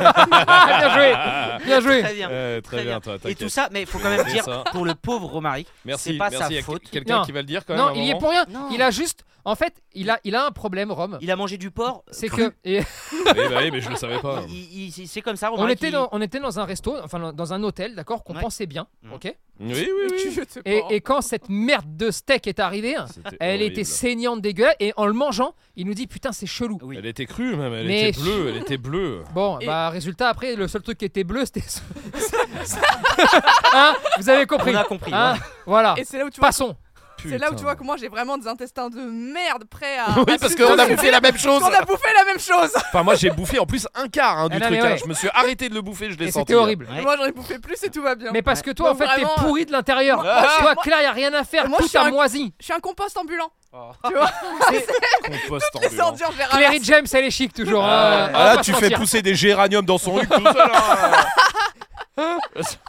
Speaker 4: bien joué, bien joué.
Speaker 3: Très bien.
Speaker 2: Euh, très,
Speaker 3: Très
Speaker 2: bien,
Speaker 3: bien.
Speaker 2: toi,
Speaker 3: Et
Speaker 2: t'inquiète.
Speaker 3: tout ça, mais faut quand même
Speaker 2: C'est
Speaker 3: dire
Speaker 2: ça.
Speaker 3: pour le pauvre Romaric,
Speaker 2: Merci,
Speaker 3: c'est pas
Speaker 2: merci.
Speaker 3: sa
Speaker 2: Y a
Speaker 3: faute.
Speaker 2: Quelqu'un
Speaker 4: Non.
Speaker 2: qui va le dire quand même.
Speaker 4: Non,
Speaker 2: à un
Speaker 4: il y est
Speaker 2: moment
Speaker 4: pour rien.
Speaker 3: Non.
Speaker 4: Il a juste, en fait, il a, il a un problème, Rome.
Speaker 3: il a mangé du porc.
Speaker 4: C'est
Speaker 3: cru.
Speaker 4: que et
Speaker 2: Eh ben oui, mais je le savais pas.
Speaker 3: Il- il- il- c'est comme ça.
Speaker 4: on
Speaker 3: Romaric,
Speaker 4: était,
Speaker 3: il-
Speaker 4: dans, on était dans un resto, enfin dans- dans un hôtel, d'accord, qu'on
Speaker 3: Oh, Ouais.
Speaker 4: pensait bien,
Speaker 3: Mm.
Speaker 4: ok.
Speaker 2: Oui, oui, oui.
Speaker 19: Je sais
Speaker 4: Et,
Speaker 19: pas.
Speaker 4: et quand cette merde de steak est arrivée,
Speaker 2: C'était
Speaker 4: elle
Speaker 2: horrible.
Speaker 4: était saignante, dégueulasse, et en le mangeant, il nous dit putain c'est chelou.
Speaker 3: Oui.
Speaker 2: Elle était crue même, elle
Speaker 4: Mais-
Speaker 2: était bleue, elle était bleue.
Speaker 4: Bon,
Speaker 19: Et-
Speaker 4: bah résultat après le seul truc qui était bleu c'était. ce- Hein Vous avez compris.
Speaker 3: On a compris.
Speaker 4: Hein voilà.
Speaker 19: Et c'est là où tu vois,
Speaker 4: Passons.
Speaker 19: c'est là où tu vois que moi j'ai vraiment des intestins de merde prêts à.
Speaker 2: Oui, parce qu'on a bouffé la même chose.
Speaker 19: On a bouffé la même chose.
Speaker 2: Enfin, moi j'ai bouffé en plus un quart hein, du
Speaker 4: Ah non,
Speaker 2: truc.
Speaker 4: mais
Speaker 2: hein.
Speaker 4: ouais.
Speaker 2: Je me suis arrêté de le bouffer, je l'ai
Speaker 4: Et
Speaker 2: senti.
Speaker 4: c'était horrible.
Speaker 3: Ouais.
Speaker 19: Moi j'en ai bouffé plus et tout va bien.
Speaker 4: Mais parce que toi, en
Speaker 19: Donc
Speaker 4: fait, t'es
Speaker 19: vraiment,
Speaker 4: pourri de l'intérieur.
Speaker 2: moi, moi,
Speaker 4: Toi, Claire, y a rien à faire.
Speaker 19: Moi, je
Speaker 4: Tout
Speaker 19: suis
Speaker 4: a
Speaker 19: un-
Speaker 4: moisi.
Speaker 19: Je suis un compost ambulant.
Speaker 2: hein. Compost
Speaker 19: Les
Speaker 2: ambulant.
Speaker 19: ordures, je les ramasse.
Speaker 4: Clary James, elle est chic toujours. hein.
Speaker 2: Ah,
Speaker 4: On va
Speaker 2: ah,
Speaker 4: pas
Speaker 2: là, tu
Speaker 4: se
Speaker 2: fais
Speaker 4: mentir.
Speaker 2: pousser des géraniums dans son huc tout seul. hein.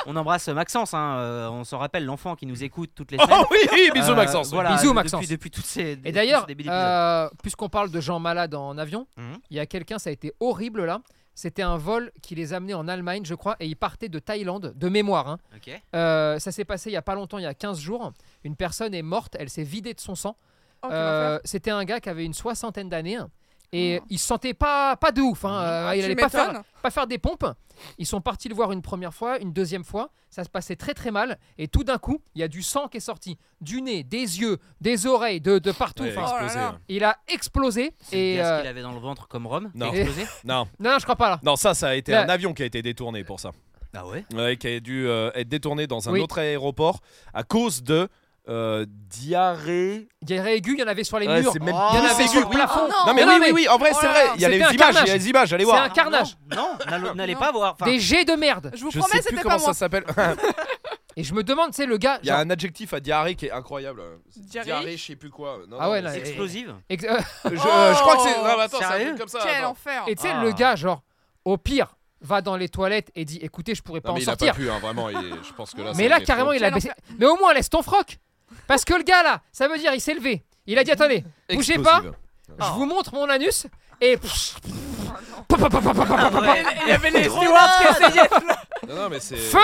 Speaker 3: On embrasse Maxence, hein, euh, on s'en rappelle l'enfant qui nous écoute toutes les
Speaker 2: Oh
Speaker 3: semaines.
Speaker 2: oui, bisous
Speaker 3: Euh,
Speaker 2: Maxence.
Speaker 3: voilà,
Speaker 4: Bisous,
Speaker 3: depuis-
Speaker 4: Maxence.
Speaker 3: Depuis, toutes ces.
Speaker 4: Et d'ailleurs,
Speaker 3: depuis ce début d'épisode.
Speaker 4: euh, puisqu'on parle de gens malades en avion, il
Speaker 3: Mhm.
Speaker 4: y a quelqu'un, ça a été horrible là. C'était un vol qui les amenait en Allemagne, je crois, et ils partaient de Thaïlande, de mémoire. hein.
Speaker 3: Ok.
Speaker 4: Euh, ça s'est passé il y a pas longtemps, il y a 15 jours. Une personne est morte, elle s'est vidée de son sang.
Speaker 19: Oh, quel
Speaker 4: Euh,
Speaker 19: enfer. Oh.
Speaker 4: C'était un gars qui avait une soixantaine d'années hein, et il se sentait pas, pas de ouf. hein. Euh, il
Speaker 19: Ah, Tu
Speaker 4: allait pas faire,
Speaker 19: m'étonnes.
Speaker 4: pas faire des pompes. Ils sont partis le voir une première fois, une deuxième fois. Ça se passait très très mal. Et tout d'un coup, il y a du sang qui est sorti du nez, des yeux, des oreilles, de, de partout.
Speaker 2: Ouais,
Speaker 4: Enfin,
Speaker 2: explosé.
Speaker 19: Oh là là.
Speaker 4: il a explosé
Speaker 3: C'est le
Speaker 4: et
Speaker 3: gaz
Speaker 4: euh,
Speaker 3: qu'il avait dans le ventre comme Rome.
Speaker 2: Non.
Speaker 3: qui a explosé.
Speaker 2: Non,
Speaker 4: non, non, je crois pas là.
Speaker 2: non, ça, ça a été
Speaker 4: Là.
Speaker 2: un avion qui a été détourné pour ça.
Speaker 3: Ah ouais.
Speaker 2: Ouais, qui a dû euh, être détourné dans un
Speaker 4: Oui.
Speaker 2: autre aéroport à cause de euh, diarrhée.
Speaker 4: Diarrhée aiguë, il y en avait sur les
Speaker 2: Ouais,
Speaker 4: murs.
Speaker 2: c'est même
Speaker 4: Il y en
Speaker 2: plus
Speaker 4: Oh, avait
Speaker 2: aigu,
Speaker 4: sur le
Speaker 2: oui.
Speaker 4: plafond.
Speaker 2: Non mais
Speaker 4: Non,
Speaker 2: oui,
Speaker 4: mais-
Speaker 2: oui, oui, en vrai,
Speaker 19: Oh
Speaker 2: c'est
Speaker 19: là
Speaker 2: vrai.
Speaker 19: là.
Speaker 2: Il y a les
Speaker 4: C'était un
Speaker 2: images, il y a
Speaker 4: carnage.
Speaker 2: les images, allez
Speaker 4: C'est un
Speaker 2: voir.
Speaker 4: carnage,
Speaker 3: Non, n'allo- n'allez pas voir. Enfin,
Speaker 4: des jets de merde.
Speaker 19: Je vous
Speaker 2: Je
Speaker 19: promets,
Speaker 2: sais plus
Speaker 19: c'était
Speaker 2: comment
Speaker 19: pas
Speaker 2: ça
Speaker 19: moi.
Speaker 2: s'appelle.
Speaker 4: Et je me demande, c'est le gars.
Speaker 2: Il y a
Speaker 4: genre-
Speaker 2: un adjectif à diarrhée qui est incroyable.
Speaker 19: Diarrhée
Speaker 2: je sais plus quoi. Non,
Speaker 4: Ah
Speaker 2: non,
Speaker 4: ouais,
Speaker 2: mais
Speaker 4: là,
Speaker 2: c'est-
Speaker 3: explosive.
Speaker 4: Ex- euh,
Speaker 2: je, je crois que c'est.
Speaker 19: Oh,
Speaker 2: Non, mais attends, c'est un
Speaker 3: sérieux
Speaker 2: truc comme ça.
Speaker 19: Quel
Speaker 2: attends.
Speaker 19: enfer.
Speaker 4: Et tu sais,
Speaker 3: Ah.
Speaker 4: le gars, genre, au pire, va dans les toilettes et dit écoutez, je pourrais pas
Speaker 2: Non, mais
Speaker 4: en
Speaker 2: il a
Speaker 4: sortir.
Speaker 2: pas pu, hein, vraiment. il est- Je pense que là. ça a
Speaker 4: mais là,
Speaker 2: été
Speaker 4: carrément,
Speaker 2: trop.
Speaker 4: il a
Speaker 19: Quel
Speaker 4: baissé. Mais au moins, laisse ton froc Parce que le gars, là, ça veut dire, il s'est levé. Il a dit attendez, bougez pas,
Speaker 2: Explosive.
Speaker 4: je vous montre mon anus et.
Speaker 3: Ah ouais.
Speaker 19: Il y avait les stewards qui essayaient.
Speaker 2: Non, non, mais c'est.
Speaker 4: Feu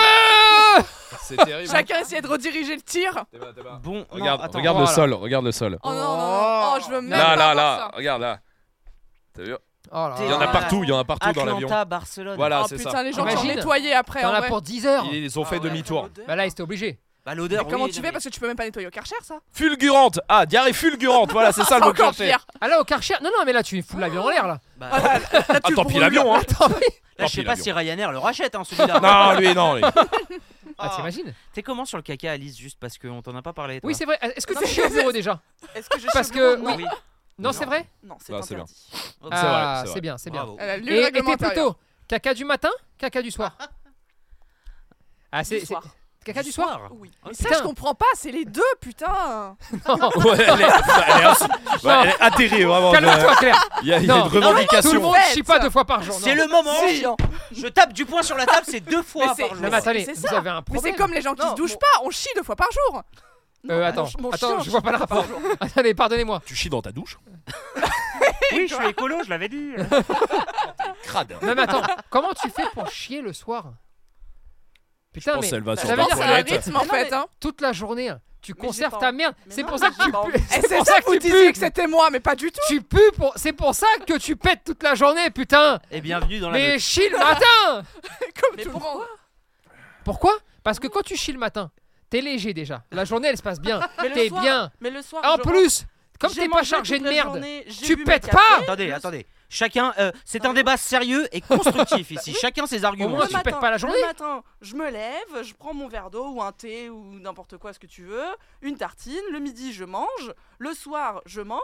Speaker 2: C'est terrible.
Speaker 19: Chacun essayait de rediriger le tir.
Speaker 2: T'es pas- t'es pas-
Speaker 3: Bon, non,
Speaker 2: Regarde,
Speaker 3: attends. Oh
Speaker 2: regarde le
Speaker 4: Voilà.
Speaker 2: sol, regarde le sol.
Speaker 19: Oh non, non, non. Oh, je veux même
Speaker 2: Là,
Speaker 19: pas
Speaker 2: là,
Speaker 19: voir
Speaker 2: là, regarde là. T'as vu
Speaker 4: Oh là
Speaker 2: Il y en a
Speaker 4: là.
Speaker 2: partout, il y en a partout dans l'avion.
Speaker 3: Atlanta, Barcelone.
Speaker 2: Voilà,
Speaker 3: Oh,
Speaker 2: c'est
Speaker 3: putain,
Speaker 2: ça.
Speaker 3: les
Speaker 19: gens qui ont
Speaker 4: Imagine,
Speaker 19: nettoyé après,
Speaker 4: T'en
Speaker 19: en
Speaker 4: as
Speaker 19: vrai.
Speaker 4: pour 10 heures.
Speaker 2: Ils
Speaker 3: Ah
Speaker 2: ils ont fait demi-tour.
Speaker 4: Bah là, ils étaient obligés.
Speaker 3: Bah,
Speaker 19: Mais
Speaker 3: l'odeur.
Speaker 19: comment
Speaker 3: oui,
Speaker 19: tu
Speaker 3: non,
Speaker 19: fais
Speaker 3: mais-
Speaker 19: Parce que tu peux même pas nettoyer au Karcher, ça
Speaker 2: Fulgurante Ah, diarrhée fulgurante, voilà, c'est ça le mot
Speaker 19: Encore
Speaker 2: cherché.
Speaker 19: pire
Speaker 4: Ah là, au Karcher Non, non, mais là, tu fous l'avion en l'air là.
Speaker 3: Bah,
Speaker 19: Ah, là, là,
Speaker 2: Ah,
Speaker 19: tu
Speaker 2: tant
Speaker 19: le
Speaker 2: pis
Speaker 19: brûles.
Speaker 2: l'avion, hein
Speaker 4: Attends, oui.
Speaker 3: là, je sais
Speaker 2: pis,
Speaker 3: pas
Speaker 2: l'avion.
Speaker 3: si Ryanair le rachète, hein, celui-là.
Speaker 2: Non, lui, non, lui.
Speaker 4: Ah, t'imagines
Speaker 3: T'es comment sur le caca, Alice, juste parce qu'on t'en a pas parlé toi
Speaker 4: Oui, c'est vrai. Est-ce que
Speaker 1: Non,
Speaker 4: tu
Speaker 1: mais
Speaker 4: chies au
Speaker 1: c'est-
Speaker 4: bureau déjà
Speaker 1: Est-ce que je
Speaker 4: Parce
Speaker 1: suis
Speaker 4: que-
Speaker 1: blonde
Speaker 4: oui.
Speaker 3: Ah
Speaker 1: Non,
Speaker 4: Non, c'est vrai
Speaker 1: non, c'est
Speaker 2: Non, c'est bien.
Speaker 1: interdit.
Speaker 2: C'est vrai,
Speaker 4: Ah,
Speaker 2: c'est vrai.
Speaker 4: c'est bien, c'est bien.
Speaker 3: Bravo.
Speaker 19: Elle a lu le
Speaker 4: Et et
Speaker 19: règlement
Speaker 4: t'es
Speaker 19: intérieur.
Speaker 4: plutôt caca du matin, caca du soir Ah, c'est.
Speaker 1: Du
Speaker 4: c'est-
Speaker 1: soir.
Speaker 4: Caca du soir
Speaker 1: Oui.
Speaker 19: Mais ça,
Speaker 4: Putain.
Speaker 19: je comprends pas, c'est les deux, putain
Speaker 4: Non.
Speaker 2: Ouais, elle, est, elle, est ins- ouais, elle est atterrée, vraiment.
Speaker 4: Oh, Calme-toi, Claire.
Speaker 2: Il y a, il y a
Speaker 4: Non.
Speaker 2: une
Speaker 4: Tout le
Speaker 2: revendication.
Speaker 4: monde
Speaker 19: Faites.
Speaker 4: chie pas deux fois par jour. non.
Speaker 3: C'est le moment.
Speaker 4: Eh
Speaker 19: Si.
Speaker 3: Je tape du poing sur la table, c'est deux fois
Speaker 19: Mais c'est-
Speaker 3: par jour.
Speaker 4: Non, mais attendez,
Speaker 19: C'est
Speaker 4: vous
Speaker 19: ça.
Speaker 4: avez un
Speaker 19: Mais
Speaker 4: problème.
Speaker 19: c'est comme les gens qui
Speaker 1: Non,
Speaker 19: se douchent
Speaker 1: mon-
Speaker 19: pas, on chie deux fois par jour
Speaker 4: Euh, attends,
Speaker 19: mon
Speaker 4: attends,
Speaker 19: chien,
Speaker 4: je vois pas le rapport. Attendez, pardonnez-moi.
Speaker 2: Tu chies dans ta douche
Speaker 3: Oui, je suis écolo, je l'avais dit.
Speaker 2: Crade.
Speaker 4: Non, mais attends, comment tu fais pour chier le soir Putain,
Speaker 2: pense
Speaker 4: mais
Speaker 2: elle va
Speaker 4: ça
Speaker 2: sur
Speaker 19: Je
Speaker 4: veut
Speaker 2: ta
Speaker 4: dire
Speaker 19: pense à un
Speaker 2: toilette.
Speaker 19: rythme, en
Speaker 1: Mais non,
Speaker 19: fait,
Speaker 1: mais-
Speaker 19: hein
Speaker 4: toute la journée, tu
Speaker 1: Mais j'ai
Speaker 4: conserves
Speaker 1: pas
Speaker 4: ta
Speaker 1: envie.
Speaker 4: merde.
Speaker 1: Mais
Speaker 4: C'est
Speaker 1: non,
Speaker 4: pour ça que
Speaker 1: j'ai
Speaker 4: tu
Speaker 1: pas
Speaker 4: pues.
Speaker 1: envie.
Speaker 19: Et c'est
Speaker 4: pour
Speaker 19: ça
Speaker 4: ça
Speaker 19: que
Speaker 4: que
Speaker 19: vous
Speaker 4: tu
Speaker 19: disiez
Speaker 4: pues.
Speaker 19: que c'était moi, mais pas du tout
Speaker 4: Tu pues pour. C'est pour ça que tu pètes toute la journée, putain.
Speaker 3: Et bienvenue dans la.
Speaker 4: Mais chie le matin.
Speaker 19: Comme
Speaker 1: Mais
Speaker 19: tout le
Speaker 1: pourquoi
Speaker 19: monde
Speaker 4: Pourquoi Parce que quand tu chies le matin, t'es léger déjà. La journée, elle se passe bien.
Speaker 1: Mais le
Speaker 4: T'es
Speaker 1: soir-
Speaker 4: bien. Ah,
Speaker 1: Mais le soir,
Speaker 4: En
Speaker 1: je
Speaker 4: plus, comme
Speaker 1: J'ai
Speaker 4: t'es pas
Speaker 1: mangé
Speaker 4: chargé
Speaker 1: toute
Speaker 4: de
Speaker 1: la
Speaker 4: merde,
Speaker 1: journée, j'ai
Speaker 4: tu
Speaker 1: bu mes
Speaker 4: pètes
Speaker 1: cafés.
Speaker 4: pas.
Speaker 3: Attendez, attendez. Chacun, euh, c'est un débat sérieux et constructif ici. Chacun ses
Speaker 4: Au
Speaker 3: arguments.
Speaker 4: moins,
Speaker 1: Le
Speaker 4: tu
Speaker 1: matin,
Speaker 4: pètes pas la journée.
Speaker 1: Le matin, je me lève, je prends mon verre d'eau ou un thé ou n'importe quoi, ce que tu veux, une tartine. Le midi, je mange. Le soir, je mange.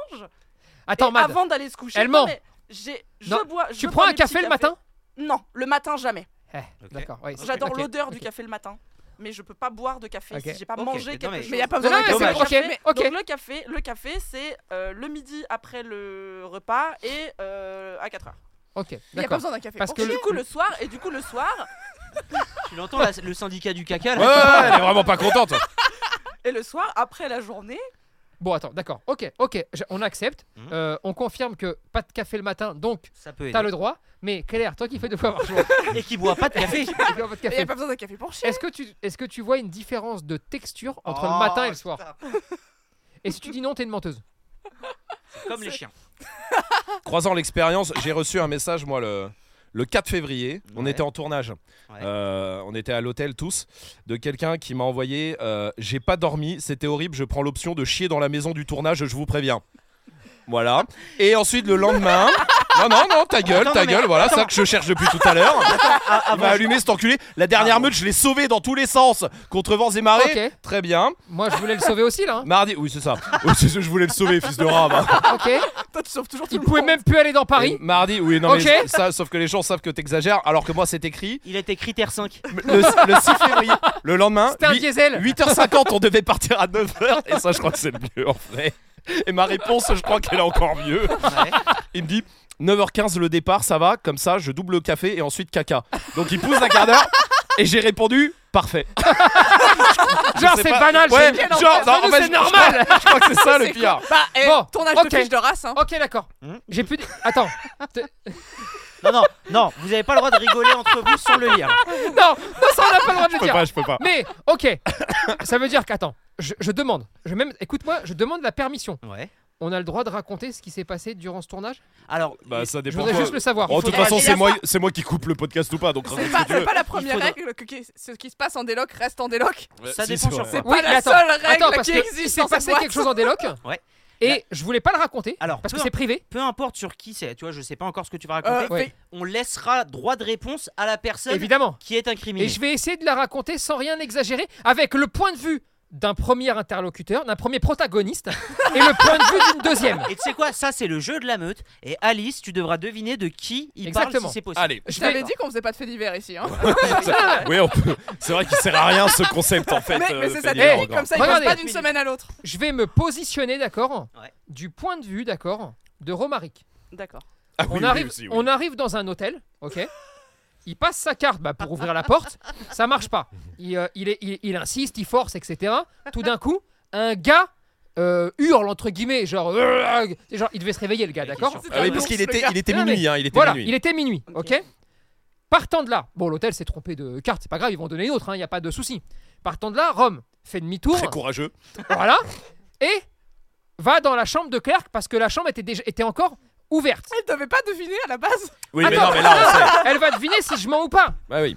Speaker 4: Attends,
Speaker 1: Et
Speaker 4: Mad,
Speaker 1: avant d'aller se coucher,
Speaker 4: Elle
Speaker 1: non,
Speaker 4: ment.
Speaker 1: mais j'ai- je
Speaker 4: Non,
Speaker 1: bois. je
Speaker 4: tu
Speaker 1: bois
Speaker 4: prends un
Speaker 1: mes
Speaker 4: café
Speaker 1: petits
Speaker 4: le
Speaker 1: cafés.
Speaker 4: matin
Speaker 1: Non, le matin jamais.
Speaker 4: Eh, D'accord, ouais, c'est-
Speaker 1: J'adore
Speaker 4: ok,
Speaker 1: l'odeur du
Speaker 4: ok.
Speaker 1: café le matin, mais je peux pas boire de café
Speaker 4: Ok.
Speaker 1: si j'ai pas
Speaker 3: Ok,
Speaker 1: mangé
Speaker 3: mais non,
Speaker 1: quelque
Speaker 3: mais-
Speaker 1: chose.
Speaker 19: Mais y a pas
Speaker 4: Non,
Speaker 19: besoin
Speaker 4: non,
Speaker 19: d'un
Speaker 4: mais
Speaker 19: café.
Speaker 4: c'est
Speaker 1: Dommage.
Speaker 4: ok,
Speaker 1: Mais-
Speaker 4: ok.
Speaker 1: Donc le café, le café, c'est euh, le midi après le repas et euh, à 4 heures.
Speaker 4: Ok,
Speaker 19: Il y a pas
Speaker 4: d'accord.
Speaker 19: besoin d'un café.
Speaker 4: Parce
Speaker 19: Ok.
Speaker 4: que
Speaker 1: Du coup le soir et du coup le soir
Speaker 3: Tu l'entends la- le syndicat du caca
Speaker 2: Ouais,
Speaker 3: là
Speaker 2: ouais, ouais, elle est vraiment pas contente.
Speaker 1: et le soir après la journée.
Speaker 4: Bon, attends, d'accord. Ok, ok, je- on accepte.
Speaker 3: Mhm.
Speaker 4: Euh, on confirme que pas de café le matin, donc
Speaker 3: Ça peut
Speaker 4: t'as
Speaker 3: aider.
Speaker 4: le droit. Mais Claire, toi qui fais deux fois par jour,
Speaker 3: Et qui boit pas de café.
Speaker 4: tu bois pas de
Speaker 19: Il n'y
Speaker 4: café.
Speaker 19: a pas besoin d'un café pour chier.
Speaker 4: Est-ce que tu est-ce que tu vois une différence de texture entre
Speaker 3: Oh,
Speaker 4: le matin et le soir Et si tu dis non, t'es une menteuse.
Speaker 3: Comme les chiens.
Speaker 2: Croisant l'expérience, j'ai reçu un message, moi, le, le 4 février. On
Speaker 3: Ouais.
Speaker 2: était en tournage.
Speaker 3: Ouais.
Speaker 2: Euh, on était à l'hôtel tous. De quelqu'un qui m'a envoyé euh, J'ai pas dormi, c'était horrible, je prends l'option de chier dans la maison du tournage, je vous préviens. Voilà. Et ensuite, le lendemain. Non, non, non, ta gueule,
Speaker 3: Attends,
Speaker 2: ta
Speaker 3: non, mais
Speaker 2: gueule, voilà, ça que je cherche depuis tout à l'heure. Il m'a allumé cet enculé. La dernière
Speaker 3: Ah bon.
Speaker 2: meute, je l'ai sauvé dans tous les sens, contre vents et marées.
Speaker 4: Ok.
Speaker 2: Très bien.
Speaker 4: Moi, je voulais le sauver aussi là. hein.
Speaker 2: Mardi, oui, c'est ça. Oui, c'est ce que je voulais le sauver, fils de rat. bah.
Speaker 4: Ok.
Speaker 19: Toi, tu sauves toujours tout
Speaker 4: Il
Speaker 19: le
Speaker 4: pouvait
Speaker 19: monde.
Speaker 4: même plus aller dans Paris.
Speaker 2: Et Mardi, oui, non, mais
Speaker 4: Ah Ok.
Speaker 2: ça, sauf que les gens savent que t'exagères, alors que moi, c'est écrit.
Speaker 3: Il était critère 5.
Speaker 2: Le, le 6 février, le lendemain,
Speaker 4: C'était un
Speaker 2: huit-
Speaker 4: diesel.
Speaker 2: 8h50, on devait partir à 9h, et ça, je crois que c'est le mieux en fait. Et ma réponse, je crois qu'elle est encore mieux. Il me dit 9h15 le départ, ça va, comme ça, je double le café et ensuite caca. Donc il pousse d'un quart d'heure, et j'ai répondu parfait.
Speaker 4: Genre,
Speaker 2: sais
Speaker 4: c'est
Speaker 2: pas-
Speaker 4: banal.
Speaker 2: Ouais,
Speaker 4: c'est-
Speaker 2: genre,
Speaker 4: Pour
Speaker 2: non, en
Speaker 4: nous,
Speaker 2: fait,
Speaker 4: c'est
Speaker 2: je-
Speaker 4: normal.
Speaker 2: Je crois que c'est ça le
Speaker 19: C'est
Speaker 2: pire.
Speaker 19: Bah, eh,
Speaker 4: Bon,
Speaker 19: ton âge
Speaker 4: ok.
Speaker 19: de fiche de race, hein.
Speaker 4: Ok, d'accord.
Speaker 3: Mhm.
Speaker 4: J'ai plus. de- Attends.
Speaker 3: Non, non, non, vous avez pas le droit de rigoler entre vous sur le lien.
Speaker 4: Non, non, ça, on n'a pas le droit de le
Speaker 2: Je peux
Speaker 4: dire.
Speaker 2: pas, je peux pas.
Speaker 4: Mais ok, ça veut dire qu'attends, je, je demande, je même, écoute-moi, je demande la permission.
Speaker 3: Ouais.
Speaker 4: On a le droit de raconter ce qui s'est passé durant ce tournage
Speaker 3: Alors,
Speaker 2: Bah, ça
Speaker 4: Je
Speaker 2: dépend.
Speaker 4: voudrais
Speaker 2: quoi.
Speaker 4: juste le savoir.
Speaker 2: Oh, de toute
Speaker 19: faudrait-
Speaker 2: façon,
Speaker 19: Et
Speaker 2: c'est
Speaker 19: la
Speaker 2: moi, c'est moi qui coupe le podcast ou pas, donc
Speaker 19: C'est
Speaker 2: raconte ce
Speaker 19: pas,
Speaker 2: que tu
Speaker 19: c'est
Speaker 2: veux.
Speaker 19: pas la première
Speaker 3: faudra-
Speaker 19: règle que que ce qui se passe en déloc reste en déloc.
Speaker 3: ça
Speaker 2: Si,
Speaker 3: dépend
Speaker 2: c'est vrai.
Speaker 3: sur quoi.
Speaker 19: C'est pas
Speaker 4: Oui,
Speaker 19: la
Speaker 4: mais attends,
Speaker 19: seule règle
Speaker 4: Attends, parce
Speaker 19: qui
Speaker 4: que il
Speaker 19: existe.
Speaker 4: s'est
Speaker 19: dans cette
Speaker 4: passé
Speaker 19: boîte.
Speaker 4: quelque chose en déloc.
Speaker 3: Ouais. Là-
Speaker 4: Et je voulais pas le raconter
Speaker 3: Alors,
Speaker 4: parce que
Speaker 3: peu-
Speaker 4: c'est privé.
Speaker 3: Peu importe sur qui c'est, tu vois, je sais pas encore ce que tu vas
Speaker 19: Euh,
Speaker 3: raconter.
Speaker 4: Ouais.
Speaker 19: fait-
Speaker 3: On laissera droit de réponse à la personne
Speaker 4: Évidemment.
Speaker 3: qui est incriminée.
Speaker 4: Et je vais essayer de la raconter sans rien exagérer, avec le point de vue d'un premier interlocuteur, d'un premier protagoniste, et le point de vue d'une deuxième.
Speaker 3: Et tu sais quoi, ça c'est le jeu de la meute. Et Alice, tu devras deviner de qui il parle
Speaker 4: Exactement.
Speaker 3: si c'est possible.
Speaker 2: Allez.
Speaker 19: Je t'avais dit qu'on faisait pas de faits divers ici. Hein.
Speaker 2: Oui, on peut. C'est vrai qu'il sert à rien ce concept en fait.
Speaker 19: mais
Speaker 2: euh,
Speaker 19: mais c'est ça,
Speaker 2: Félix,
Speaker 4: Eh,
Speaker 19: technique,
Speaker 2: encore.
Speaker 19: comme ça, il passe
Speaker 4: Regardez.
Speaker 19: pas d'une semaine à l'autre.
Speaker 4: Je vais me positionner, d'accord,
Speaker 3: Ouais.
Speaker 4: du point de vue, d'accord, de Romaric.
Speaker 1: D'accord.
Speaker 2: Ah oui,
Speaker 4: on,
Speaker 2: oui,
Speaker 4: arrive,
Speaker 2: aussi, oui.
Speaker 4: on arrive dans un hôtel, ok Il passe sa carte bah, pour ouvrir la porte, ça marche pas. Il, euh, il, est- il- il insiste, il force, etc. Tout d'un coup, un gars euh, hurle, entre guillemets, genre, euh, C'est genre, il devait se réveiller, le gars, d'accord
Speaker 19: C'est
Speaker 2: Ah oui,
Speaker 19: un
Speaker 2: parce qu'il
Speaker 19: ours, le
Speaker 2: était,
Speaker 19: gars.
Speaker 2: il était
Speaker 4: Non, mais-
Speaker 2: minuit, hein, il était
Speaker 4: Voilà,
Speaker 2: minuit.
Speaker 4: il était minuit, ok
Speaker 1: Ok.
Speaker 4: Partant de là, bon, l'hôtel s'est trompé de carte, c'est pas grave, ils vont donner une autre, il n'y a pas de souci. Partant de là, Rome fait demi-tour,
Speaker 2: Très courageux.
Speaker 4: voilà, et va dans la chambre de Clark parce que la chambre était, déjà, était encore ouverte.
Speaker 19: Elle devait pas deviner à la base.
Speaker 2: Oui, mais non, mais là, on sait.
Speaker 4: Elle va deviner si je mens ou pas.
Speaker 2: Bah oui.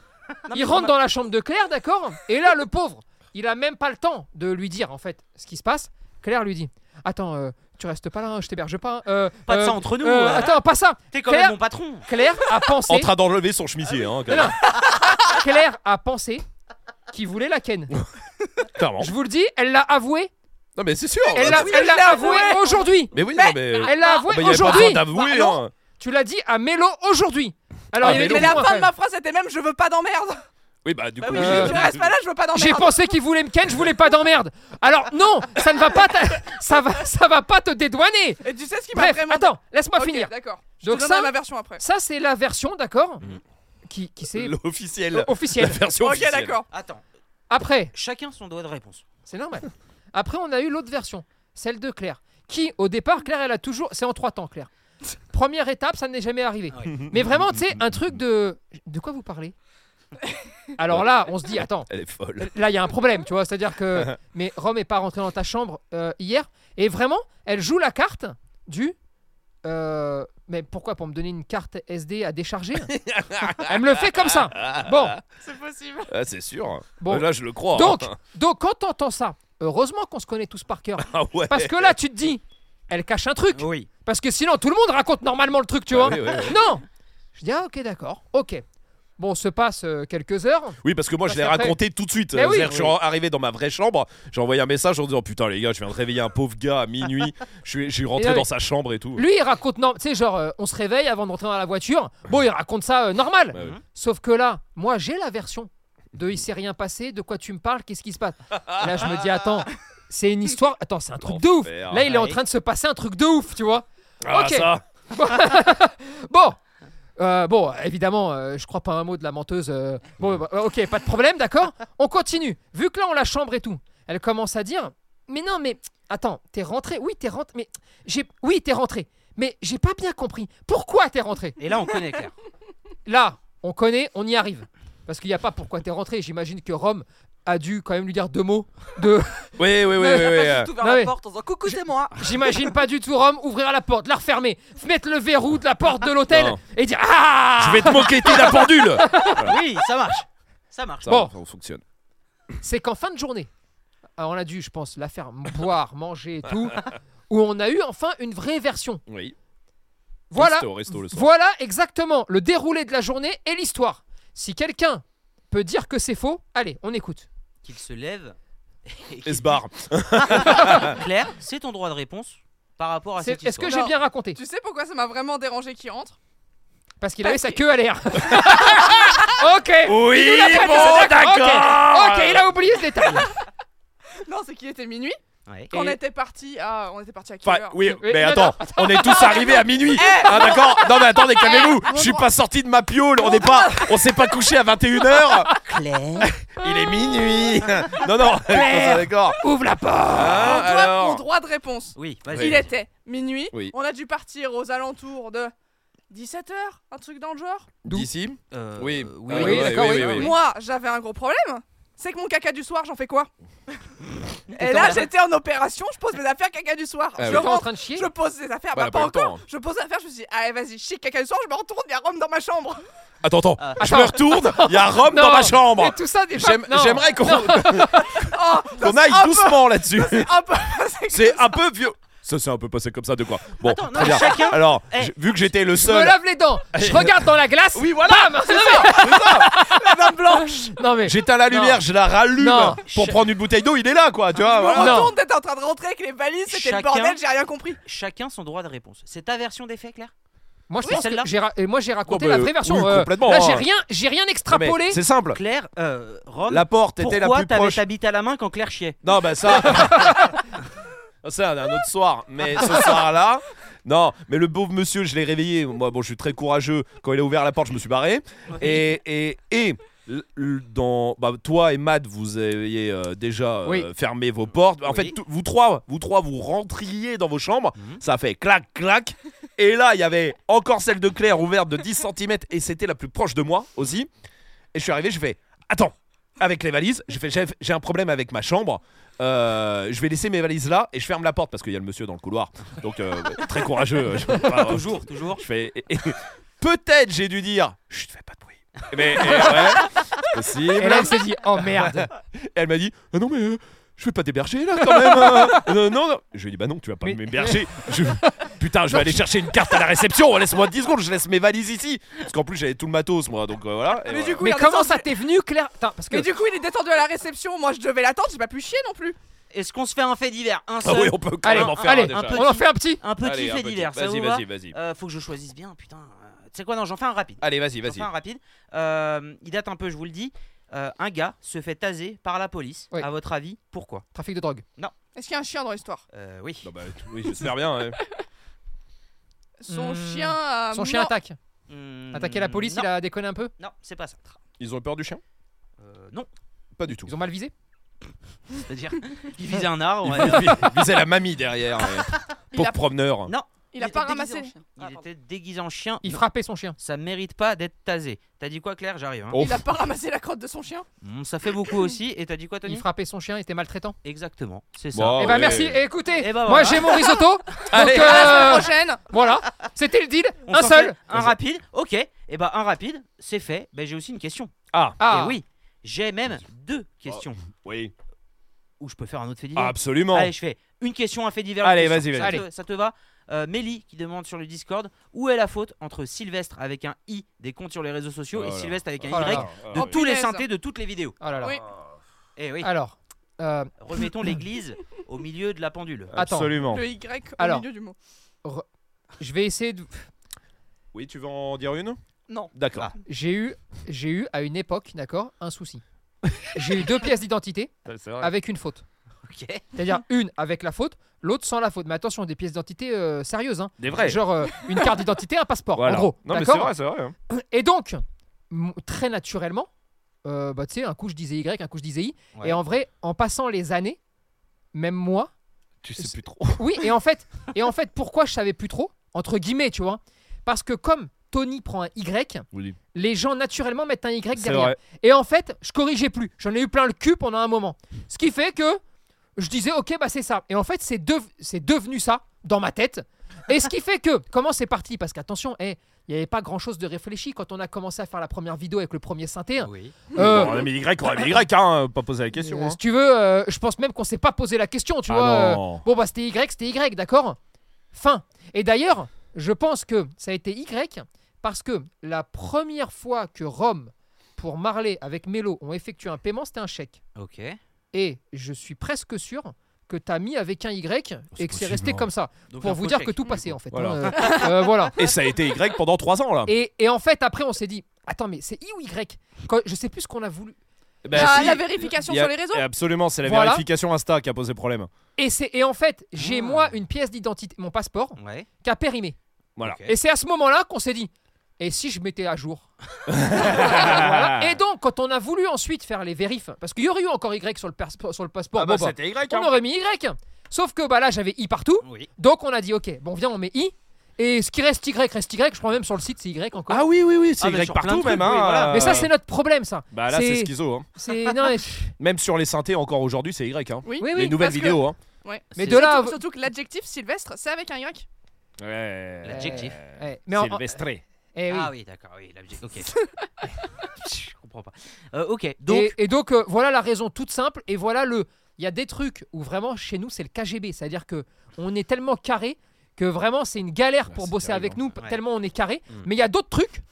Speaker 4: il rentre dans la chambre de Claire, d'accord Et là, le pauvre, il a même pas le temps de lui dire en fait ce qui se passe. Claire lui dit Attends, euh, tu restes pas là, hein, je t'héberge pas. hein, euh,
Speaker 3: Pas de
Speaker 4: euh,
Speaker 3: ça entre nous, hein.
Speaker 4: euh,
Speaker 3: ouais.
Speaker 4: Attends, pas ça.
Speaker 3: T'es quand
Speaker 4: Claire-
Speaker 3: même mon patron.
Speaker 4: Claire a pensé.
Speaker 2: En train d'enlever son chemisier, hein, quand
Speaker 4: Non,
Speaker 2: même.
Speaker 4: non. Claire a pensé qu'il voulait la ken.
Speaker 2: Clairement.
Speaker 4: Je vous le dis, elle l'a avoué.
Speaker 2: Non, mais c'est sûr.
Speaker 4: Elle l'a
Speaker 2: Oh, bah, Oui,
Speaker 4: elle
Speaker 19: je
Speaker 4: l'a
Speaker 19: l'ai
Speaker 4: avoué
Speaker 19: avoué.
Speaker 4: aujourd'hui.
Speaker 2: Mais oui, non, mais.
Speaker 4: Elle l'a avoué
Speaker 2: bah, y avait pas besoin
Speaker 4: aujourd'hui.
Speaker 2: d'avouer,
Speaker 4: non.
Speaker 2: hein.
Speaker 4: Tu l'as dit à Mélo aujourd'hui. Alors
Speaker 2: Ah,
Speaker 4: il y avait
Speaker 2: Mélo.
Speaker 4: des
Speaker 19: Mais la
Speaker 4: points,
Speaker 19: fin de
Speaker 4: quand même.
Speaker 19: ma phrase était même je veux pas d'emmerde.
Speaker 2: Oui, bah, du
Speaker 19: Bah
Speaker 2: coup.
Speaker 19: oui,
Speaker 2: euh,
Speaker 19: je reste pas là, je veux pas
Speaker 4: Oh, J'ai
Speaker 19: d'emmerde.
Speaker 4: pensé qu'il voulait me ken, je voulais pas d'emmerde. Alors non, ça ne va pas, t'a- ça va, ça va pas te dédouaner.
Speaker 19: Et tu sais ce qui m'a
Speaker 4: Bref,
Speaker 19: vraiment.
Speaker 4: attends, laisse-moi
Speaker 19: Ok,
Speaker 4: finir.
Speaker 19: D'accord. Je
Speaker 4: Donc
Speaker 19: te donnerai
Speaker 4: ça,
Speaker 19: ma version après.
Speaker 4: ça c'est la version, d'accord, qui, qui c'est Oh,
Speaker 2: L'officiel. Mm. La
Speaker 4: officielle.
Speaker 2: version
Speaker 19: Ok,
Speaker 2: officielle.
Speaker 19: d'accord.
Speaker 3: Attends,
Speaker 4: Après,
Speaker 3: chacun son doigt de réponse.
Speaker 4: c'est normal. Après, on a eu l'autre version, celle de Claire, qui au départ, Claire, elle a toujours, c'est en trois temps, Claire. Première étape, ça n'est jamais arrivé.
Speaker 2: Ah
Speaker 4: Mais vraiment, tu sais, un truc de, de quoi vous parlez Alors là, on se dit, attends.
Speaker 2: Elle est folle.
Speaker 4: là il y a un problème tu vois c'est à dire que mais Rome est pas rentrée dans ta chambre euh, hier et vraiment elle joue la carte du euh, mais pourquoi pour me donner une carte SD à décharger elle me le fait comme ça bon
Speaker 1: C'est possible.
Speaker 2: Ah, c'est sûr.
Speaker 4: Bon.
Speaker 2: Là, je le crois.
Speaker 4: donc
Speaker 2: hein.
Speaker 4: donc quand t'entends ça heureusement qu'on se connaît tous par cœur
Speaker 2: Ah ouais.
Speaker 4: parce que là tu te dis elle cache un truc
Speaker 3: Oui.
Speaker 4: parce que sinon tout le monde raconte normalement le truc tu vois
Speaker 2: Ah oui, oui,
Speaker 4: non je dis ah ok d'accord ok bon se passe euh, quelques heures
Speaker 2: Oui, parce que moi,
Speaker 4: Parce
Speaker 2: je l'ai
Speaker 4: qu'après-
Speaker 2: raconté tout de suite.
Speaker 4: Mais oui.
Speaker 2: C'est-à-dire que je suis arrivé dans ma vraie chambre, j'ai envoyé un message en disant Putain, les gars, je viens de réveiller un pauvre gars à minuit. Je suis, je suis rentré
Speaker 4: Et là,
Speaker 2: dans
Speaker 4: oui.
Speaker 2: sa chambre et tout.
Speaker 4: Lui, il raconte, norm- tu sais, genre, euh, on se réveille avant de rentrer dans la voiture. Bon, il raconte ça euh, normal.
Speaker 2: Ouais, ouais.
Speaker 4: Sauf que là, moi, j'ai la version de il s'est rien passé, de quoi tu me parles, qu'est-ce qui se passe Là, je me dis, attends, c'est une histoire, attends, c'est un truc de ouf.
Speaker 2: L'enfer.
Speaker 4: Là, il est en
Speaker 3: Ouais.
Speaker 4: train de se passer un truc de ouf, tu vois.
Speaker 2: Ah,
Speaker 4: ok.
Speaker 2: ça.
Speaker 4: Bon. Euh, bon, évidemment, euh, je crois pas un mot de la menteuse. euh, Bon, bah, ok, pas de problème, d'accord. On continue. Vu que là, on la chambre et tout, elle commence à dire Mais non, mais attends, t'es rentré Oui, t'es rentré. Mais j'ai. Oui, t'es rentré. Mais j'ai pas bien compris. Pourquoi t'es rentré
Speaker 3: Et là, on connaît Claire.
Speaker 4: Là, on connaît, on y arrive. Parce qu'il n'y a pas pourquoi t'es rentré. J'imagine que Rome a dû quand même lui dire deux mots. De...
Speaker 2: Oui, oui, oui, oui.
Speaker 4: Mais-
Speaker 2: oui, euh,
Speaker 1: Tout vers
Speaker 4: Non,
Speaker 1: la
Speaker 4: mais-
Speaker 1: porte en disant coucou, c'est moi.
Speaker 4: J'imagine pas du tout Rome ouvrir la porte, la refermer, mettre le verrou de la porte de l'hôtel
Speaker 2: Non.
Speaker 4: et dire Ah
Speaker 2: Je vais te moquer, t'es la pendule.
Speaker 3: Oui, ça marche. Ça marche.
Speaker 2: Ça,
Speaker 4: Bon.
Speaker 2: on fonctionne.
Speaker 4: c'est qu'en fin de journée, alors, on a dû, je pense, la faire boire, manger et tout, où on a eu enfin une vraie version.
Speaker 2: Oui.
Speaker 4: Voilà,
Speaker 2: Resto, resto le soir.
Speaker 4: voilà exactement le déroulé de la journée et l'histoire. Si quelqu'un peut dire que c'est faux, allez, on écoute.
Speaker 3: Qu'il se lève. et
Speaker 2: Et
Speaker 3: qu'il-
Speaker 2: se barre.
Speaker 3: Claire, c'est ton droit de réponse par rapport à
Speaker 4: C'est-
Speaker 3: Oh, cette
Speaker 4: Est-ce
Speaker 3: histoire.
Speaker 4: que j'ai
Speaker 19: Non.
Speaker 4: bien raconté
Speaker 19: Tu sais pourquoi ça m'a vraiment dérangé qui rentre
Speaker 4: Parce qu'il avait sa queue à l'air. ok.
Speaker 2: Oui,
Speaker 4: Il a pas dit
Speaker 2: bon,
Speaker 4: ça,
Speaker 2: d'accord.
Speaker 4: Ok, ok, il a oublié ce détail.
Speaker 19: Non, c'est qu'il était minuit.
Speaker 3: Ouais.
Speaker 19: Qu'on
Speaker 4: Et-
Speaker 19: était parti à. On était parti à quelle
Speaker 2: Enfin,
Speaker 19: heure
Speaker 2: oui,
Speaker 4: Oui,
Speaker 2: mais
Speaker 4: non,
Speaker 2: attends, on est tous arrivés à minuit.
Speaker 4: Eh.
Speaker 2: Ah d'accord. Non mais attendez, calmez-vous. Je suis pas sorti de ma piole, on n'est pas on s'est pas couché à 21h.
Speaker 3: Claire.
Speaker 2: Il est minuit. Non non,
Speaker 4: Claire.
Speaker 2: d'accord.
Speaker 4: Ouvre la porte.
Speaker 2: Ah,
Speaker 19: Mon droit-
Speaker 2: alors.
Speaker 19: Mon droit de réponse.
Speaker 3: Oui, vas-y.
Speaker 19: Il était minuit.
Speaker 2: Oui.
Speaker 19: On a dû partir aux alentours de 17h, un truc dans le genre.
Speaker 2: D'ici
Speaker 3: Euh,
Speaker 2: Oui.
Speaker 3: oui,
Speaker 2: Ah,
Speaker 4: oui,
Speaker 2: ouais,
Speaker 4: d'accord, oui.
Speaker 2: oui.
Speaker 19: Moi, j'avais un gros problème. C'est que mon caca du soir, j'en fais quoi Et
Speaker 3: T'es
Speaker 19: là,
Speaker 3: en-
Speaker 19: j'étais en opération, je pose mes affaires caca du soir.
Speaker 2: Ah
Speaker 19: je
Speaker 2: oui.
Speaker 4: T'es en
Speaker 19: rentre,
Speaker 4: train de chier
Speaker 19: je pose des affaires,
Speaker 2: Ouais,
Speaker 19: bah, pas
Speaker 2: pas le temps,
Speaker 19: encore.
Speaker 2: hein.
Speaker 19: Je pose des affaires, je me suis dit, allez, vas-y, chic caca du soir, je me retourne, il y a Rome dans ma chambre.
Speaker 2: Attends attends.
Speaker 3: Ah.
Speaker 2: Je me retourne, il y a Rome
Speaker 4: Non.
Speaker 2: dans ma
Speaker 4: Mais
Speaker 2: chambre.
Speaker 4: tout ça, des fois-
Speaker 2: J'aime-
Speaker 4: non.
Speaker 2: J'aimerais qu'on
Speaker 19: Oh,
Speaker 2: qu'on aille
Speaker 19: un peu-
Speaker 2: doucement là-dessus.
Speaker 19: hop
Speaker 2: C'est un peu vieux. Ça c'est un peu passé comme ça de quoi. Bon,
Speaker 3: Attends, non,
Speaker 2: très bien.
Speaker 3: chacun-
Speaker 2: Alors,
Speaker 3: Eh.
Speaker 2: j- vu que j'étais le
Speaker 4: Je me
Speaker 2: seul,
Speaker 4: lave les dents, je regarde dans la glace.
Speaker 2: Oui, voilà.
Speaker 4: Bam
Speaker 19: la main blanche
Speaker 4: Non mais
Speaker 2: j'éteins la
Speaker 4: Non.
Speaker 2: lumière, je la rallume
Speaker 4: Non.
Speaker 2: pour prendre une bouteille d'eau. Il est là quoi, tu vois.
Speaker 19: Je me
Speaker 2: voilà.
Speaker 4: Non.
Speaker 19: retourne, t'étais en train de rentrer avec les valises, c'était le
Speaker 3: Chacun-
Speaker 19: bordel, j'ai rien compris.
Speaker 3: Chacun son droit de réponse. C'est ta version des faits, Claire
Speaker 4: moi je
Speaker 3: Oui,
Speaker 4: pense que
Speaker 3: celle-là.
Speaker 4: j'ai ra- et moi j'ai raconté
Speaker 2: Non, mais,
Speaker 4: la vraie version. euh,
Speaker 2: oui, complètement,
Speaker 4: là
Speaker 2: hein.
Speaker 4: j'ai rien, j'ai rien
Speaker 2: Non, mais
Speaker 4: extrapolé.
Speaker 2: C'est simple.
Speaker 3: Claire, euh, Rome,
Speaker 2: La porte était la
Speaker 3: pourquoi
Speaker 2: plus
Speaker 3: t'avais
Speaker 2: proche.
Speaker 3: ta bite à la main quand Claire chiait
Speaker 2: Non, bah ça. ça, un autre soir. Mais ce soir-là. Non, mais le pauvre monsieur, je l'ai réveillé. Moi, bon, je suis très courageux. Quand il a ouvert la porte, je me suis barré. Et. et, et l- l- dans bah, toi et Matt vous aviez euh, déjà euh,
Speaker 4: Oui.
Speaker 2: fermé vos portes en
Speaker 3: Oui.
Speaker 2: fait tout- vous trois vous trois vous rentriez dans vos chambres
Speaker 3: Mhm.
Speaker 2: ça a fait clac clac et là il y avait encore celle de Claire ouverte de 10 cm et c'était la plus proche de moi aussi et je suis arrivé, j'ai fait Attends, avec les valises, j'ai fait Chef, j'ai un problème avec ma chambre. euh, je vais laisser mes valises là et je ferme la porte parce qu'il y a le monsieur dans le couloir. Donc euh, très courageux. je peux pas-
Speaker 3: Toujours, toujours.
Speaker 2: Je fais. et- et- Peut-être j'ai dû dire. Je fais pas de bruit. Mais et ouais, c'est possible.
Speaker 4: Et là, elle s'est dit, oh, merde.
Speaker 2: Et elle m'a dit Ah non mais euh, je vais pas t'héberger là quand même. hein. non, non non. Je lui ai dit bah non tu vas pas m'héberger. Je- Putain je vais aller chercher une carte à la réception. Oh, Laisse-moi 10 secondes je laisse mes valises ici. Parce qu'en plus j'avais tout le matos moi donc euh, voilà. Et
Speaker 19: Mais
Speaker 2: voilà.
Speaker 19: du
Speaker 4: Ah,
Speaker 19: coup,
Speaker 4: Mais
Speaker 19: il est
Speaker 4: comment
Speaker 19: descendu-
Speaker 4: ça t'est venu, Claire Attends, parce que.
Speaker 19: Mais du coup, il est descendu à la réception. Moi, je devais l'attendre. J'ai pas pu chier non plus.
Speaker 3: Est-ce qu'on se fait un fait divers Un
Speaker 2: Ah
Speaker 3: seul
Speaker 2: oui on peut quand
Speaker 4: Allez,
Speaker 2: même en faire un,
Speaker 4: allez,
Speaker 2: déjà.
Speaker 3: un petit-
Speaker 4: on en fait un petit.
Speaker 3: Un petit
Speaker 2: Allez, un
Speaker 3: fait
Speaker 2: petit.
Speaker 3: divers, ça
Speaker 2: Vas-y,
Speaker 3: vous
Speaker 2: vas-y,
Speaker 3: va
Speaker 2: vas-y.
Speaker 3: Euh, Faut que je choisisse bien, putain. Euh, Tu sais quoi, non, j'en fais un rapide.
Speaker 2: Allez vas-y
Speaker 3: J'en
Speaker 2: vas-y.
Speaker 3: fais un rapide. Euh, il date un peu, je vous le dis. Euh, un gars se fait taser par la police.
Speaker 4: Oui.
Speaker 3: À votre avis, pourquoi
Speaker 4: Trafic de drogue.
Speaker 19: Est-ce qu'il y a un chien dans l'histoire
Speaker 3: Euh, Oui.
Speaker 2: Non, bah, oui j'espère bien. hein. ouais.
Speaker 19: Son
Speaker 4: Hmm.
Speaker 19: chien. euh, a
Speaker 4: Son chien
Speaker 19: mor-
Speaker 4: attaque.
Speaker 3: Hmm,
Speaker 4: Attaquer la police,
Speaker 3: non,
Speaker 4: il a déconné un peu.
Speaker 3: Non, c'est pas ça.
Speaker 2: Ils ont peur du chien
Speaker 3: Euh, non,
Speaker 2: Pas du tout.
Speaker 4: Ils ont mal visé.
Speaker 3: c'est-à-dire il visait un arbre. ouais.
Speaker 2: Ils visaient la mamie derrière.
Speaker 19: Il
Speaker 2: Pour
Speaker 19: a-
Speaker 2: promeneur.
Speaker 3: Non,
Speaker 19: Il a pas ramassé.
Speaker 3: il était déguisé en chien.
Speaker 4: Il
Speaker 3: Non,
Speaker 4: frappait son chien.
Speaker 3: Ça mérite pas d'être tasé. T'as dit quoi, Claire J'arrive. hein.
Speaker 2: Oh.
Speaker 19: Il a pas ramassé la crotte de son chien.
Speaker 3: Hmm, ça fait beaucoup aussi. Et t'as dit quoi, Tony
Speaker 4: Il frappait son chien, il était maltraitant.
Speaker 3: Exactement, c'est ça.
Speaker 2: Bon,
Speaker 4: Eh ben
Speaker 2: ouais.
Speaker 4: merci. Et écoutez,
Speaker 3: Eh ben, voilà.
Speaker 4: moi j'ai mon risotto. donc
Speaker 2: Allez.
Speaker 4: euh,
Speaker 19: À la semaine prochaine.
Speaker 4: voilà, c'était le deal.
Speaker 3: On
Speaker 4: un
Speaker 3: s'en
Speaker 4: seul.
Speaker 3: fait Un rapide, ok. Et bah un rapide, c'est fait. Ben j'ai aussi une question.
Speaker 2: Ah,
Speaker 4: Ah.
Speaker 3: Et oui, j'ai même deux questions.
Speaker 2: oui.
Speaker 3: Ou je peux faire un autre fait
Speaker 4: Ah,
Speaker 3: divers.
Speaker 2: Absolument.
Speaker 3: Allez, je fais une question, un fait divers. une
Speaker 2: Allez,
Speaker 3: question.
Speaker 2: vas-y,
Speaker 3: Ça
Speaker 4: vas-y.
Speaker 3: te- Ça te va Euh, Mélie qui demande sur le Discord où est la faute entre Sylvestre avec un I des comptes sur les réseaux sociaux
Speaker 2: Oh
Speaker 3: et
Speaker 2: là.
Speaker 3: Sylvestre avec un
Speaker 4: Oh là
Speaker 3: Y
Speaker 4: là.
Speaker 2: ah,
Speaker 3: de
Speaker 19: Oh,
Speaker 3: tous les
Speaker 19: punaise.
Speaker 3: synthés de toutes les vidéos.
Speaker 4: Oh là là.
Speaker 19: Oui.
Speaker 3: Et
Speaker 2: Ah.
Speaker 3: oui,
Speaker 4: Alors, euh,
Speaker 3: remettons l'église au milieu de la pendule.
Speaker 4: Attends.
Speaker 2: Absolument.
Speaker 19: Le Y au
Speaker 4: Alors.
Speaker 19: milieu du mot.
Speaker 4: je vais essayer de.
Speaker 2: Oui, tu veux en dire une
Speaker 19: Non.
Speaker 2: D'accord.
Speaker 4: J'ai eu, j'ai eu à une époque, d'accord, un souci. J'ai eu deux pièces d'identité avec une faute.
Speaker 3: Ok.
Speaker 4: C'est-à-dire une avec la faute, l'autre sans la faute. Mais attention, des pièces d'identité euh, sérieuses, hein.
Speaker 2: Des vrais.
Speaker 4: Genre euh, une carte d'identité, un passeport,
Speaker 2: Voilà.
Speaker 4: en gros.
Speaker 2: Non, mais c'est
Speaker 4: D'accord
Speaker 2: vrai, c'est vrai. hein.
Speaker 4: Et donc, m- très naturellement, euh, bah, tu sais, un coup je disais Y, un coup je disais I.
Speaker 3: Ouais.
Speaker 4: Et en vrai, en passant les années, même moi,
Speaker 2: Tu
Speaker 4: sais
Speaker 2: plus trop.
Speaker 4: oui, et en fait, et en fait pourquoi je savais plus trop, entre guillemets, tu vois Parce que comme Tony prend un Y,
Speaker 2: Oui.
Speaker 4: les gens naturellement mettent un Y
Speaker 2: C'est
Speaker 4: derrière.
Speaker 2: vrai.
Speaker 4: Et en fait, je corrigeais plus. J'en ai eu plein le cul pendant un moment. Ce qui fait que je disais, ok, bah c'est ça. Et en fait, c'est dev- c'est devenu ça dans ma tête. Et ce qui fait que, comment c'est parti Parce qu'attention, eh, il n'y avait pas grand chose de réfléchi quand on a commencé à faire la première vidéo avec le premier synthé.
Speaker 2: Ah
Speaker 4: hein.
Speaker 3: Oui.
Speaker 4: Euh,
Speaker 2: Bon, on a mis Y, on a mis Y, hein, pas poser la question.
Speaker 4: euh,
Speaker 2: hein.
Speaker 4: si tu veux, euh, je pense même qu'on s'est pas posé la question, tu
Speaker 2: Ah
Speaker 4: vois. euh,
Speaker 2: non.
Speaker 4: bon, bah c'était Y, c'était Y, d'accord Fin. Et d'ailleurs, je pense que ça a été Y parce que la première fois que Rome pour Marley avec Mélo ont effectué un paiement, c'était un chèque.
Speaker 3: Ok.
Speaker 4: Et je suis presque sûr que t'as mis avec un Y et que c'est resté comme ça.
Speaker 3: Donc, un
Speaker 4: pour vous
Speaker 3: faux
Speaker 4: dire
Speaker 3: chèque.
Speaker 4: que tout passait en fait.
Speaker 2: Voilà.
Speaker 4: hein, euh, euh, voilà.
Speaker 2: Et ça a été Y pendant 3 ans là.
Speaker 4: Et, et en fait, après, on s'est dit Attends, mais c'est I ou Y Quand- Je sais plus ce qu'on a voulu.
Speaker 2: Bah,
Speaker 19: Ah,
Speaker 2: si.
Speaker 19: la vérification
Speaker 2: Il y a-
Speaker 19: sur les réseaux.
Speaker 2: Et Absolument, c'est la
Speaker 4: Voilà.
Speaker 2: vérification Insta qui a posé problème.
Speaker 4: Et, c'est- et en fait, j'ai
Speaker 3: Ah.
Speaker 4: moi une pièce d'identité, mon passeport,
Speaker 3: Ouais.
Speaker 4: qui a périmé.
Speaker 2: Voilà.
Speaker 3: Ok.
Speaker 4: Et c'est à ce moment-là qu'on s'est dit et si je mettais à jour Voilà. Et donc, quand on a voulu ensuite faire les vérifs, parce qu'il y aurait eu encore Y sur le, perspo- sur le passeport,
Speaker 2: Ah bah,
Speaker 4: bon, bah,
Speaker 2: c'était Y.
Speaker 4: on aurait mis Y. Sauf que bah, là, j'avais I partout,
Speaker 3: Oui.
Speaker 4: donc on a dit ok, bon, viens, on met I. Et ce qui reste Y reste Y, je crois même sur le site, c'est Y encore.
Speaker 2: Ah oui, oui, oui, c'est
Speaker 3: Ah, mais
Speaker 2: Y
Speaker 3: sur plein de
Speaker 2: partout
Speaker 3: trucs,
Speaker 2: même. hein,
Speaker 3: oui, voilà.
Speaker 4: Mais ça,
Speaker 2: euh,
Speaker 4: c'est notre problème, ça.
Speaker 2: Bah là, c'est schizo. hein.
Speaker 4: c'est- non, mais-
Speaker 2: Même sur les synthés, encore aujourd'hui, c'est Y. hein.
Speaker 4: Oui, oui.
Speaker 2: Les nouvelles
Speaker 19: parce que-
Speaker 2: vidéos. hein.
Speaker 4: Mais
Speaker 3: C'est
Speaker 4: de là. à-
Speaker 19: Surtout, surtout que l'adjectif Sylvestre, c'est avec un Y.
Speaker 2: hein. Ouais.
Speaker 3: L'adjectif.
Speaker 4: Ouais, mais en-
Speaker 2: Sylvestré.
Speaker 4: eh oui.
Speaker 3: Ah oui, d'accord, oui, l'objet. Ok. Je comprends pas. Euh, ok, donc.
Speaker 4: et, et donc, euh, voilà la raison toute simple. Et voilà le. Il y a des trucs où vraiment, chez nous, c'est le KGB. C'est-à-dire que on est tellement carré que vraiment, c'est une galère
Speaker 2: Ouais,
Speaker 4: pour
Speaker 2: Bah, c'est
Speaker 4: bosser
Speaker 2: terrible,
Speaker 4: avec nous,
Speaker 3: Ouais.
Speaker 4: tellement on est carré.
Speaker 3: Mm.
Speaker 4: Mais il y a d'autres trucs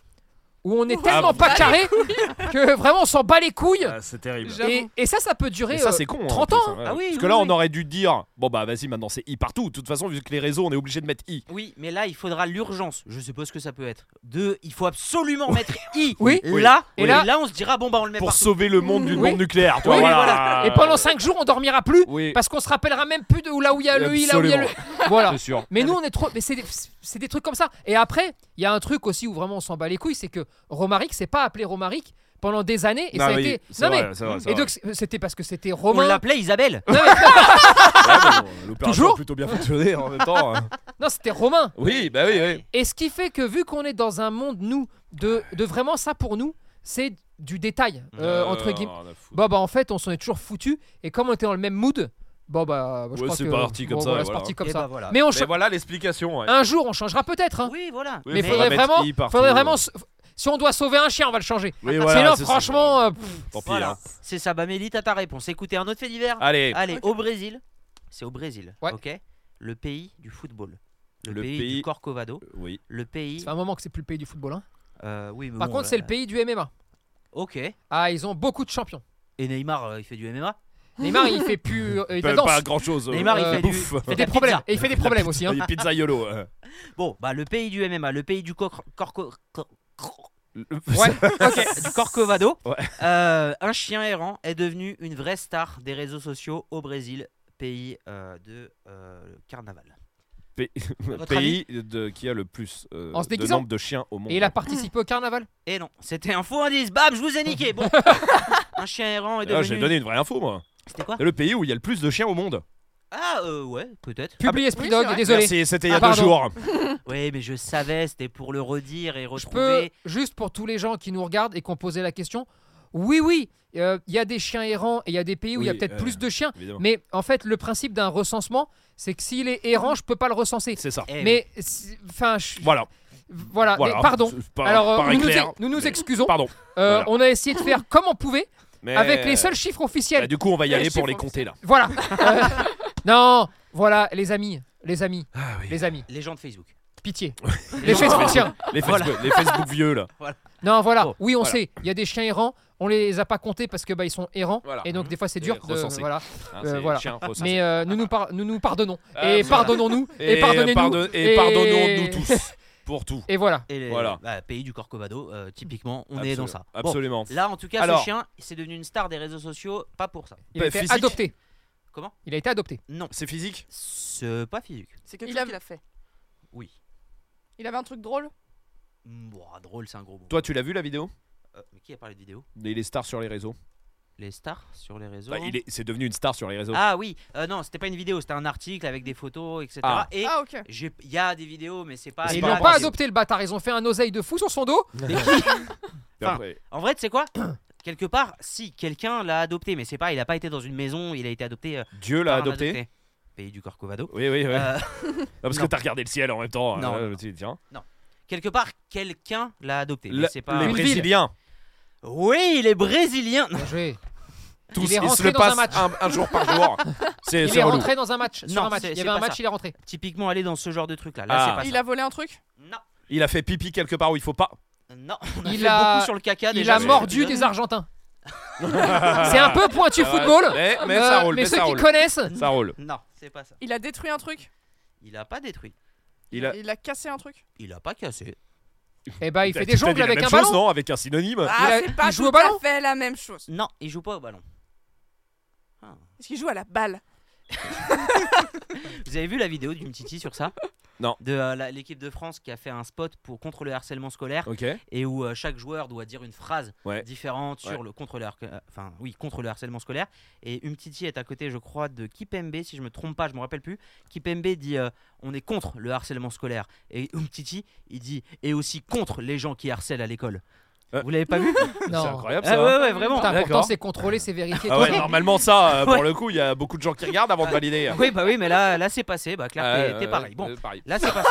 Speaker 4: où on est
Speaker 19: Ah,
Speaker 4: tellement
Speaker 2: vous
Speaker 4: pas carré que vraiment, on s'en bat les couilles.
Speaker 2: Ah, c'est terrible.
Speaker 19: J'avoue.
Speaker 4: et, et ça, ça peut durer.
Speaker 2: Mais ça,
Speaker 4: euh,
Speaker 2: c'est con. hein,
Speaker 4: 30
Speaker 2: en
Speaker 4: ans.
Speaker 2: plus, hein,
Speaker 3: Ah oui,
Speaker 2: Parce que
Speaker 3: oui,
Speaker 2: là,
Speaker 3: oui.
Speaker 2: on aurait dû dire bon, bah vas-y, maintenant c'est I partout. De toute façon, vu que les réseaux, on est obligé de mettre I.
Speaker 3: Oui, mais là, il faudra l'urgence. Je sais pas ce que ça peut être. Deux, il faut absolument mettre I
Speaker 4: Oui.
Speaker 3: là.
Speaker 4: Oui.
Speaker 3: Et
Speaker 4: Et là-
Speaker 3: là, on se dira, bon, bah, on le met
Speaker 2: Pour
Speaker 3: partout.
Speaker 2: sauver le monde d'une
Speaker 4: Oui.
Speaker 2: bombe nucléaire. Toi,
Speaker 4: Oui,
Speaker 2: voilà.
Speaker 4: Et pendant 5 jours, on dormira plus
Speaker 2: Ah. Oui,
Speaker 4: parce qu'on se rappellera même plus de où là où il y a le i, là où il y a le. Voilà.
Speaker 2: c'est sûr.
Speaker 4: Mais nous, on est trop. Mais c'est des, c'est des trucs comme ça. Et après, il y a un truc aussi où vraiment on s'en bat les couilles, c'est que Romaric, c'est pas appelé Romaric pendant des années. Et ça a
Speaker 2: oui,
Speaker 4: été.
Speaker 2: c'est vrai,
Speaker 4: mais.
Speaker 2: c'est vrai, c'est
Speaker 4: Et
Speaker 2: vrai.
Speaker 4: donc, c'est- c'était parce que c'était
Speaker 3: On
Speaker 4: Romain.
Speaker 3: l'appelait Isabelle.
Speaker 4: Non, mais-
Speaker 2: Ouais, bon, l'opération
Speaker 4: Toujours
Speaker 2: a plutôt bien fonctionné en même temps. hein.
Speaker 4: non, c'était Romain.
Speaker 2: Oui, bah oui, oui.
Speaker 4: Et ce qui fait que, vu qu'on est dans un monde, nous, de, de vraiment ça pour nous, c'est du détail, euh,
Speaker 2: Euh,
Speaker 4: entre guillemets.
Speaker 2: rien à foutre.
Speaker 4: Bah, bah, en fait, on s'en est toujours foutu. Et comme on était dans le même mood, bon, bah, bah, je
Speaker 2: Ouais,
Speaker 4: crois
Speaker 2: c'est
Speaker 4: que-
Speaker 2: parti comme
Speaker 4: bon,
Speaker 2: ça,
Speaker 4: voilà, c'est
Speaker 2: voilà.
Speaker 4: parti comme
Speaker 3: Eh
Speaker 2: Et
Speaker 4: ça.
Speaker 3: ben,
Speaker 2: bah, voilà.
Speaker 4: Mais on
Speaker 2: Mais
Speaker 4: cha-
Speaker 2: voilà l'explication, ouais.
Speaker 4: Un jour, on changera peut-être. hein.
Speaker 3: Oui, voilà.
Speaker 2: Oui,
Speaker 4: mais
Speaker 2: faudra
Speaker 4: faudrait
Speaker 2: mettre
Speaker 4: vraiment,
Speaker 2: i partout, euh
Speaker 4: faudrait
Speaker 2: ouais.
Speaker 4: vraiment. se- Si on doit sauver un chien, on va le changer.
Speaker 2: Oui, voilà,
Speaker 4: Sinon,
Speaker 2: c'est ça.
Speaker 4: franchement, euh, pff,
Speaker 2: Tant pis,
Speaker 3: Voilà.
Speaker 2: hein.
Speaker 3: C'est ça, bah Mélie, t'as ta réponse. Écoutez, un autre fait divers.
Speaker 2: Allez.
Speaker 4: Ah,
Speaker 3: Allez, au Brésil. C'est au Brésil,
Speaker 4: Ouais.
Speaker 3: ok Le pays du football. Le,
Speaker 2: Le
Speaker 3: pays,
Speaker 2: pays-
Speaker 3: du Corcovado.
Speaker 2: Oui.
Speaker 3: Le pays...
Speaker 4: ça fait un moment que c'est plus le pays du football. hein.
Speaker 3: euh, oui, mais
Speaker 4: Par
Speaker 3: bon,
Speaker 4: contre,
Speaker 3: là-
Speaker 4: c'est le pays du MMA.
Speaker 3: Ok. Et
Speaker 4: Ah, ils ont beaucoup de champions.
Speaker 3: Neymar, euh, il fait du MMA
Speaker 4: Neymar, il fait plus. euh, il fait
Speaker 2: Pas,
Speaker 4: la danse.
Speaker 2: pas grand chose.
Speaker 3: Neymar, il
Speaker 4: euh,
Speaker 3: fait du...
Speaker 2: bouffe.
Speaker 3: il fait
Speaker 4: Il
Speaker 3: de
Speaker 4: fait
Speaker 3: la
Speaker 4: des problèmes.
Speaker 3: pizza.
Speaker 4: Et il fait des problèmes aussi. hein.
Speaker 2: Pizza yolo. euh.
Speaker 3: Bon, bah le pays du MMA, le pays du cor- corco- cor- cor-
Speaker 4: Ouais.
Speaker 3: du Corcovado,
Speaker 2: Ouais.
Speaker 3: Euh, un chien errant est devenu une vraie star des réseaux sociaux au Brésil, pays euh, de euh, carnaval. Votre
Speaker 2: Pays de, qui a le plus euh,
Speaker 4: En se
Speaker 2: de
Speaker 4: déguisant.
Speaker 2: nombre de chiens au monde. Ah,
Speaker 4: Et il a participé au carnaval.
Speaker 3: Et Eh non, c'était un faux indice. Bam, je vous ai niqué. Bon, un chien errant est
Speaker 2: Ah, J'ai
Speaker 3: devenu.
Speaker 2: donné une vraie info, moi.
Speaker 3: C'était quoi
Speaker 2: C'est le pays où il y a le plus de chiens au monde.
Speaker 3: Ah euh, ouais, peut-être.
Speaker 4: Publié Esprit
Speaker 1: oui,
Speaker 4: Dog,
Speaker 1: c'est vrai.
Speaker 4: désolé.
Speaker 2: Merci, c'était il y a
Speaker 4: Ah,
Speaker 2: deux
Speaker 4: pardon.
Speaker 2: jours.
Speaker 3: Oui, mais je savais, c'était pour le redire et
Speaker 4: Je peux,
Speaker 3: retrouver.
Speaker 4: juste pour tous les gens qui nous regardent et qui ont posé la question, oui, oui, euh, il y a des chiens errants et il y a des pays où il y a
Speaker 2: Oui,
Speaker 4: peut-être
Speaker 2: euh,
Speaker 4: plus de chiens.
Speaker 2: évidemment.
Speaker 4: Mais en fait, le principe d'un recensement, c'est que s'il est errant, je peux pas le recenser.
Speaker 2: C'est ça.
Speaker 3: Eh oui.
Speaker 4: Mais, c'est- enfin, je-
Speaker 2: Voilà.
Speaker 4: voilà.
Speaker 2: voilà.
Speaker 4: Ah, mais pardon.
Speaker 2: C'est pas-
Speaker 4: Alors, euh,
Speaker 2: pas
Speaker 4: nous, nous,
Speaker 2: clair,
Speaker 4: nous nous
Speaker 2: mais-
Speaker 4: excusons.
Speaker 2: Pardon.
Speaker 4: Euh,
Speaker 2: voilà.
Speaker 4: On a essayé de faire comme on pouvait
Speaker 2: Mais-
Speaker 4: avec les seuls chiffres
Speaker 2: Bah,
Speaker 4: officiels.
Speaker 2: du coup, on va y
Speaker 1: Les
Speaker 2: aller pour les
Speaker 1: chiffres,
Speaker 2: compter là.
Speaker 4: Voilà. Euh, non, voilà, les amis, les amis, les amis.
Speaker 3: Les gens de Facebook.
Speaker 4: Pitié. les Facebook chiens.
Speaker 2: Les
Speaker 3: Voilà.
Speaker 2: Facebook, les Facebook vieux là.
Speaker 4: Non, voilà.
Speaker 3: Bon,
Speaker 4: oui, on
Speaker 2: voilà.
Speaker 4: sait. Il y a des chiens errants. On les a pas comptés parce que bah ils sont errants.
Speaker 2: Voilà.
Speaker 4: Et donc des fois c'est dur.
Speaker 2: Et
Speaker 4: De,
Speaker 2: recenser.
Speaker 4: voilà.
Speaker 2: Hein,
Speaker 4: Euh,
Speaker 2: c'est
Speaker 4: voilà.
Speaker 2: chien, faut ça,
Speaker 4: Mais euh, nous nous, par- nous nous pardonnons.
Speaker 2: Euh,
Speaker 4: et
Speaker 2: voilà.
Speaker 4: pardonnons-nous.
Speaker 2: c'est-
Speaker 4: Et, pardonnez-nous.
Speaker 2: pardon- Et pardonnons-nous tous pour tout.
Speaker 4: Et voilà.
Speaker 3: Et les-
Speaker 2: Voilà.
Speaker 3: bah, pays du Corcovado, euh, typiquement, on est
Speaker 2: Absolument.
Speaker 3: dans ça. Bon,
Speaker 2: Absolument.
Speaker 3: là, en tout cas,
Speaker 2: Alors-
Speaker 3: ce chien, c'est devenu une star des réseaux sociaux, pas pour ça.
Speaker 4: Il a
Speaker 2: Bah,
Speaker 4: été
Speaker 2: physique.
Speaker 4: adopté.
Speaker 3: Comment
Speaker 4: Il a été adopté.
Speaker 3: Non,
Speaker 2: C'est physique
Speaker 3: c'est pas physique.
Speaker 1: C'est quelque
Speaker 19: Il
Speaker 1: chose
Speaker 19: a-
Speaker 1: qu'il a fait.
Speaker 3: Oui.
Speaker 19: Il avait un truc drôle
Speaker 3: Mm, Bon, drôle, c'est un gros mot.
Speaker 2: Toi, tu l'as vu la vidéo
Speaker 3: Euh, mais qui a parlé de vidéo
Speaker 2: Il est star sur les réseaux.
Speaker 3: Les stars sur les réseaux
Speaker 2: Bah, il est- C'est devenu une star sur les réseaux.
Speaker 3: Ah oui, euh, non, c'était pas une vidéo, c'était un article avec des photos, etc.
Speaker 2: Ah.
Speaker 3: Et
Speaker 19: Ah, ok.
Speaker 3: j'ai- il y a des vidéos, mais c'est pas.
Speaker 2: Ah,
Speaker 4: Et
Speaker 2: c'est
Speaker 4: ils
Speaker 2: pas
Speaker 4: l'ont
Speaker 2: grave.
Speaker 4: pas adopté le bâtard. Ils ont fait un oseille de fou sur son dos.
Speaker 2: Et
Speaker 3: enfin,
Speaker 2: après-
Speaker 3: En vrai, tu sais quoi Quelque part, si quelqu'un l'a adopté, mais c'est pas, il a pas été dans une maison, il a été adopté. euh,
Speaker 2: Dieu
Speaker 3: par
Speaker 2: l'a
Speaker 3: un
Speaker 2: adopté.
Speaker 3: Pays du Corcovado.
Speaker 2: Oui, oui, oui.
Speaker 3: Euh,
Speaker 2: Non, parce
Speaker 3: non.
Speaker 2: que t'as regardé le ciel en même temps.
Speaker 3: Non,
Speaker 2: euh,
Speaker 3: non.
Speaker 2: tu- tiens.
Speaker 3: quelque part, quelqu'un l'a adopté. mais
Speaker 2: La-
Speaker 3: c'est pas.
Speaker 2: Les
Speaker 4: Une ville.
Speaker 2: Brésiliens,
Speaker 3: Oui, les Brésiliens.
Speaker 4: Bien joué.
Speaker 2: tous
Speaker 4: Il est
Speaker 2: ils se
Speaker 4: rentré
Speaker 2: le
Speaker 4: dans un
Speaker 2: passent
Speaker 4: match.
Speaker 2: un, un jour par jour. C'est
Speaker 4: Il est
Speaker 2: c'est relou.
Speaker 4: rentré dans un match. Sur
Speaker 3: Non,
Speaker 4: un match.
Speaker 3: c'est-
Speaker 4: Il y
Speaker 3: c'est
Speaker 4: avait un
Speaker 3: pas
Speaker 4: match.
Speaker 3: ça.
Speaker 4: Il est rentré.
Speaker 3: Typiquement, aller dans ce genre de truc là. Là,
Speaker 2: Ah.
Speaker 3: c'est pas.
Speaker 19: Il a volé un truc
Speaker 3: ça.
Speaker 2: Il a fait pipi quelque part où il faut pas.
Speaker 3: Non, non. On a
Speaker 4: Il
Speaker 3: fait
Speaker 4: a-
Speaker 3: beaucoup sur le caca.
Speaker 4: Il
Speaker 3: déjà,
Speaker 4: a
Speaker 3: sur
Speaker 4: mordu
Speaker 3: l'épisode.
Speaker 4: des Argentins. c'est un peu pointu football.
Speaker 2: Ah, Mais, Euh, eh, mais ça
Speaker 4: Euh,
Speaker 2: roule.
Speaker 4: mais
Speaker 2: Mais,
Speaker 4: ceux
Speaker 2: ça
Speaker 4: qui
Speaker 2: roule.
Speaker 4: connaissent.
Speaker 2: Ça roule.
Speaker 3: Non, c'est pas ça.
Speaker 19: Il a détruit un truc
Speaker 3: Il a pas détruit.
Speaker 2: Il a.
Speaker 19: Il a cassé un truc
Speaker 3: Il a pas cassé.
Speaker 4: Et bah il
Speaker 2: T'as-
Speaker 4: fait
Speaker 2: t'as
Speaker 4: des
Speaker 2: dit
Speaker 4: jongles
Speaker 2: la
Speaker 4: avec
Speaker 2: même
Speaker 4: un
Speaker 2: chose,
Speaker 4: ballon.
Speaker 2: Non, avec un synonyme.
Speaker 19: Ah,
Speaker 4: il
Speaker 19: c'est pas
Speaker 4: joue au
Speaker 19: tout
Speaker 4: ballon
Speaker 19: à fait la même chose.
Speaker 3: Non, il joue pas au ballon.
Speaker 19: Est-ce qu'il joue à la balle
Speaker 3: Vous avez vu la vidéo d'une Titi sur ça
Speaker 2: Non.
Speaker 3: De euh, la- l'équipe de France qui a fait un spot pour contre le harcèlement scolaire
Speaker 2: Ok.
Speaker 3: et où euh, chaque joueur doit dire une phrase
Speaker 2: Ouais.
Speaker 3: différente sur le contre le har- euh, enfin oui contre le harcèlement scolaire et Umtiti est à côté je crois de Kipembe si je me trompe pas je me rappelle plus Kipembe dit euh, on est contre le harcèlement scolaire et Umtiti il dit et aussi contre les gens qui harcèlent à l'école
Speaker 2: Euh.
Speaker 3: vous l'avez pas vu
Speaker 2: C'est
Speaker 4: Non.
Speaker 2: incroyable
Speaker 3: Ah
Speaker 2: ça. hein.
Speaker 3: ouais ouais vraiment
Speaker 4: Putain, Pourtant
Speaker 2: D'accord.
Speaker 4: c'est contrôlé, c'est vérifié.
Speaker 2: Ah ouais, normalement ça, euh,
Speaker 3: Ouais.
Speaker 2: pour le coup, il y a beaucoup de gens qui regardent avant de valider. hein.
Speaker 3: oui bah oui mais là là c'est passé bah Claire t'es-
Speaker 2: Euh,
Speaker 3: t'es pareil bon
Speaker 2: euh, pareil.
Speaker 3: là c'est passé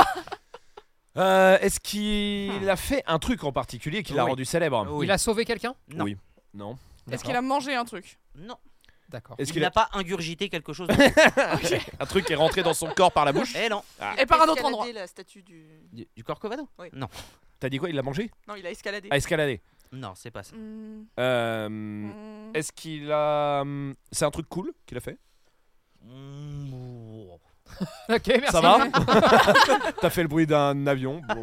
Speaker 2: Euh, Est-ce qu'il a fait un truc en particulier qui l'a
Speaker 3: Oui.
Speaker 2: rendu célèbre
Speaker 3: Oui.
Speaker 4: Il a sauvé quelqu'un
Speaker 3: Non.
Speaker 2: Oui. Non.
Speaker 19: Est-ce qu'il a mangé un truc
Speaker 3: non
Speaker 4: D'accord.
Speaker 2: Est-ce
Speaker 3: il
Speaker 2: qu'il
Speaker 3: n'a
Speaker 2: a
Speaker 3: pas ingurgité quelque chose
Speaker 2: un truc qui est rentré dans son corps par la bouche
Speaker 3: eh non
Speaker 19: Et par un autre
Speaker 1: Escalader
Speaker 19: endroit
Speaker 1: la statue du.
Speaker 3: du, du Corcovado
Speaker 1: Oui.
Speaker 3: non
Speaker 2: T'as dit quoi Il l'a mangé
Speaker 1: Non, il a escaladé.
Speaker 2: A escaladé.
Speaker 3: non c'est pas ça
Speaker 19: Hmm,
Speaker 2: Euh,
Speaker 19: hmm.
Speaker 2: Est-ce qu'il a. hum, C'est un truc cool qu'il a fait
Speaker 19: Mm.
Speaker 3: Mmh.
Speaker 4: Ok, merci.
Speaker 2: Ça va T'as fait le bruit d'un avion. Bon,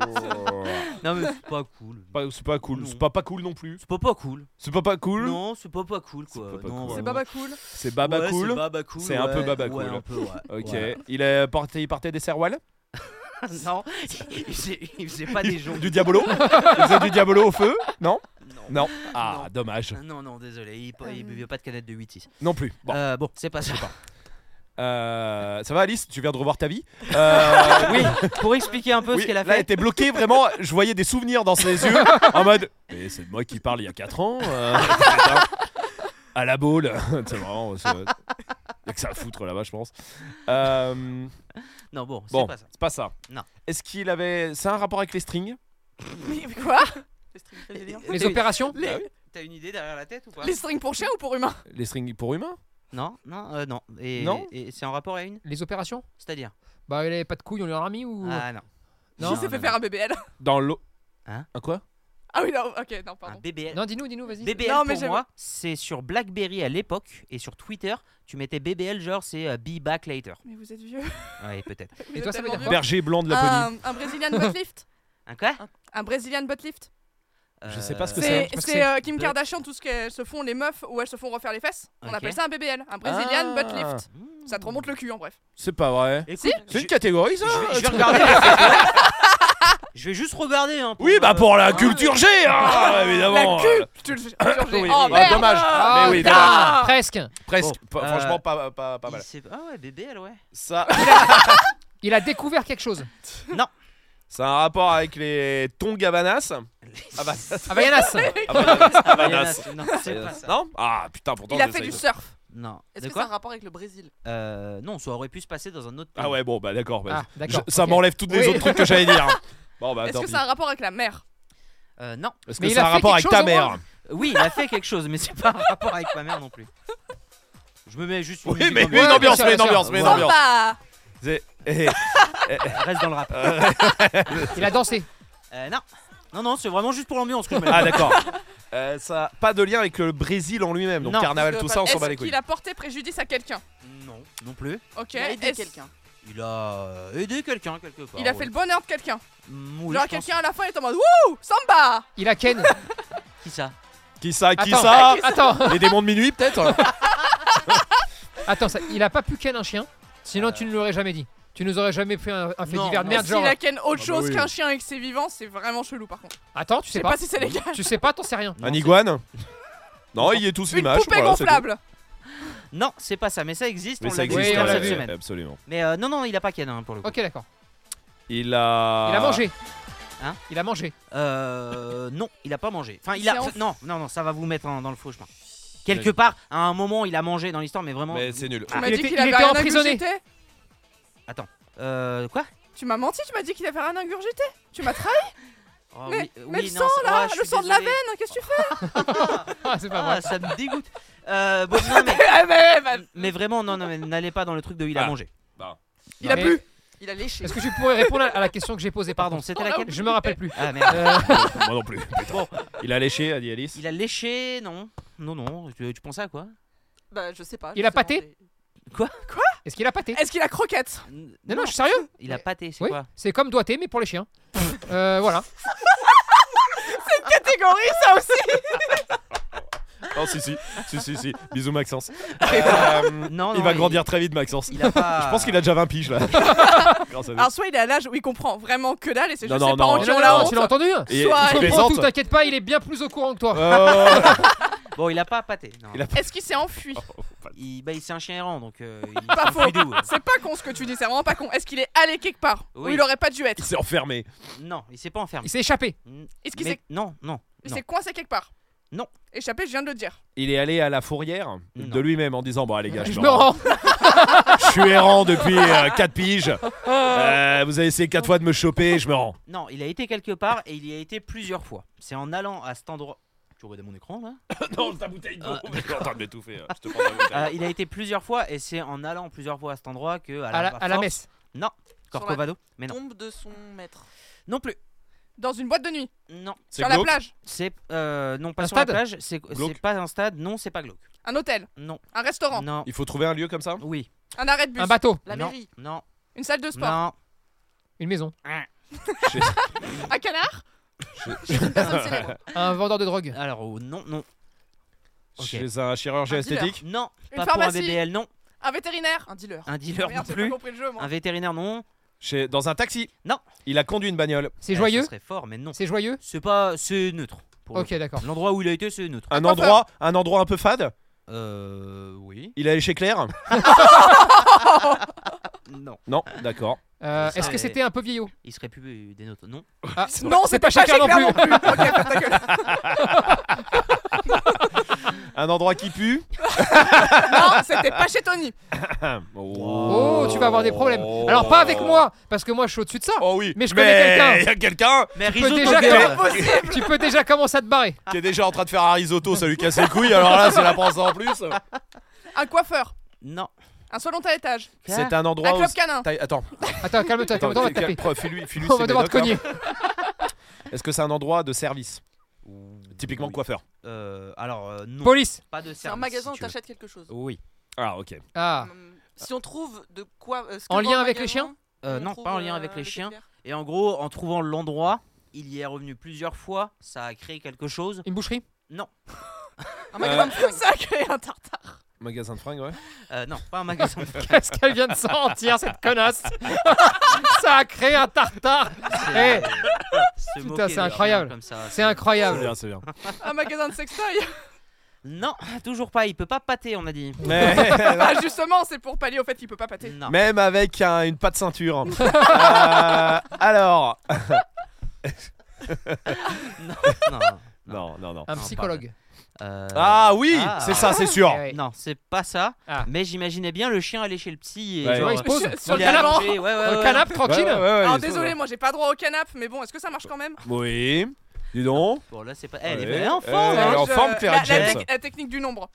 Speaker 3: non mais c'est pas cool
Speaker 2: pas- C'est pas cool.
Speaker 3: Non.
Speaker 2: C'est pas pas cool non plus.
Speaker 3: c'est pas pas cool
Speaker 2: C'est pas pas cool.
Speaker 3: Non, c'est pas pas cool quoi.
Speaker 2: C'est pas pas
Speaker 3: Non,
Speaker 2: cool.
Speaker 19: C'est
Speaker 3: vraiment.
Speaker 19: Baba Ah bah Cool
Speaker 2: C'est baba
Speaker 3: Ouais,
Speaker 2: cool.
Speaker 3: C'est baba cool.
Speaker 2: C'est un peu
Speaker 3: ouais,
Speaker 2: baba
Speaker 3: ouais,
Speaker 2: cool.
Speaker 3: un peu, ouais.
Speaker 2: Ok.
Speaker 3: Voilà.
Speaker 2: Il est porté, il partait des serwals
Speaker 3: non, il faisait, il faisait pas des jeux.
Speaker 2: Du diabolo Il faisait du diabolo au feu Non
Speaker 3: Non.
Speaker 2: Non. Ah,
Speaker 3: Non.
Speaker 2: dommage.
Speaker 19: Euh.
Speaker 3: non, non, désolé, il, il buvait pas de canette de 8
Speaker 2: Non plus. Bon.
Speaker 3: Euh, bon, c'est pas ça.
Speaker 2: Euh, ça va Alice Tu viens de revoir ta vie Euh,
Speaker 3: Oui, pour expliquer un peu
Speaker 2: oui,
Speaker 3: ce qu'elle a
Speaker 2: Là, elle
Speaker 3: fait.
Speaker 2: était bloquée, vraiment. Je voyais des souvenirs dans ses yeux en mode Mais c'est de moi qui parle il y a 4 ans. euh, putain. à la boule. c'est vraiment. c'est- Y'a que ça à foutre là-bas, je pense. Euh,
Speaker 3: Non, bon, c'est
Speaker 2: bon,
Speaker 3: pas ça.
Speaker 2: c'est pas ça.
Speaker 3: Non.
Speaker 2: Est-ce qu'il avait. C'est un rapport avec les strings
Speaker 19: Mais quoi
Speaker 2: Les opérations
Speaker 3: T'as-
Speaker 2: Bah oui.
Speaker 3: T'as une idée derrière la tête ou quoi
Speaker 19: Les strings pour chien ou pour humain
Speaker 2: Les strings pour humains
Speaker 3: Non, non, euh, non. Et,
Speaker 2: Non
Speaker 3: et c'est en rapport à une
Speaker 4: Les opérations
Speaker 3: C'est-à-dire
Speaker 4: Bah, il avait pas de couilles, on lui en a mis ou.
Speaker 3: Ah non.
Speaker 4: Non.
Speaker 19: Il s'est fait faire un BBL.
Speaker 2: Dans l'eau.
Speaker 3: Hein
Speaker 2: Un quoi
Speaker 19: Ah oui, non, ok, non, pardon.
Speaker 3: Un BBL.
Speaker 4: Non, dis-nous, dis-nous, vas-y.
Speaker 3: BBL
Speaker 19: Non, mais
Speaker 3: pour
Speaker 19: j'aime-
Speaker 3: moi, c'est sur Blackberry à l'époque et sur Twitter, tu mettais BBL genre c'est euh, be back later.
Speaker 19: Mais vous êtes vieux.
Speaker 3: Ouais, peut-être.
Speaker 19: Vous
Speaker 4: Et
Speaker 19: êtes
Speaker 4: toi, ça veut
Speaker 19: tellement
Speaker 4: dire
Speaker 19: vieux.
Speaker 4: quoi
Speaker 2: Berger blanc de la Laponie.
Speaker 19: Un, un Brazilian butt lift
Speaker 3: Un quoi
Speaker 19: Un Brazilian butt lift
Speaker 2: Je sais pas ce que
Speaker 3: Euh,
Speaker 19: C'est
Speaker 2: je crois que
Speaker 19: c'est, euh, Kim
Speaker 3: Butt-
Speaker 19: Kardashian, tout ce qu'elles se font, les meufs, où elles se font refaire les fesses. On
Speaker 3: Ok.
Speaker 19: appelle ça un BBL, un Brazilian
Speaker 2: Ah.
Speaker 19: butt lift. Ça te remonte le cul en bref.
Speaker 2: C'est pas vrai.
Speaker 3: Écoute,
Speaker 19: Si
Speaker 2: C'est une
Speaker 3: je-
Speaker 2: catégorie ça
Speaker 3: je vais- je vais regarder la photo. Je vais juste regarder. hein, pour,
Speaker 2: Oui, bah pour
Speaker 3: euh,
Speaker 2: la
Speaker 3: hein.
Speaker 2: culture G, hein, évidemment.
Speaker 19: La cul tu le- tu le-
Speaker 2: Oui,
Speaker 19: Oh
Speaker 2: oui,
Speaker 19: merde
Speaker 2: dommage.
Speaker 4: Ah,
Speaker 3: bah,
Speaker 2: Mais oui,
Speaker 4: putain,
Speaker 2: dommage.
Speaker 19: dommage.
Speaker 4: Presque.
Speaker 2: Presque.
Speaker 3: Bon,
Speaker 2: Pas-
Speaker 3: euh,
Speaker 2: Franchement, pas, pas, pas
Speaker 3: Il
Speaker 2: mal.
Speaker 3: s'est- Ah ouais, BBL, ouais.
Speaker 2: Ça,
Speaker 4: Il a découvert quelque chose.
Speaker 2: ça a un rapport avec les Tongavanas. Ah bah,
Speaker 4: Ah, bah, Yanas
Speaker 2: Ah,
Speaker 3: Ah,
Speaker 2: Havanas.
Speaker 3: Non, c'est pas ça.
Speaker 2: Non Ah putain, pourtant.
Speaker 19: Il a
Speaker 2: je
Speaker 19: fait
Speaker 2: sais.
Speaker 19: du surf.
Speaker 3: Non.
Speaker 1: Est-ce
Speaker 3: De
Speaker 1: que ça a un
Speaker 3: quoi
Speaker 1: rapport avec le Brésil
Speaker 3: Euh, Non, ça aurait pu se passer dans un autre pays.
Speaker 2: Ah ouais, bon, bah d'accord. bah,
Speaker 4: Ah,
Speaker 2: je-
Speaker 4: d'accord.
Speaker 2: Ça
Speaker 4: ok.
Speaker 2: m'enlève toutes les
Speaker 4: Oui.
Speaker 2: autres trucs que j'allais dire. Bon, bah
Speaker 19: Est-ce
Speaker 2: tant
Speaker 19: que
Speaker 2: pis.
Speaker 19: ça a un rapport avec la mer
Speaker 3: Euh, non.
Speaker 2: Est-ce
Speaker 4: Mais
Speaker 2: que
Speaker 4: il
Speaker 2: ça
Speaker 4: a
Speaker 2: a un
Speaker 4: fait
Speaker 2: rapport avec
Speaker 4: quelque
Speaker 2: ta
Speaker 4: chose, au
Speaker 2: mère
Speaker 3: Oui, il a fait quelque chose, mais c'est pas un rapport avec ma mère non plus. Je me mets juste. une
Speaker 2: Oui,
Speaker 3: musique
Speaker 2: mais
Speaker 3: ambiante.
Speaker 2: mais une
Speaker 4: bien
Speaker 2: ambiance,
Speaker 4: sûr,
Speaker 2: mais
Speaker 4: bien
Speaker 2: une
Speaker 4: sûr.
Speaker 2: ambiance, mais une
Speaker 3: Voilà.
Speaker 2: ambiance.
Speaker 19: Samba
Speaker 2: C'est- eh,
Speaker 3: euh, Reste dans le rap.
Speaker 4: Il a dansé.
Speaker 3: Euh, non. Non, non, c'est vraiment juste pour l'ambiance que je mets.
Speaker 2: Ah d'accord. Euh, ça pas de lien avec euh, le Brésil en lui-même, donc
Speaker 3: Non.
Speaker 2: carnaval tout ça on s'en bat
Speaker 19: Est-ce
Speaker 2: les couilles.
Speaker 19: qu'il a porté préjudice à quelqu'un
Speaker 3: Non, non plus.
Speaker 19: Ok.
Speaker 1: Il a aidé
Speaker 19: Est-ce-
Speaker 1: quelqu'un.
Speaker 3: Il a euh, aidé quelqu'un quelque part.
Speaker 19: Il a
Speaker 3: Ah ouais.
Speaker 19: fait le bonheur de quelqu'un.
Speaker 3: Mm, oui,
Speaker 19: Genre
Speaker 3: je pense.
Speaker 19: quelqu'un à la fin est en mode Wouh Samba
Speaker 4: Il a Ken.
Speaker 3: Qui ça
Speaker 2: Qui ça, qui
Speaker 4: Attends.
Speaker 2: ça
Speaker 4: Attends,
Speaker 2: Les démons de minuit peut-être
Speaker 4: attends, ça- il a pas pu Ken un chien.
Speaker 2: Euh.
Speaker 4: Sinon, tu ne l'aurais jamais dit. Tu nous aurais jamais fait un, un fait
Speaker 3: Non,
Speaker 4: divers de
Speaker 3: non,
Speaker 4: merde,
Speaker 19: S'il
Speaker 4: genre. euh,
Speaker 19: a ken autre
Speaker 2: bah
Speaker 19: chose
Speaker 2: oui.
Speaker 19: qu'un chien et que c'est vivant, c'est vraiment chelou par contre.
Speaker 4: Attends, tu
Speaker 19: Je
Speaker 4: sais
Speaker 19: sais
Speaker 4: pas.
Speaker 19: pas si c'est légal.
Speaker 4: Tu sais pas, t'en sais rien.
Speaker 2: Un iguane Non, il est tous
Speaker 19: Une
Speaker 2: l'image.
Speaker 19: poupée
Speaker 2: voilà, c'est tout.
Speaker 19: gonflable
Speaker 3: Non, c'est pas ça, mais ça existe.
Speaker 2: Mais
Speaker 3: on
Speaker 2: ça
Speaker 3: l'a vu
Speaker 2: existe,
Speaker 4: Oui,
Speaker 2: on
Speaker 3: cette
Speaker 2: l'a
Speaker 4: l'a
Speaker 2: vu.
Speaker 3: semaine.
Speaker 2: Absolument.
Speaker 3: Mais euh, non, non, il a pas Ken hein, pour le coup.
Speaker 4: Ok, d'accord.
Speaker 2: Il a.
Speaker 4: Il a mangé.
Speaker 3: Ah. Hein
Speaker 4: Il a mangé.
Speaker 3: Euh, non, il a pas mangé. Enfin, il
Speaker 19: C'est
Speaker 3: a.
Speaker 19: en-
Speaker 3: Non, non, non, ça va vous mettre en- dans le faux chemin. Quelque part, à un moment, il a mangé dans l'histoire, mais vraiment.
Speaker 2: Mais c'est nul.
Speaker 19: Tu m'as
Speaker 4: il
Speaker 19: dit
Speaker 4: était-
Speaker 19: qu'il
Speaker 4: il
Speaker 19: avait
Speaker 4: était
Speaker 19: rien
Speaker 4: emprisonné.
Speaker 19: ingurgité
Speaker 3: Euh, quoi
Speaker 19: Tu m'as menti, tu m'as dit qu'il avait rien ingurgité Tu m'as trahi
Speaker 3: Oh,
Speaker 19: Mais-
Speaker 3: euh,
Speaker 19: mais le
Speaker 3: non,
Speaker 19: sang,
Speaker 3: c'est-
Speaker 19: là,
Speaker 3: oh, je
Speaker 19: le
Speaker 3: suis
Speaker 19: sang de la
Speaker 3: désolé.
Speaker 19: veine, qu'est-ce que tu fais
Speaker 4: Ah, c'est pas
Speaker 3: Ah,
Speaker 4: vrai.
Speaker 3: ça me dégoûte. Euh, bon, non, mais,
Speaker 19: Eh ben, eh ben,
Speaker 3: mais vraiment, non, non, mais n'allez pas dans le truc de il a
Speaker 2: Ah.
Speaker 3: mangé. Ah,
Speaker 19: Il a
Speaker 4: Mais
Speaker 19: plu
Speaker 1: Il a léché.
Speaker 4: Est-ce que tu pourrais répondre à- à la question que j'ai posée par
Speaker 3: Pardon,
Speaker 4: contre
Speaker 19: Oh,
Speaker 3: c'était laquelle
Speaker 4: Je me rappelle plus.
Speaker 3: Ah merde.
Speaker 4: Euh,
Speaker 2: Moi non plus. Bon, il a léché, a dit Alice.
Speaker 3: Il a léché, non. Non, non, tu, tu pensais à quoi
Speaker 1: Bah, je sais pas.
Speaker 4: Il a
Speaker 1: justement,
Speaker 4: pâté
Speaker 1: j'ai-
Speaker 4: Est-ce qu'il a pâté
Speaker 19: Est-ce qu'il a croquette
Speaker 3: Eh, Non,
Speaker 4: Non, non, je suis sérieux.
Speaker 3: Il a pâté, c'est
Speaker 4: Oui,
Speaker 3: quoi
Speaker 4: c'est comme doigté, mais pour les chiens. Euh, voilà.
Speaker 19: Catégorie ça aussi
Speaker 2: Oh si si, si si si. Bisous Maxence. Euh,
Speaker 3: Non, non,
Speaker 2: il va grandir très vite Maxence.
Speaker 3: Il a pas.
Speaker 2: Je pense qu'il a déjà 20 piges là. Grâce à nous.
Speaker 19: Alors soit il est à l'âge où il comprend vraiment que dalle et c'est
Speaker 2: Non,
Speaker 19: juste
Speaker 2: non,
Speaker 19: ses parents
Speaker 2: non.
Speaker 19: qui
Speaker 4: Non,
Speaker 19: ont
Speaker 4: non,
Speaker 19: la
Speaker 4: non,
Speaker 19: honte
Speaker 4: tu l'as entendu hein?
Speaker 2: Et- il
Speaker 19: Soit il
Speaker 4: Comprends
Speaker 2: plaisante.
Speaker 4: tout, t'inquiète pas, il est bien plus au courant que toi.
Speaker 2: Euh,
Speaker 3: Bon, il a pas pâté. Non.
Speaker 2: Il a-
Speaker 19: Est-ce qu'il s'est enfui
Speaker 2: Ah.
Speaker 3: Il- bah, il- c'est un chien errant, donc. euh, il
Speaker 19: Pas
Speaker 3: s'en fout
Speaker 19: faux.
Speaker 3: d'où.
Speaker 19: C'est pas con ce que tu dis, c'est vraiment pas con. Est-ce qu'il est allé quelque part où
Speaker 3: Oui.
Speaker 19: il aurait pas dû
Speaker 2: il
Speaker 19: être
Speaker 2: s'est enfermé.
Speaker 3: Non, il s'est pas enfermé.
Speaker 4: Il s'est échappé.
Speaker 19: Est-ce qu'il
Speaker 3: Mais-
Speaker 19: s'est-
Speaker 3: Non, non.
Speaker 19: Il
Speaker 3: non.
Speaker 19: s'est coincé quelque part
Speaker 3: Non.
Speaker 19: Échappé, je viens de le dire.
Speaker 2: Il est allé à la fourrière de
Speaker 3: Non.
Speaker 2: lui-même en disant bon les gars,
Speaker 4: Je
Speaker 2: je
Speaker 4: me rends.
Speaker 2: Je suis errant depuis 4 piges. Euh, vous avez essayé 4 fois de me choper, je me rends.
Speaker 3: Non, il a été quelque part et il y a été plusieurs fois. C'est en allant à cet endroit. Tu regardes mon écran là
Speaker 2: non, ta bouteille d'eau.
Speaker 3: Ah,
Speaker 2: Je suis en train de m'étouffer. hein. Je te prends ta bouteille.
Speaker 4: Ah,
Speaker 3: Euh, Il a été plusieurs fois et c'est en allant plusieurs fois à cet endroit que. À la,
Speaker 4: À la, à la
Speaker 3: force-
Speaker 4: messe.
Speaker 3: Corcovado Mais non.
Speaker 1: Tombe de son maître.
Speaker 3: Non plus.
Speaker 19: Dans une boîte de nuit,
Speaker 3: Non.
Speaker 2: C'est
Speaker 19: sur la
Speaker 2: glauque.
Speaker 19: plage,
Speaker 3: C'est. euh, non, pas
Speaker 4: Un
Speaker 3: sur la
Speaker 4: stade
Speaker 3: plage. C'est
Speaker 2: Glauque.
Speaker 3: c'est pas un stade. Non, c'est pas glauque.
Speaker 19: un hôtel,
Speaker 3: Non.
Speaker 19: un restaurant,
Speaker 3: Non.
Speaker 2: Il faut trouver un lieu comme ça
Speaker 3: Oui.
Speaker 19: un arrêt de bus,
Speaker 4: Un bateau.
Speaker 1: La
Speaker 3: non.
Speaker 1: mairie.
Speaker 3: Non.
Speaker 19: une salle de sport,
Speaker 3: Non.
Speaker 4: Une maison.
Speaker 19: un canard
Speaker 1: Personne célèbre.
Speaker 4: Un vendeur de drogue.
Speaker 3: Alors, oh, non, non. Ok.
Speaker 2: Chez un chirurgien
Speaker 1: Un dealer.
Speaker 2: esthétique
Speaker 3: Non.
Speaker 19: Une
Speaker 3: Pas
Speaker 19: pharmacie.
Speaker 3: pour un BBL, non.
Speaker 19: Un vétérinaire
Speaker 1: Un dealer.
Speaker 3: Un dealer
Speaker 19: Merde,
Speaker 3: non
Speaker 19: j'ai pas
Speaker 3: plus.
Speaker 19: compris le jeu moi.
Speaker 3: Un vétérinaire, non.
Speaker 2: Chez... Dans un taxi
Speaker 3: Non.
Speaker 2: Il a conduit une bagnole.
Speaker 4: C'est
Speaker 3: Eh,
Speaker 4: joyeux.
Speaker 3: Ce serait fort, mais non.
Speaker 4: C'est joyeux.
Speaker 3: C'est pas. C'est neutre. pour le
Speaker 4: Ok, d'accord.
Speaker 3: coup. L'endroit où il a été, c'est neutre.
Speaker 2: Un
Speaker 19: coiffeur.
Speaker 2: endroit, un endroit un peu fade
Speaker 3: Euh. Oui.
Speaker 2: Il est allé chez Claire
Speaker 3: Non.
Speaker 2: Non, d'accord.
Speaker 4: Euh,
Speaker 3: Ça
Speaker 4: Est-ce que
Speaker 3: serait-
Speaker 4: c'était un peu vieillot
Speaker 3: Il serait plus des notes. Non.
Speaker 4: Ah,
Speaker 3: C'est
Speaker 4: non,
Speaker 3: vrai.
Speaker 4: c'est pas chez Claire non plus. Ok, ferme ta
Speaker 19: gueule.
Speaker 2: Un endroit qui pue
Speaker 19: non, c'était pas chez Tony.
Speaker 4: Oh, tu vas avoir des problèmes. Alors pas avec moi, parce que moi je suis au-dessus de ça.
Speaker 2: Oh oui.
Speaker 4: Mais je connais quelqu'un.
Speaker 2: Il y a quelqu'un
Speaker 4: Tu peux déjà comm- tu peux déjà commencer à te barrer.
Speaker 2: qui est déjà en train de faire un risotto, ça lui casse les couilles. Alors là, c'est la pense en plus.
Speaker 4: Ah.
Speaker 19: Un coiffeur.
Speaker 3: Non.
Speaker 19: Un salon à étage.
Speaker 2: C'est un endroit
Speaker 19: Un
Speaker 2: où-
Speaker 19: club canin.
Speaker 2: T'as- Attends.
Speaker 4: Attends, calme-toi, calme-toi, on va te taper.
Speaker 2: calme- Fais-lui, fais-lui
Speaker 4: On
Speaker 2: ses
Speaker 4: va devoir te
Speaker 2: médocs,
Speaker 4: cogner.
Speaker 2: hein. Est-ce que c'est un endroit de service Typiquement coiffeur.
Speaker 3: Euh, alors euh, non.
Speaker 2: Police.
Speaker 3: Pas de
Speaker 1: C'est un
Speaker 3: service,
Speaker 1: magasin
Speaker 3: si
Speaker 1: où
Speaker 3: tu veux.
Speaker 1: t'achètes quelque chose. Hum,
Speaker 3: Oui.
Speaker 2: Ah ok.
Speaker 4: Ah.
Speaker 1: Si on trouve de quoi. euh, ce que
Speaker 3: En
Speaker 1: vend
Speaker 3: lien
Speaker 1: le
Speaker 3: avec les
Speaker 1: magasin,
Speaker 3: chiens Euh,
Speaker 1: on
Speaker 3: Non,
Speaker 1: trouve,
Speaker 3: pas en lien
Speaker 1: euh,
Speaker 3: avec les
Speaker 1: les
Speaker 3: chiens.
Speaker 1: éclairs.
Speaker 3: Et en gros, en trouvant l'endroit, il y est revenu plusieurs fois. Ça a créé quelque chose.
Speaker 4: Une boucherie
Speaker 3: Non.
Speaker 1: Un
Speaker 2: magasin de
Speaker 1: fringues. Ça a créé un tartare.
Speaker 2: Magasin de fringues, ouais.
Speaker 3: Euh, non, pas un magasin de fringues.
Speaker 4: Qu'est-ce qu'elle vient de sentir, cette connasse Ça a créé un tartare Eh,
Speaker 3: Se moquer
Speaker 4: Putain,
Speaker 3: de
Speaker 4: c'est
Speaker 3: rien
Speaker 4: incroyable.
Speaker 3: comme ça,
Speaker 4: C'est incroyable.
Speaker 2: C'est bien, c'est bien.
Speaker 19: Un magasin de sextoy.
Speaker 3: Non, toujours pas. Il peut pas pâter, on a dit.
Speaker 2: Mais-
Speaker 19: Bah, justement, c'est pour pallier au fait qu'il peut pas
Speaker 2: Ah,
Speaker 19: pâter.
Speaker 3: Non.
Speaker 2: Même avec un- une patte ceinture. Euh, alors.
Speaker 3: non, non,
Speaker 2: non, non, non.
Speaker 4: Un psychologue. Eh
Speaker 3: Euh,
Speaker 2: Ah oui, c'est ça, c'est sûr.
Speaker 4: ouais.
Speaker 3: Non, c'est pas ça. Mais j'imaginais bien le chien aller chez le psy et
Speaker 2: Ouais.
Speaker 3: genre,
Speaker 2: Ouais, il se
Speaker 19: pose
Speaker 3: euh,
Speaker 19: sur le
Speaker 3: il est
Speaker 19: canapé.
Speaker 3: allongé, ouais, ouais, ouais.
Speaker 2: Ouais, ouais, ouais,
Speaker 19: Alors
Speaker 2: il est-
Speaker 19: désolé, moi j'ai pas droit au canap, mais bon, est-ce que ça marche quand même
Speaker 2: Oui. Dis donc.
Speaker 3: Bon là c'est pas. Eh, Elle
Speaker 2: Ouais.
Speaker 3: est en hein. forme.
Speaker 2: Euh, elle est en
Speaker 19: Je-
Speaker 2: forme, Claire
Speaker 19: la, la
Speaker 2: James.
Speaker 19: tec- la technique du nombre.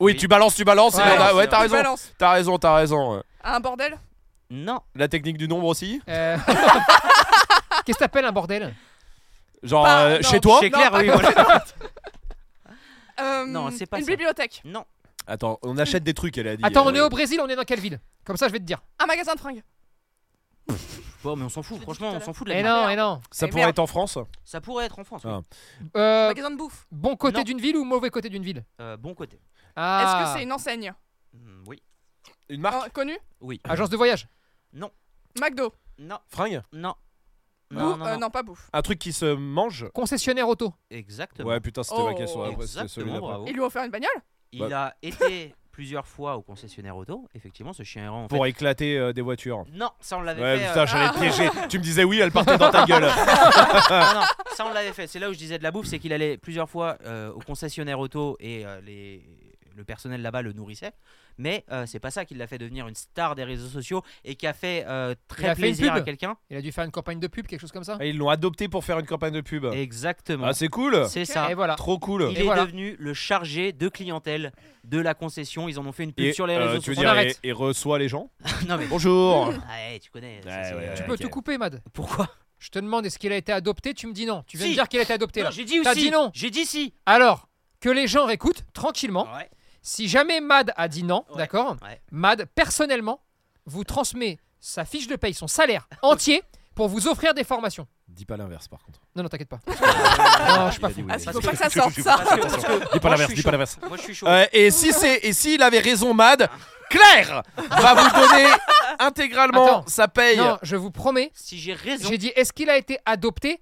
Speaker 2: Oui, tu balances, tu balances.
Speaker 19: Ouais,
Speaker 2: et on a-
Speaker 19: c'est
Speaker 2: ouais, t'as
Speaker 19: vrai.
Speaker 2: raison.
Speaker 19: Balance.
Speaker 2: T'as raison, t'as raison. ouais.
Speaker 19: Ah, un bordel
Speaker 3: Non.
Speaker 2: La technique du nombre aussi
Speaker 4: Euh, Qu'est-ce que t'appelles un bordel
Speaker 2: Genre
Speaker 4: Pas-
Speaker 2: euh,
Speaker 4: non,
Speaker 2: chez toi
Speaker 4: chez Claire, Non, oui, pas-
Speaker 2: voilà.
Speaker 19: Euh,
Speaker 3: Non, c'est pas
Speaker 19: Une
Speaker 3: ça.
Speaker 19: bibliothèque.
Speaker 3: Non.
Speaker 2: Attends, on achète des trucs, elle a dit.
Speaker 4: Attends, on
Speaker 2: Euh,
Speaker 4: est au Brésil, on est dans quelle ville Comme ça, je vais te dire.
Speaker 19: Un magasin de fringues.
Speaker 3: Bon, mais on s'en fout. Franchement, on s'en fout de la.
Speaker 4: Eh
Speaker 3: vie.
Speaker 4: non, eh non.
Speaker 2: Ça
Speaker 3: Eh
Speaker 2: pourrait
Speaker 3: merde.
Speaker 2: être en France
Speaker 3: Ça pourrait être en France. oui.
Speaker 2: Ah.
Speaker 4: Euh,
Speaker 19: Magasin de bouffe.
Speaker 4: Bon côté
Speaker 3: Non.
Speaker 4: d'une ville ou mauvais côté d'une ville
Speaker 3: Euh, bon côté.
Speaker 4: Ah.
Speaker 19: Est-ce que c'est une enseigne
Speaker 3: Mm, Oui.
Speaker 2: Une
Speaker 3: Ah.
Speaker 19: Euh, Connue
Speaker 3: Oui.
Speaker 4: Agence de voyage
Speaker 19: McDo.
Speaker 3: Non.
Speaker 2: Fringue
Speaker 3: Non.
Speaker 19: Bouffe
Speaker 3: Non,
Speaker 19: Euh,
Speaker 3: non, non.
Speaker 19: non, pas bouffe.
Speaker 2: Un truc qui se mange
Speaker 4: Concessionnaire auto
Speaker 3: Exactement.
Speaker 2: Ouais, putain, c'était ma
Speaker 19: Oh.
Speaker 2: question. Après, c'était celui
Speaker 3: Exactement.
Speaker 2: d'après.
Speaker 3: Bravo.
Speaker 19: Ils lui ont offert une bagnole
Speaker 3: Il
Speaker 2: Bah.
Speaker 3: a été plusieurs fois au concessionnaire auto. Effectivement, ce chien errant. en
Speaker 2: Pour
Speaker 3: fait-
Speaker 2: éclater euh, des voitures.
Speaker 3: Non, ça on l'avait
Speaker 2: Ouais,
Speaker 3: fait.
Speaker 2: putain,
Speaker 3: euh,
Speaker 2: j'allais te piéger. Tu me disais oui, elle partait dans ta gueule.
Speaker 3: non, ah, non, ça on l'avait fait. C'est là où je disais de la bouffe, c'est qu'il allait plusieurs fois euh, au concessionnaire auto et euh, les... le personnel là-bas le nourrissait. Mais euh, c'est pas ça qui l'a fait devenir une star des réseaux sociaux et qui a fait euh,
Speaker 4: Il
Speaker 3: très
Speaker 4: a fait une
Speaker 3: plaisir
Speaker 4: pub
Speaker 3: à quelqu'un.
Speaker 4: Il a dû faire une campagne de pub, quelque chose comme ça
Speaker 2: Ah, Ils l'ont adopté pour faire une campagne de pub.
Speaker 3: Exactement.
Speaker 2: Ah, c'est cool.
Speaker 3: C'est ça.
Speaker 4: Et voilà.
Speaker 2: Trop cool.
Speaker 3: Il
Speaker 4: Et
Speaker 3: est
Speaker 4: voilà.
Speaker 3: devenu le chargé de clientèle de la concession. Ils en ont fait une pub
Speaker 2: Et,
Speaker 3: sur les
Speaker 2: euh,
Speaker 3: réseaux
Speaker 2: tu veux
Speaker 3: sociaux.
Speaker 2: dire,
Speaker 3: On
Speaker 2: et-
Speaker 3: arrête.
Speaker 2: et, reçoit les gens
Speaker 3: Non, mais-
Speaker 2: Bonjour.
Speaker 3: Ouais, tu connais. ça,
Speaker 2: Ouais,
Speaker 3: c'est-
Speaker 2: ouais,
Speaker 4: Tu
Speaker 2: ouais,
Speaker 4: peux
Speaker 2: ok.
Speaker 4: tout couper, Mad.
Speaker 3: Pourquoi
Speaker 4: Je te demande, est-ce qu'il a été adopté Tu me dis non. Tu viens
Speaker 3: Si.
Speaker 4: de dire qu'il a été adopté
Speaker 3: Non,
Speaker 4: là.
Speaker 3: j'ai dit
Speaker 4: T'as
Speaker 3: aussi.
Speaker 4: dit non.
Speaker 3: J'ai dit si.
Speaker 4: Alors, que les gens réécoutent tranquillement.
Speaker 3: Ouais.
Speaker 4: Si jamais Mad a dit non, d'accord
Speaker 3: Ah. ouais.
Speaker 4: Mad, personnellement, vous transmet sa fiche de paye, son salaire entier, pour vous offrir des formations.
Speaker 2: Dis pas l'inverse par contre.
Speaker 4: Non, non, t'inquiète pas. non, je suis pas fou.
Speaker 19: Ah, faut pas que ça sorte ça.
Speaker 2: Dis pas
Speaker 3: Moi,
Speaker 2: l'inverse,
Speaker 3: je suis
Speaker 2: dis pas
Speaker 3: chaud.
Speaker 2: l'inverse.
Speaker 3: Moi, je suis chaud.
Speaker 2: Euh, et si c'est et s'il avait raison Mad, Claire va vous donner intégralement
Speaker 4: Attends.
Speaker 2: sa paye.
Speaker 4: Non, je vous promets.
Speaker 3: Si j'ai raison.
Speaker 4: J'ai dit, est-ce qu'il a été adopté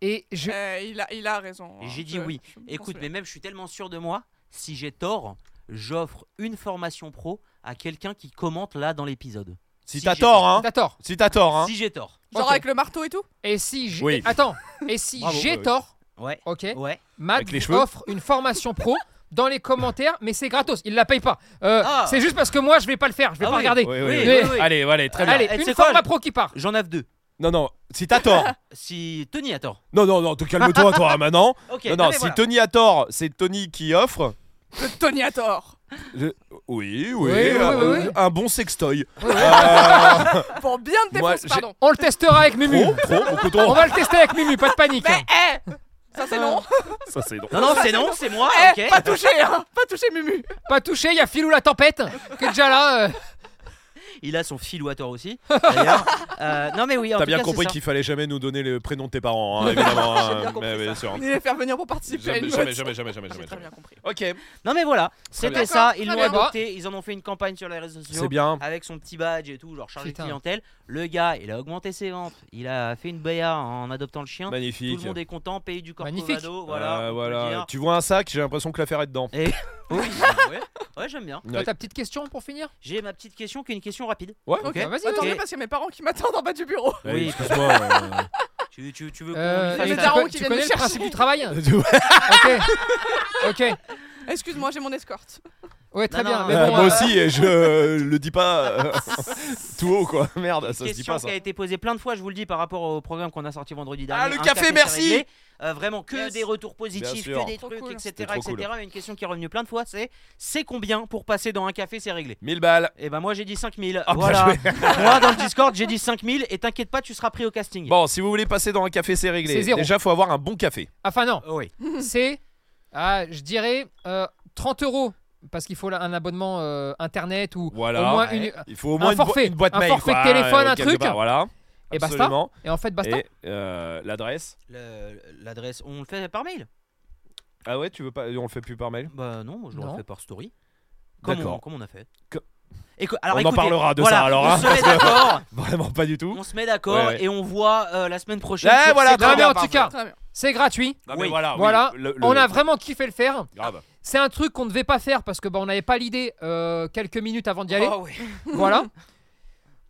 Speaker 4: Et je.
Speaker 19: Euh, il, a, il a raison.
Speaker 3: Et
Speaker 19: hein,
Speaker 3: j'ai dit
Speaker 19: je-
Speaker 3: oui.
Speaker 19: je pense
Speaker 3: Écoute,
Speaker 19: que-
Speaker 3: mais même je suis tellement sûr de moi, si j'ai tort, j'offre une formation pro à quelqu'un qui commente là dans l'épisode.
Speaker 2: Si,
Speaker 3: Si
Speaker 2: t'as
Speaker 3: j'ai
Speaker 2: tort,
Speaker 3: tort.
Speaker 2: hein.
Speaker 4: T'as tort.
Speaker 2: Si t'as tort, hein.
Speaker 3: Si j'ai tort.
Speaker 19: Genre
Speaker 4: Ok.
Speaker 19: avec le marteau et tout
Speaker 4: Et si j'ai.
Speaker 2: Oui.
Speaker 4: Attends. Et si
Speaker 3: Bravo,
Speaker 4: j'ai
Speaker 2: ouais, ouais.
Speaker 4: tort,
Speaker 3: Ouais.
Speaker 4: ok
Speaker 3: Ouais.
Speaker 4: Mad
Speaker 2: Avec les
Speaker 4: vous
Speaker 2: cheveux.
Speaker 4: offre une formation pro dans les commentaires, mais c'est gratos. Il la paye pas. Euh,
Speaker 3: Ah.
Speaker 4: C'est juste parce que moi, je vais pas le faire. Je vais
Speaker 3: Ah
Speaker 4: pas
Speaker 3: oui.
Speaker 4: regarder.
Speaker 2: Oui, oui,
Speaker 3: Oui,
Speaker 2: oui.
Speaker 3: oui, oui.
Speaker 2: Allez, allez, très bien.
Speaker 4: Allez,
Speaker 3: Eh, tu
Speaker 4: une
Speaker 3: sais quoi,
Speaker 4: forma
Speaker 3: je-
Speaker 4: pro qui part.
Speaker 3: J'en avais deux.
Speaker 2: Non, non, si t'as tort.
Speaker 3: Si Tony a tort.
Speaker 2: Non, non, non, te calme-toi, toi, maintenant.
Speaker 3: Ok.
Speaker 2: non, non,
Speaker 3: mais
Speaker 2: si
Speaker 3: voilà.
Speaker 2: Tony a tort, c'est Tony qui offre.
Speaker 19: Le Tony a tort.
Speaker 2: Je- Oui, oui,
Speaker 4: oui,
Speaker 2: euh,
Speaker 4: oui, oui.
Speaker 2: un bon sextoy.
Speaker 4: Oui, oui.
Speaker 2: Euh,
Speaker 19: Pour bien te
Speaker 2: Moi,
Speaker 19: défoncer,
Speaker 2: j'ai-
Speaker 19: pardon.
Speaker 4: On le testera avec Mumu.
Speaker 2: trop, trop, beaucoup
Speaker 4: On
Speaker 2: trop.
Speaker 4: va le tester avec Mumu, pas de panique.
Speaker 19: Mais eh Ça c'est long.
Speaker 2: Ça, c'est drôle.
Speaker 3: Non, non, c'est non, c'est moi.
Speaker 19: Eh,
Speaker 3: ok.
Speaker 19: Pas touché, hein Pas touché, Mumu.
Speaker 4: Pas touché, il y a Filou la tempête qui est déjà là. euh.
Speaker 3: Il a son fil water aussi. d'ailleurs. Euh, non, mais oui, en
Speaker 20: T'as
Speaker 3: tout
Speaker 20: bien
Speaker 3: cas,
Speaker 20: compris
Speaker 3: c'est ça.
Speaker 20: qu'il fallait jamais nous donner les prénoms de tes parents, hein, évidemment.
Speaker 3: J'ai
Speaker 20: hein,
Speaker 3: bien compris
Speaker 20: mais
Speaker 3: ça.
Speaker 20: bien sûr.
Speaker 19: Il les faire venir pour participer à
Speaker 20: Jamais,
Speaker 19: une
Speaker 20: jamais,
Speaker 19: meute.
Speaker 20: jamais, jamais, jamais, jamais. jamais.
Speaker 2: Ok.
Speaker 3: Non mais voilà,
Speaker 2: Très bien.
Speaker 3: c'était ça,
Speaker 2: D'accord, très
Speaker 3: ils l'ont
Speaker 2: bien.
Speaker 3: adopté, ils en ont fait une campagne sur les réseaux sociaux
Speaker 2: C'est bien.
Speaker 3: avec son petit badge et tout, genre chargé de
Speaker 2: Putain.
Speaker 3: clientèle. Le gars, il a augmenté ses ventes, il a fait une BA en adoptant le chien.
Speaker 2: Magnifique.
Speaker 3: Tout le monde est content, pays du Corcovado,
Speaker 4: Magnifique.
Speaker 3: voilà.
Speaker 2: Euh,
Speaker 3: on peut
Speaker 2: voilà.
Speaker 3: dire.
Speaker 2: Tu vois un sac, j'ai l'impression que l'affaire est dedans.
Speaker 3: Et... Oui, ouais, ouais, j'aime bien.
Speaker 4: Toi, ta petite question pour finir
Speaker 3: J'ai ma petite question qui est une question rapide.
Speaker 2: Ouais.
Speaker 4: Ok,
Speaker 3: Ok.
Speaker 4: vas-y,
Speaker 3: Ok.
Speaker 19: Attendez, parce qu'il y a mes parents qui m'attendent en bas du bureau.
Speaker 3: Oui,
Speaker 2: excuse-moi. euh,
Speaker 3: Tu, tu- tu veux qu'on
Speaker 4: Euh,
Speaker 3: lui
Speaker 4: tu
Speaker 3: fasse-
Speaker 19: tarons
Speaker 4: co-
Speaker 19: qui
Speaker 4: tu
Speaker 19: viennent
Speaker 4: connais
Speaker 19: nous
Speaker 4: le
Speaker 19: chercher.
Speaker 4: principe du travail
Speaker 2: Ouais.
Speaker 4: Ok. Ok.
Speaker 19: Excuse-moi, j'ai mon escorte.
Speaker 4: Ouais, très
Speaker 3: Non,
Speaker 4: bien.
Speaker 3: non,
Speaker 4: mais
Speaker 20: Euh,
Speaker 4: bon,
Speaker 20: moi
Speaker 4: euh,
Speaker 20: aussi, et je euh, le dis pas euh, tout haut, quoi. Merde, ça se dit
Speaker 3: question
Speaker 20: pas ça.
Speaker 3: qui a été posée plein de fois, je vous le dis, par rapport au programme qu'on a sorti vendredi dernier.
Speaker 2: Ah, le
Speaker 3: Un
Speaker 2: café,
Speaker 3: c'est
Speaker 2: merci
Speaker 3: réglé. Euh, Vraiment, que
Speaker 19: Yes.
Speaker 3: des retours positifs,
Speaker 20: sûr.
Speaker 3: que des
Speaker 19: Trop
Speaker 3: trucs,
Speaker 19: cool.
Speaker 3: etc.
Speaker 20: C'était trop
Speaker 3: etc.
Speaker 20: cool.
Speaker 3: Mais Une question qui est revenue plein de fois, c'est c'est combien pour passer dans un café, c'est réglé
Speaker 2: 1000 balles.
Speaker 3: Et ben moi j'ai dit 5000.
Speaker 2: Ah, bien
Speaker 3: voilà.
Speaker 2: joué.
Speaker 3: moi dans le Discord j'ai dit 5000 et t'inquiète pas, tu seras pris au casting.
Speaker 2: Bon, si vous voulez passer dans un café, c'est réglé.
Speaker 4: C'est zéro.
Speaker 2: Déjà, faut avoir un bon café.
Speaker 4: Enfin, non.
Speaker 3: Oh, oui.
Speaker 4: C'est, ah, je dirais, euh, 30 euros. Parce qu'il faut là un abonnement euh, internet ou
Speaker 2: Voilà.
Speaker 4: au moins
Speaker 2: Ouais.
Speaker 4: une.
Speaker 2: Il faut au
Speaker 4: Un
Speaker 2: moins une bo-
Speaker 4: forfait.
Speaker 2: une boîte
Speaker 4: Un
Speaker 2: mail.
Speaker 4: forfait
Speaker 2: quoi,
Speaker 4: téléphone,
Speaker 2: euh,
Speaker 4: un
Speaker 2: quelque
Speaker 4: truc.
Speaker 2: part, Voilà.
Speaker 4: Et basta.
Speaker 2: Absolument.
Speaker 4: Et en fait, basta.
Speaker 2: Et euh, l'adresse
Speaker 3: Le- L'adresse, on le fait par mail
Speaker 2: Ah ouais, tu veux pas On le fait plus par mail
Speaker 3: Bah non, moi, je
Speaker 4: Non.
Speaker 3: le fais par story. Comme on,
Speaker 2: D'accord.
Speaker 3: comme on a fait.
Speaker 2: Que-
Speaker 3: Et que- alors,
Speaker 2: On en
Speaker 3: écoutez,
Speaker 2: parlera de ça,
Speaker 3: voilà,
Speaker 2: alors,
Speaker 3: On
Speaker 2: hein,
Speaker 3: se met d'accord,
Speaker 2: Vraiment pas du tout.
Speaker 3: on se met d'accord
Speaker 2: Ouais, ouais.
Speaker 3: et on voit euh, la semaine prochaine.
Speaker 2: Ouais,
Speaker 3: sur-
Speaker 2: voilà,
Speaker 4: Non,
Speaker 2: très
Speaker 4: mais
Speaker 2: bien.
Speaker 4: en tout cas,
Speaker 19: Très bien.
Speaker 4: c'est gratuit.
Speaker 2: Non, mais
Speaker 3: Oui.
Speaker 2: voilà. oui,
Speaker 4: Voilà.
Speaker 2: le- le-
Speaker 4: On a vraiment kiffé le faire.
Speaker 2: Grave.
Speaker 4: C'est un truc qu'on ne devait pas faire parce que bah, on n'avait pas l'idée euh, quelques minutes avant d'y aller.
Speaker 3: Oh, ouais.
Speaker 4: Voilà.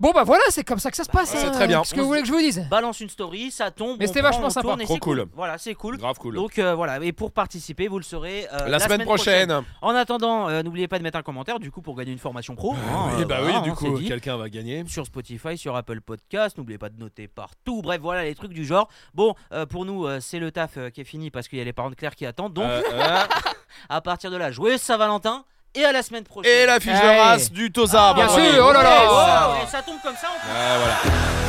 Speaker 4: Bon bah voilà, c'est comme ça que ça se passe.
Speaker 2: C'est
Speaker 4: hein.
Speaker 2: très bien.
Speaker 4: Qu'est-ce que
Speaker 3: On
Speaker 4: vous
Speaker 3: se
Speaker 4: voulez
Speaker 3: dit-
Speaker 4: que je vous dise
Speaker 3: Balance une story, ça tombe.
Speaker 4: Mais
Speaker 3: on
Speaker 4: c'était
Speaker 3: prend,
Speaker 4: vachement
Speaker 3: on
Speaker 4: sympa.
Speaker 3: tourne et
Speaker 2: Trop
Speaker 3: c'est
Speaker 2: cool.
Speaker 3: Voilà, c'est cool.
Speaker 2: Grave cool.
Speaker 3: Donc euh, voilà, et pour participer, vous le saurez euh,
Speaker 2: la, semaine, prochaine.
Speaker 3: En attendant, euh, n'oubliez pas de mettre un commentaire du coup pour gagner une formation pro. hein,
Speaker 2: Eh
Speaker 3: euh,
Speaker 2: bah
Speaker 3: voilà,
Speaker 2: oui, du
Speaker 3: hein,
Speaker 2: coup,
Speaker 3: c'est dit.
Speaker 2: quelqu'un va gagner.
Speaker 3: sur Spotify, sur Apple Podcast. N'oubliez pas de noter partout. Bref, voilà les trucs du genre. Bon, euh, pour nous, euh, c'est le taf euh, qui est fini parce qu'il y a les parents de Claire qui attendent. Donc,
Speaker 2: Euh, euh,
Speaker 3: à partir de là, joyeux Saint-Valentin et à la semaine prochaine.
Speaker 2: euh, et la fiche de
Speaker 4: Allez.
Speaker 2: race du Tosa.
Speaker 4: Ah, Bien
Speaker 2: vendredi.
Speaker 4: sûr, oh là là.
Speaker 3: Et ça tombe comme ça, on peut
Speaker 2: Ah, voilà.